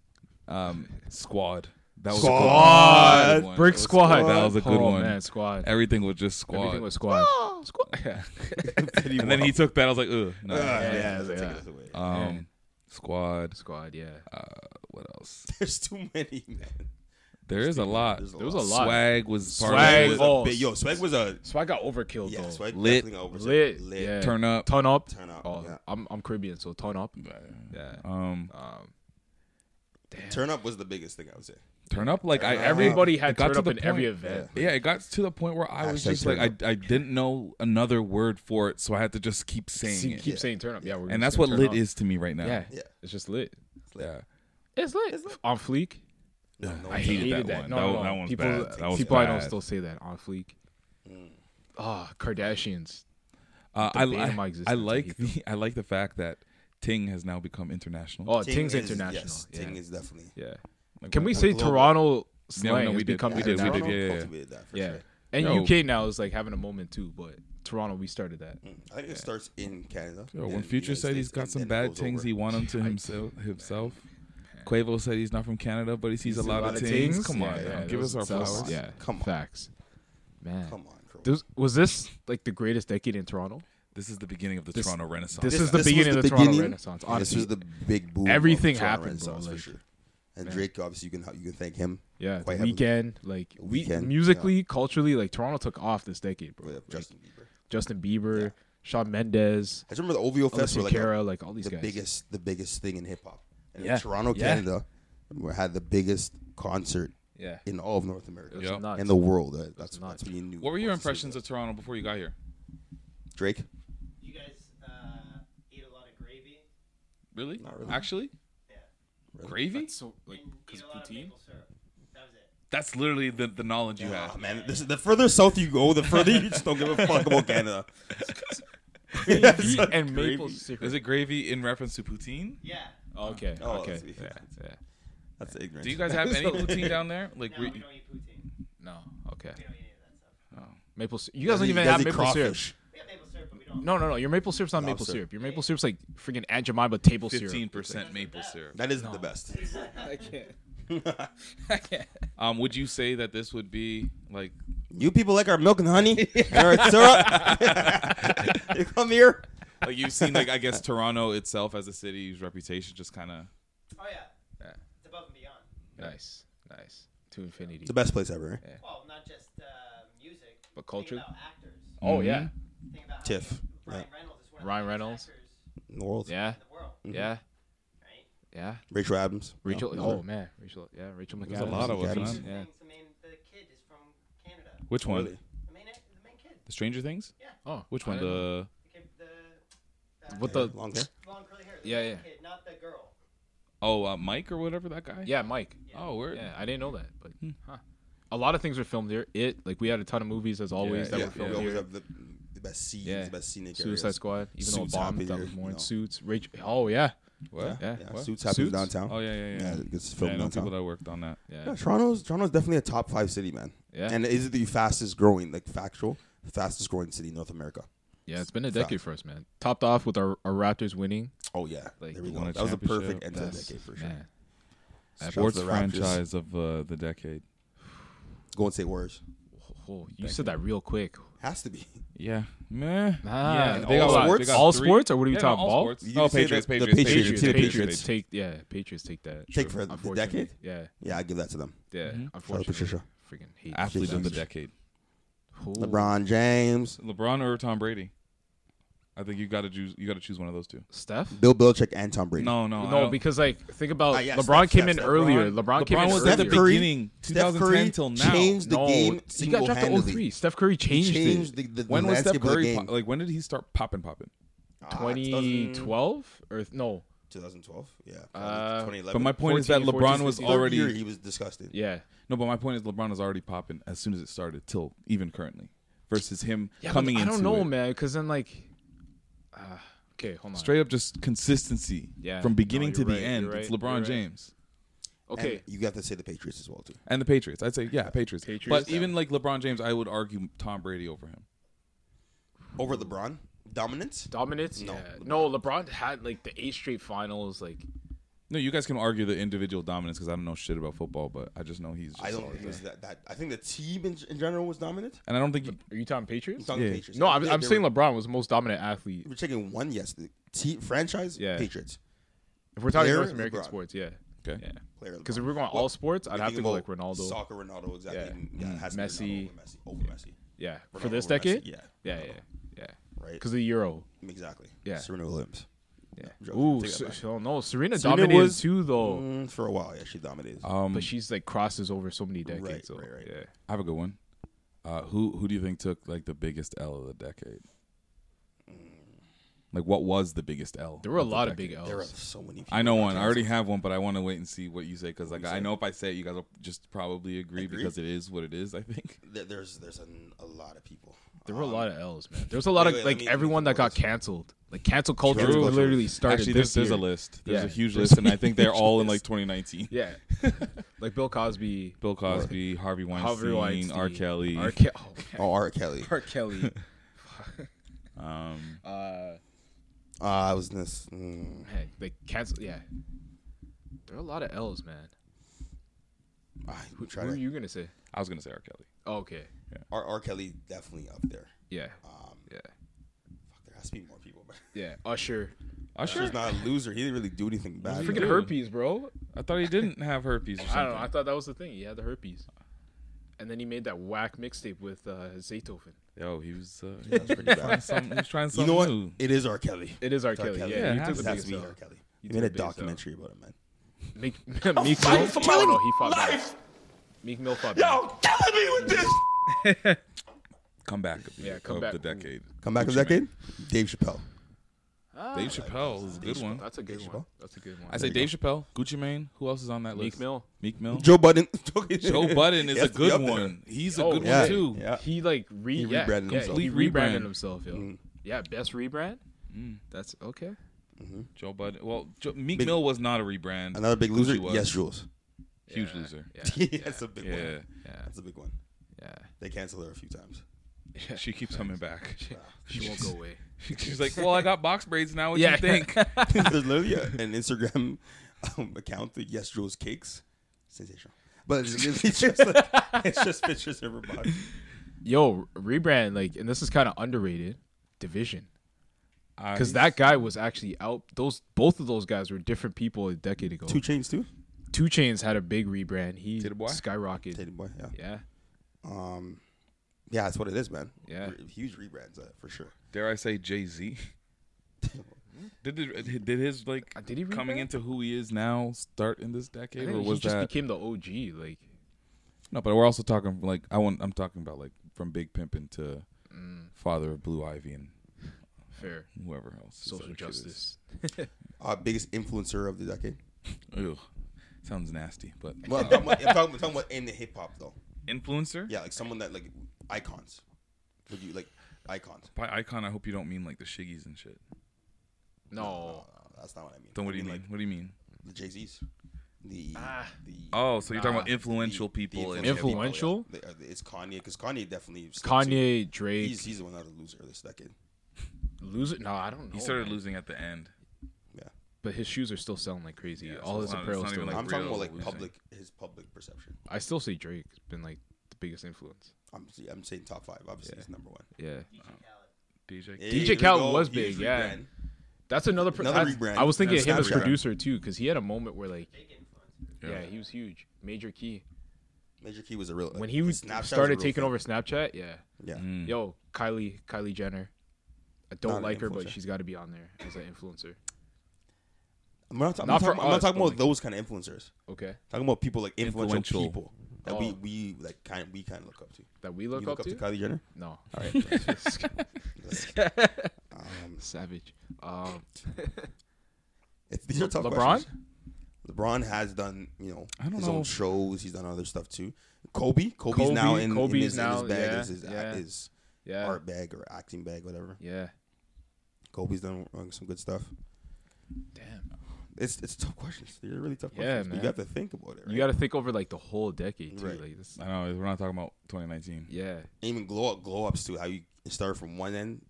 um, squad. That was
Squad.
a good one.
Brick Squad.
That was a good
Oh,
one.
man, squad.
Everything was just squad.
Everything was squad.
Oh.
squad. Yeah.
and then he took that. I was like, ugh. No.
Ugh, yeah, yeah, take it away.
Uh,
Um,
Yeah.
squad.
Squad. Yeah.
Uh, what else?
There's too many, man.
There is a lot.
There's
There was a lot.
Swag was part
swag.
of it.
oh,
big- yo, swag was a-
swag got overkill.
Yeah,
though.
swag
Lit.
definitely over
lit,
lit.
Yeah.
Turn up.
turn up,
Turn up,
Oh,
yeah.
I'm I'm Caribbean, so turn up. Yeah,
Um,
um,
Turn up was the biggest thing I would say.
turn up. Like I,
Turn up.
Everybody
it
had
got
turn
to
up
the
in every
point-
event.
Yeah, it got to the point where I was
Hashtag
just like,
turn
I, I didn't know another word for it, so I had to just keep saying
See,
it.
keep saying turn up. Yeah, we're just
and that's what
gonna turn
lit
up.
is to me right now.
Yeah,
Yeah.
it's just lit.
yeah.
It's lit. On fleek.
No, no
I
one
hated
said
that.
that one.
No,
That
no,
one-
no.
that one's
people,
bad. That was
people I know
bad.
still say that on fleek.
Mm.
Ah, Kardashians.
Uh,
The
I,
bane of my
I,
existence.
I
hate
like
them.
the I like the fact that Ting has now become international.
Oh, Ting's
is-
international.
Yes,
yeah.
Ting is definitely.
yeah.
Like,
Can
we're-
we
we're
say
global.
Toronto
Yeah,
slang
no, we
has
did.
become
We did, we did,
international?
yeah, yeah, yeah.
Cultivated that for
Yeah.
sure.
And
Yo.
UK now is like having a moment too, but Toronto we started that.
I think it starts in Canada.
Yo,
then
when Future
United
said he's
States,
got
and
some
then it
bad
goes
things,
over.
he won them to himself. Himself. Quavo said he's not from Canada, but he sees a
It's
lot, of things.
things.
Come
Yeah,
on,
yeah,
now.
that
give us
was-
our
that was-
flowers.
Yeah,
Come on.
facts, man.
Come on, Crow.
This- was this like the greatest decade in Toronto?
This is the beginning of the
This-
Toronto Renaissance.
This, is
was
the beginning of the Toronto
beginning,
Renaissance.
and
Honestly,
this was the big boom. of
Everything
Toronto
happened, bro.
Renaissance
Like,
for sure. And
man.
Drake, obviously, you can you can thank him.
yeah, the
quite heavily.
weekend, like we
Weeknd,
musically, culturally, like Toronto took off this decade, bro.
Yeah,
Like,
Justin Bieber.
Justin Bieber, Shawn Mendes,
I just remember the OVO Fest
Alicia
were like, a-
Cara, like all these
the
guys.
biggest the biggest thing in hip hop. And
Yeah.
Toronto,
Yeah.
Canada, we had the biggest concert
Yeah.
in all of North America
It was
Yep.
nuts.
in the world. That- That's
nuts.
that's what you knew.
What were your
Once you said
impressions of Toronto before you got here?
that. Drake?
You guys uh, eat a lot of gravy.
Really? Not really. Actually? Gravy? That's,
so like because poutine.
literally the, the knowledge you
Ah,
have.
man, this is, the further south you go, the further you just don't give a fuck about Canada.
Gravy and maple syrup.
Is it gravy in reference to poutine?
Yeah.
Okay,
Oh,
okay,
that's-
yeah, yeah.
That's ignorant.
Do you guys have any poutine down there? Like,
No,
we-
we don't eat poutine.
No, okay.
oh.
Maple. sy- You guys
You
don't even
guys
have
eat
maple
crawfish.
syrup.
We have maple syrup, but we don't.
No, no, no. Your maple syrup's not maple
syrup.
syrup. Your maple syrup's like freaking Aunt Jemima table syrup.
15% maple syrup.
That is the best.
I can't.
Um, would you say that this would be like
You people like our milk and honey and our syrup. you come here.
like you've seen like I guess Toronto itself as a city's reputation just kind of
Oh yeah. It's above and beyond.
Nice, nice. To infinity.
It's the best place ever. eh?
Well, not just uh, music.
But culture?
Think about actors.
Oh yeah,
Think about how
Tiff.
Ryan
Yeah.
Reynolds is one of
Ryan
the best
Reynolds.
actors
In the world.
yeah,
in the world.
Mm-hmm.
yeah, yeah.
Rachel Adams.
Rachel.
No,
Oh man, Rachel. Yeah, Rachel McAdams.
There's a lot of us,
Adams.
man.
Yeah.
Things, I mean, the kid is from Canada.
Which one?
Really?
The main, act- the main kid.
The Stranger Things?
Yeah.
Oh,
Which
I
one?
didn't know.
The
The kid, the uh,
What the?
Long hair.
long curly hair. The
Yeah,
main
yeah.
Kid, not the girl.
oh uh, Mike or whatever that guy?
Yeah, Mike.
Oh, word. Hmm.
Yeah, I didn't know that, but huh. a lot of things were filmed here. It like we had a ton of movies as always that
Yeah,
Yeah,
were
we
filmed
always
here.
have the, the best scenes,
Yeah.
the best scenic
Suicide
areas.
Squad, even
Suits
though it bombed,
happened
that
here,
was more in
you know.
suits. Rachel. Oh yeah,
What?
Yeah,
Yeah,
yeah.
what?
Suits happens
Suits?
downtown.
Oh yeah, yeah, yeah.
Yeah, it gets
Yeah,
filmed
I know
downtown.
people that worked on that.
yeah.
Yeah, Toronto's Toronto's definitely a top five city, man.
Yeah.
and it is the fastest growing, like factual, fastest growing city in North America.
Yeah, it's been a decade for us, man. Topped off with our, our Raptors winning.
Oh yeah,
Like,
there we
they
go.
won a
That was the perfect
championship.
end to the
That's-
decade for sure.
man.
Shout out to
Sports
the Raptors.
franchise of uh, the decade.
Go and say Warriors.
Oh, you said that real quick.
Has to be.
Yeah. Meh.
Ah,
yeah.
all
a lot.
sports?
got
All
three-
sports, or what are we
Yeah, no,
talking
all
about?
sports.
You
Oh,
can say
Patriots,
the- the
Patriots, Patriots,
Patriots,
Patriots,
the Patriots.
Patriots, take yeah, Patriots take that.
Take for the
Unfortunately.
decade?
Yeah,
Yeah, I give that to them.
yeah.
Shout out to
Unfortunately,
Patricia.
freaking hate
Athlete of the
Patriots.
decade.
Ooh.
LeBron James,
LeBron or Tom Brady? I think you got to choose. You got to choose one of those two.
Steph.
Bill Belichick, and Tom Brady.
No, no, I
No,
don't-
because like think about
Ah, yeah,
LeBron
Steph,
came
Steph,
in
Steph.
earlier. LeBron, came in
was
earlier.
at the
Steph Curry-
beginning,
Steph Curry
2010 till now.
changed the
no,
game
he got drafted
oh
single-handedly.
03. Steph Curry changed,
changed
it.
the, the, the
when was Steph
landscape of the
Curry
game.
pop- like? When did he start popping? Popping?
Ah, 2000
2012 or th- no,
2012. Yeah.
Uh,
2011.
But my point is that
14,
LeBron
14,
was
15. Third
already
year, he was disgusted.
No, but my point is LeBron is already popping as soon as it started till even currently versus him
Yeah, but
coming
I
into
don't know,
it.
man. Because then like, uh, okay, hold on.
Straight up just consistency
Yeah.
from
No,
beginning to
you're
the
right,
end.
you're
It's
right,
LeBron
you're right.
James.
Okay.
And you got to say the Patriots as well too.
And the Patriots. I'd say yeah, Patriots.
Patriots,
but
yeah.
even like LeBron James, I would argue Tom Brady over him.
Over LeBron, dominance.
Dominance?
No.
Yeah. No, LeBron had like the eight straight finals. Like,
No, you guys can argue the individual dominance because I don't know shit about football, but I just know he's. Just
I don't think it was that, that. I think the team in, in general was dominant.
And I don't think.
are you talking Patriots?
I'm talking
Yeah.
Patriots.
no, I'm,
Yeah,
I'm
they
saying
were-
LeBron was the most dominant athlete.
We're taking one yes. The team franchise.
Yeah.
Patriots.
If we're talking
Player,
North American
LeBron.
sports, yeah.
Okay.
Yeah.
Player
Because if
LeBron.
we're going all
Well,
sports,
you
I'd have to
think
go like
about
Ronaldo,
soccer, Ronaldo, exactly.
Yeah. Mm-hmm.
Yeah, it has to be
Messi.
Ronaldo over Messi. Over Messi.
Yeah.
Ronaldo
For this
over Messi,
decade?
Yeah.
Yeah, yeah, yeah.
Right.
Because the Euro.
Exactly.
Yeah.
Serena Williams.
Yeah.
Joking.
Ooh,
Take that
so,
back.
so, no, Serena,
Serena
dominated
was-
too, though.
Mm, for a while, yeah, she dominated.
but she's like crosses over so many decades.
Right,
so,
right, right.
Yeah.
I have a good one. Uh, who who do you think took like the biggest L of the decade? Like what was the biggest L?
There were a
the
lot of big
decade?
There were Ls. so
many
I know
people.
one. I already have one, but I want to wait and see what you say because like
you
I
say?
know if I say it, you guys will just probably agree, because it is what it is. I think.
There- there's there's an, a lot of people.
There were a lot of L's, man. There was a lot
wait,
of
wait, let
like
me- let me
everyone that got canceled. Like cancel culture
True.
literally started.
Actually,
this
there's, there's a
year.
list. There's
Yeah.
a huge
There's
list, and
a
I think they're
huge
all in
list.
like 2019.
Yeah. like Bill Cosby.
Bill Cosby, Harvey Weinstein,
Harvey Weinstein,
R. Kelly.
R. Ke- oh, man.
Oh, R. Kelly.
R. Kelly.
um,
uh,
Uh, I was in this. Mm,
hey, they cancel. Yeah. There are a lot of L's, man.
I,
Who,
try
who
to-
are you gonna say?
I was gonna say R. Kelly.
Oh, okay.
R. R. Kelly definitely up there.
Yeah.
Um,
yeah.
Fuck, there has to be more people. man.
Yeah. Usher.
Usher's not a loser. He didn't really do anything bad.
Freaking herpes, bro.
I thought he didn't have herpes or something.
I don't know. I thought that was the thing. He had the herpes. And then he made that whack mixtape with uh, Zaytoven.
Yo, he was. Uh,
Yeah, that's pretty
trying
bad.
something- he was trying
You
something
know what?
new.
It is R. Kelly.
It is R.
It's
Kelly. Yeah,
he
it
took
has
the
to
biggest
be
L.
R. Kelly. He,
He took
made
the
a
biggest L.
documentary about it, man.
Meek, Meek Mill.
for my
no, he fought back.
life.
Meek Mill fought back.
Y'all killing me with this.
Comeback of the,
Yeah, come
of
back.
the decade.
Come back
Gucci
a
Mane.
decade. Dave Chappelle.
Oh. Ah,
Dave Chappelle is a good one.
That's a good one. That's a good one.
I say Dave Chappelle, Gucci Mane. Who else is on that
Meek
list?
Mill.
Meek Mill.
Joe Budden.
Joe Budden is
He
a
has to be
good
up there.
one. He's a
Oh,
good
yeah.
one too.
Yeah.
He like re-
He
yeah,
rebranded
yeah,
himself.
He
Complete
rebranded
rebrand.
himself, yo. Mm. Yeah, best rebrand. That's okay.
Joe Budden. Well, Joe, Meek
Big-
Mill was not a rebrand.
Another big
Gucci
loser.
was.
Yes, Jules.
Huge loser.
Yeah.
That's a big
Yeah.
one. That's a big one.
Yeah.
They canceled her a few times.
She keeps coming back.
She won't go away.
She's like, well, I got box braids now. What
Yeah.
do you think?
There's literally a- an Instagram um, account, the Yes Jules Cakes. Sensational. But it's, it's just like, it's just pictures of her body.
Yo, rebrand like, and this is kind of underrated. Division,
Uh,
because that guy was actually out. Those both of those guys were different people a decade ago.
Two chains too.
Two Chains had a big rebrand. He
Tater Boy?
skyrocketed.
Tatum boy. Yeah.
Yeah,
Um. Yeah, that's what it is, man.
Yeah.
Re- huge rebrands uh, for sure.
Dare I say Jay Z? Did the, did his like
Uh, did he
coming
rebrand?
into who he is now start in this
I
decade,
think
or
he
was
just
that
became the OG. Like,
no? But we're also talking like I want. I'm talking about like from Big Pimpin' to
Mm.
Father of Blue Ivy and
fair
whoever else. this
social
other kid is.
justice.
Our Uh, biggest influencer of the decade.
Ew. Sounds nasty, but
Well, I'm
uh,
talking about, I'm talking, I'm talking about in the hip hop though.
influencer.
Yeah, like someone that like icons. Would you like icons?
By icon, I hope you don't mean like the Shiggies and shit.
No,
No, Uh, that's not what I mean.
Then what do
I
you mean?
Like
what do you mean?
the Jay Z's. The,
Ah.
the
Oh, so you're talking
nah.
about influential
the
people. and
influential-
shit.
people, yeah. They- uh, It's Kanye because Kanye definitely. slipped
Kanye,
too.
Drake.
He's he's the one out of loser this decade.
Lose it? No, I don't know.
He
Oh,
started
man.
losing at the end.
Yeah,
But his shoes are still selling like crazy.
Yeah,
All
so
his
it's not-
apparel
it's not
still.
even,
Like,
like,
I'm talking
real
about like
losing.
public his public perception.
I still say Drake's been like the biggest influence.
I'm I'm saying top five. Obviously, he's number one.
Yeah,
Hey, there
DJ
DJ.
we
Khaled
go,
was
huge
big, yeah.
rebrand.
that's another. Pr-
Another
that's-
rebrand.
I was thinking of
That's
him as
Snapchat.
producer too, because he had a moment where like, yeah.
Yeah.
he was huge. Major key
Major Key was a real
when he
Snapchat
was
was a
started
real
taking
thing.
over mm. Snapchat. Yeah,
Yeah,
yo, Kylie, Kylie Jenner. I
Not
don't
an
like her, but
influencer.
she's got to be on there as an influencer.
I'm not, I'm
Not
not,
for
talking, I'm not
us,
talking
but,
about
like-
those kind of influencers.
Okay,
Talking about people like influential,
Influential.
people that
Oh.
we we like kind of, we kind of look up to.
that we look,
you look up to Kylie Jenner.
No,
All right.
Um, savage. Um,
It's, these are tough
LeBron?
questions. LeBron has done, you know,
I don't
his
know.
own shows. He's done other stuff too. Kobe, Kobe's
Kobe-
now in, in
Kobe's
his, in his
now-
bag,
yeah,
his, his,
yeah,
his
yeah.
art bag or acting bag, whatever.
Yeah,
Kobe's done uh, some good stuff.
Damn,
it's it's tough questions. They're really tough
Yeah,
questions. but
man.
You got to think about it. Right?
You got to think over like the whole decade too.
Right.
Like this,
I know we're not talking about 2019.
Yeah.
even glow up, glow ups too. How you start from one end,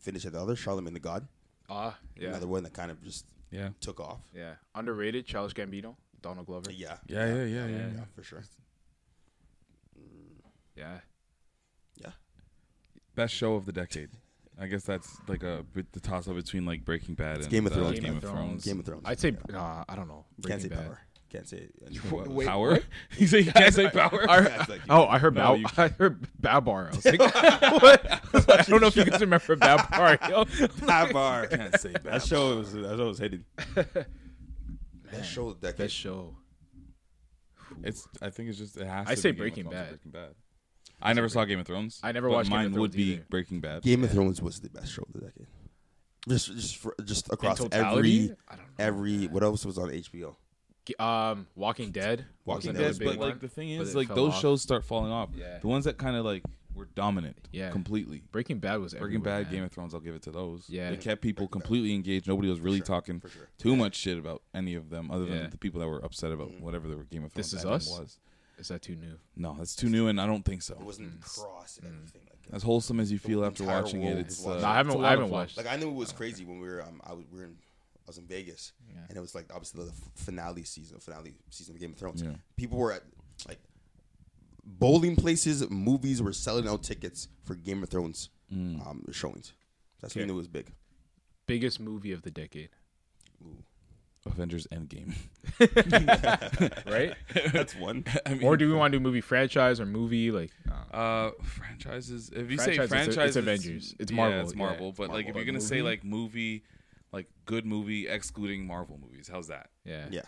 finish at the other. Charlemagne the God.
Ah, yeah.
Another one that kind of just
Yeah.
took off.
yeah, underrated. Charles Gambino, Donald Glover.
Yeah.
Yeah, yeah, yeah, yeah, yeah.
for sure.
Yeah.
Best show of the decade. I guess that's like a bit the toss up between like Breaking Bad and
Game of
uh,
Thrones,
Game
man.
of Thrones.
Game of Thrones.
I'd say, nah, I don't know.
Can't say
Breaking Bad.
power. Can't say
Wha- wait, Power? what? You say you can't say power?
I-
Yeah, it's like you-
oh, I heard
No,
Bab-
you-
I heard Babar. I was like, what? I don't know if you guys remember Babar. Yo.
Babar.
Can't say
That show was that show was hated. that show of the decade.
That show.
It's. I think it's just. It has.
I
to
say
be Game of
Breaking
Thrones or
Bad.
Breaking Bad. I never saw Game of Thrones.
I never
but
watched Game
Mine
of Thrones
would be
either.
Breaking Bad.
Game of Thrones was the best show of the decade. Just just for, just across
totality?
every every what else was on HBO?
G- Um, Walking Dead.
Walking Dead,
was another big
but like
one,
the thing
but
is,
it
like
fell
those
off.
shows start falling off.
Yeah.
The ones that kind of like were dominant.
Yeah.
Completely.
Breaking Bad was
Breaking
everywhere,
Bad,
man.
Game of Thrones. I'll give it to those.
Yeah.
They kept people completely engaged. Nobody was really talking too much shit about any of them, other than
Yeah.
the people that were upset about
Mm-hmm.
whatever the Game of Thrones.
This is
ending
us.
Was.
Is that too new?
No, that's too new, and I don't think so.
It wasn't
Mm.
cross and everything.
As wholesome as you feel after
entire
watching
world
it,
was
it's.
watching
Uh,
it.
I haven't-
it's a lot
I
of
haven't
fun.
watched
Like I knew
Oh,
it was crazy when we were um I was we were in I was in Vegas and it was like obviously the f- finale season finale season of Game of Thrones.
Yeah.
People were at like bowling places, movies were selling out tickets for Game of Thrones
Mm.
um showings. That's when
Okay.
I knew it was big.
Biggest movie of the decade.
Avengers Endgame.
right?
That's one.
I mean,
or do we want to do movie franchise or movie like?
Uh, franchises. If you
Franchise,
say
it's- it's
franchise,
Avengers. It's Marvel,
it's
yeah.
Marvel. But like,
Marvel,
if
but
you're gonna say
movie?
like movie, like good movie excluding Marvel movies, how's that?
Yeah.
Yeah.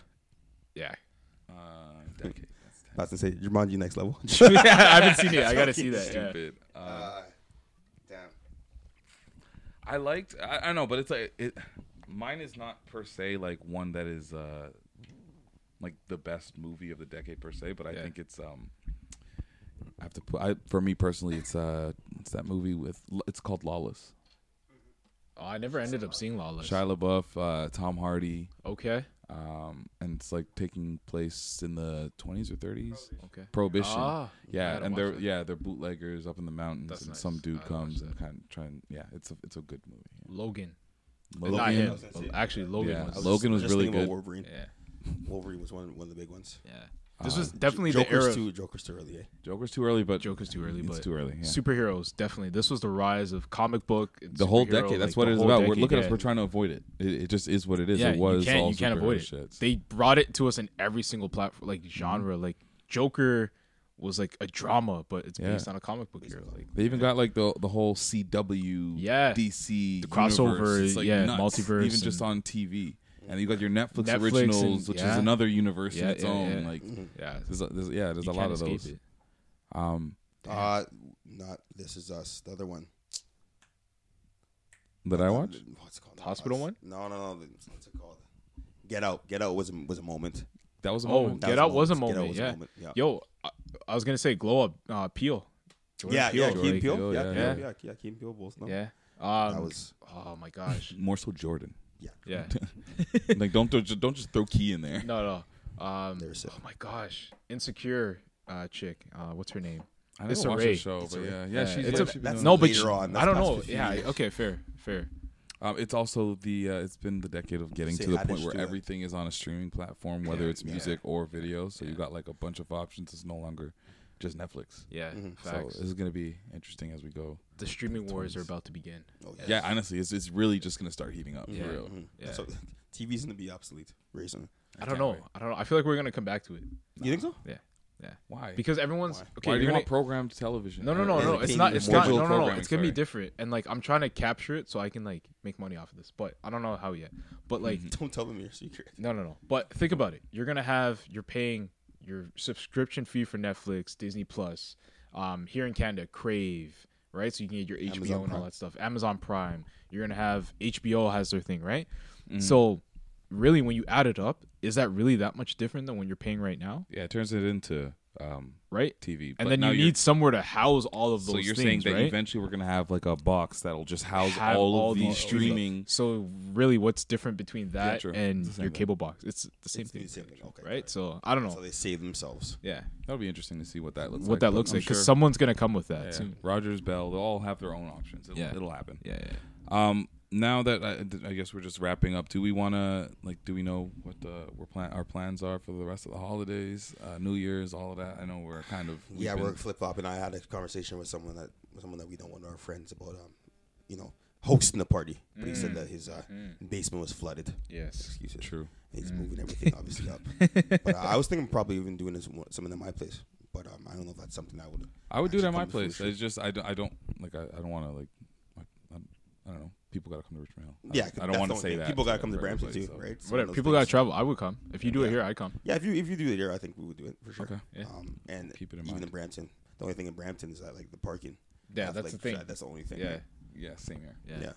Yeah.
Uh, decade.
That's to say Jumanji next level.
I haven't seen it. I gotta see that. Yeah.
Stupid. Uh,
Damn.
I liked. I, I know, but it's like it. Mine is not per se like one that is uh like the best movie of the decade per se, but I
Yeah.
think it's um. I have to put. I for me personally, it's uh, it's that movie with. It's called Lawless.
Oh, I never ended up seeing Lawless.
Shia LaBeouf, uh, Tom Hardy.
Okay.
Um, and it's like taking place in the 20s or 30s.
Okay.
Prohibition.
Ah, I
yeah,
gotta
and
watch
they're
that.
yeah they're bootleggers up in the mountains,
That's
and
nice.
some dude
I'd watch
comes
that.
and kind of trying. Yeah, it's a it's a good movie.
Logan.
Logan.
Not him.
That's
but
it.
Actually, Logan
Yeah,
was.
I
Logan was
just
really
thinking about
good.
Wolverine.
Yeah.
Wolverine was one one of the big ones.
Yeah. This
Uh,
was definitely
Joker's
the era.
too. Joker's too early. Eh?
Joker's too early, but
Joker's too early,
it's
but
too early. Yeah.
Superheroes definitely. This was the rise of comic book. and
the whole
superhero,
decade.
like,
That's what
the
it is
whole
about. We're
decade,
looking
yeah.
at. We're trying to avoid it. it. It just is what it is.
Yeah,
it was
you can't,
all
you can't
superhero
avoid it.
shit. Mm-hmm.
They brought it to us in every single platform, like genre. Like Joker was like a drama, but it's
Yeah.
based on a comic book hero. Like
They even got like the the whole CW,
Yeah.
DC
The crossover,
universe. It's, like,
yeah,
nuts,
multiverse
even just on TV. And you got your Netflix,
Netflix
originals,
and-
which is
yeah.
another universe in
Yeah,
its
yeah,
own.
yeah.
Like,
yeah,
there's, a- there's- yeah, there's
You
a lot
can't
of
escape
those.
it.
Um,
Uh, not This Is Us. The other one.
that I watch.
What's it called?
hospital one.
No, no, no. What's it called? Get Out. Get Out was a, was a moment.
That was a
Oh,
moment.
That
Get
was a
Out was a
moment. Get Out
moment.
was a
Yeah.
moment, yeah.
Yo, I, I was gonna say glow up. Uh, Peel. Jordan
yeah, yeah,
Peele,
Key
like-
and Peele. Yeah,
yeah,
yeah,
yeah.
yeah, yeah, Key and Peele both. No.
Yeah. Um,
That was-
Oh my gosh.
More so Jordan.
Yeah.
Yeah.
like don't throw- just- don't just throw Key in there.
No, no. Um,
There's it.
oh my gosh, insecure uh, chick. Uh, what's her name?
I never
Issa
watched
Rae.
the show,
Issa
but
Rae.
yeah, yeah, she's
it's
yeah,
a,
she's been on
no,
it.
but
Later
she-
on,
I
that's
don't
past
know.
50
Yeah,
years.
okay, fair, fair.
Um, it's also the uh, it's been the decade of getting
Say
to the
Adish
point where
to it.
everything is on a streaming platform, whether
Yeah,
it's
yeah.
music or video. So you got like a bunch of options. It's no longer just Netflix.
Yeah,
Mm-hmm.
So
facts.
this is gonna be interesting as we go.
The streaming wars are about to begin.
Yeah, honestly, it's it's really just gonna start heating up
Yeah. Mm-hmm.
for real.
Mhm.
Yeah.
So TV's gonna be obsolete very soon.
I, don't know. I don't know. I feel like we're gonna come back to it.
You think so?
Yeah, yeah.
Why?
Because everyone's okay.
Why do you
you're
want
gonna-
programmed television?
No, no,
Or-
no,
or
no.
like
It's
being
not. It's not.
mobile
No, no, no.
programming,
It's gonna be
sorry.
different. And like, I'm trying to capture it so I can like make money off of this, but I don't know how yet. But like,
Mm-hmm.
Don't tell them your secret.
No, no, no. But think about it. You're gonna have you're paying your subscription fee for Netflix, Disney Plus, um, here in Canada, Crave, right? So you can get your HBO
Amazon
and all
Prime.
Mm-hmm.
that stuff. Amazon Prime. You're gonna have HBO has their thing, right? So really, when you add it up, is that really that much different than when you're paying right now?
Yeah, it turns it into um,
right
TV.
And
But
then
now
you
you're-
need somewhere to house all of those.
So you're
things,
saying that
right?
eventually we're gonna have like a box that'll just house
Have
all, of
these
these streaming.
So really, what's different between
Yeah,
that
true.
and
It's the same
your
thing.
cable box? It's the same thing, right? So I don't know.
So they save themselves.
Yeah,
that'll be interesting to see what that looks
What
like.
that
but
looks
I'm
like, 'cause
sure-
someone's gonna come with that
Yeah.
soon.
Rogers, Bell, they'll all have their own options. It'll,
Yeah.
it'll happen.
Yeah, yeah.
Um, now that I, th- I guess we're just wrapping up, do we want to like? Do we know what the we're plan our plans are for the rest of the holidays, uh, New Year's, all of that? I know we're kind of we've
yeah,
been-
we're flip flopping. I had a conversation with someone that with someone that we don't want our friends about, um, you know, hosting the party. But he
Mm.
said that his uh, basement was flooded.
Yes,
excuses.
True.
He's moving everything obviously up. But I, I was thinking probably even doing this, something at my place. But um, I don't know if that's something I would.
I would do it
actually
at my
come to
place.
fruition.
It's just I don't, I don't like I, I don't want to like I, I don't know. People gotta come to Richmond Hill. I
Yeah,
don't-
that's
I, don't
the
want to
only
say
thing.
that.
People gotta
to
come to
everybody,
Brampton too,
so-
right? It's one of
Whatever.
those
People gotta
things.
travel. I would come. If you do it here, I come.
Yeah, if you if you do it here, I think we would do it for sure.
Okay.
Yeah.
Um, and
Keep it in
even
mind.
in Brampton, the only thing in Brampton is that like the parking.
Yeah,
That's,
that's
like,
the thing.
That's the only thing.
Yeah.
Yeah, same here.
Yeah. yeah.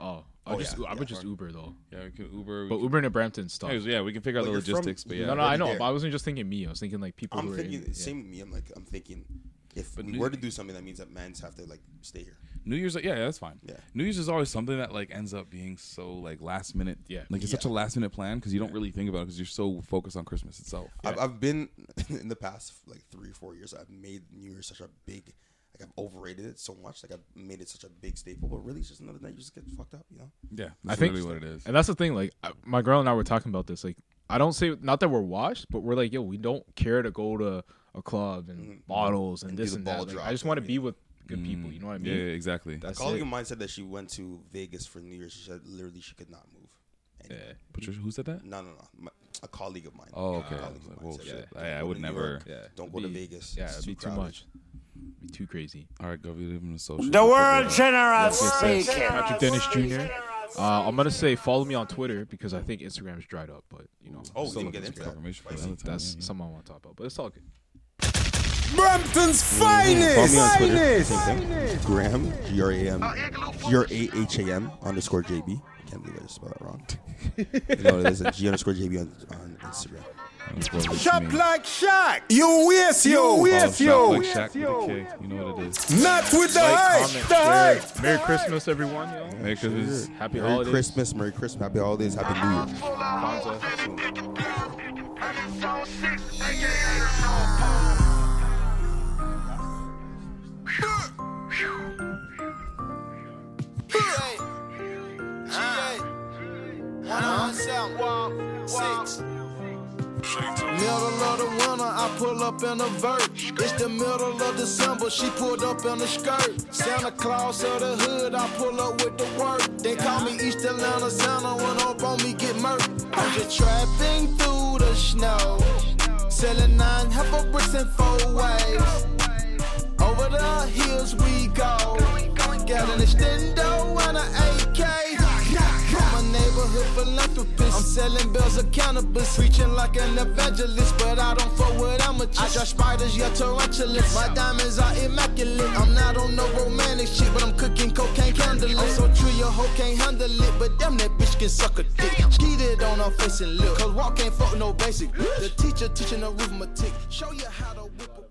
Oh, I
Oh,
just
yeah,
I
yeah.
would just Uber though.
Yeah, we could Uber. we
But
could-
Uber and Brampton stuff.
Yeah, yeah, we can figure out
Well,
the
you're from-
logistics. but yeah,
no, no, I know.
there.
But I wasn't just thinking me. I was thinking like people who
I'm
are
thinking
in.
same with me. I'm like I'm thinking if
But
we
New-
were to do something, that means that men's have to like stay here.
New Year's, yeah, yeah, that's fine.
Yeah.
New Year's is always something that like ends up being so like last minute.
Yeah.
like it's such a last minute plan because you don't really think about it because you're so focused on Christmas itself.
I've, I've been in the past like three or four years. I've made New Year's such a big like I've overrated it so much. Like I've made it such a big staple, but really it's just another night you just get fucked up. You know?
Yeah,
I
that's
think,
literally what it is.
and that's the thing. Like I, my girl and I were talking about this. Like I don't say not that we're washed, but we're like, yo, we don't care to go to a club and bottles
Mm-hmm.
and,
And do
this
the
and
ball
that. Like,
drop
I just
and
want to be with good people.
Mm,
You know what I
yeah,
mean?
yeah, exactly.
A
That's
colleague
it.
of mine said that she went to Vegas for New Year's. She said literally she could not move. anywhere.
Patricia, who said that?
No, no, no. My, a colleague of mine.
Oh,
A
okay.
colleague
I was
of
like,
mine
oh,
said
shit.
that.
I- I
Don't
would
go to New
never-
York.
Yeah.
Don't go to
Be-
Vegas.
Yeah,
It's
it'd be too
crowded.
much. It'd be too crazy.
All right, go leave him the social.
The world general
That's what it says.
speaking.
Patrick Dennis Jr. Uh, I'm gonna say follow me on Twitter because I think Instagram's dried up, but you know,
Oh,
I'm
we
still
didn't
looking
get
for
into
that.
that.
Information for another time.
That's something I want to talk about, but it's all good.
Brampton's finest.
Same thing. Graham, G R A M, G R A H A M underscore J B. Can't believe I just spelled that wrong. you know, there's a G underscore J B on, on Instagram.
Shop like Shaq. You waste you. waste
Oh,
you.
shop like Shaq with a K. You know what it is.
Not with the hype.
comment,
The
share.
hype.
Merry Christmas, everyone. Yo.
Merry Christmas.
Happy
Merry
holidays.
Christmas, Merry Christmas, Happy Holidays, Happy New Year.
Middle of the winter, I pull up in a vert. It's the middle of December, she pulled up in a skirt. Santa Claus of the hood, I pull up with the work. They call me East Atlanta Santa when up on me get murked. I'm just trapping through the snow, selling nine heifer bricks and four ways. Over the hills we go. Got an extendo and an AK. I'm a neighborhood philanthropist. I'm selling bills of cannabis. Preaching like an evangelist, but I don't fuck with amateurs. I draw spiders, yeah, tarantulas. My diamonds are immaculate. I'm not on no romantic shit, but I'm cooking cocaine candlelit. I'm so true, your hoe can't handle it, but damn, that bitch can suck a dick. Skeeted on her face and lip. Cause walk ain't fuck no basic. The teacher teaching arithmetic. Show you how to whip a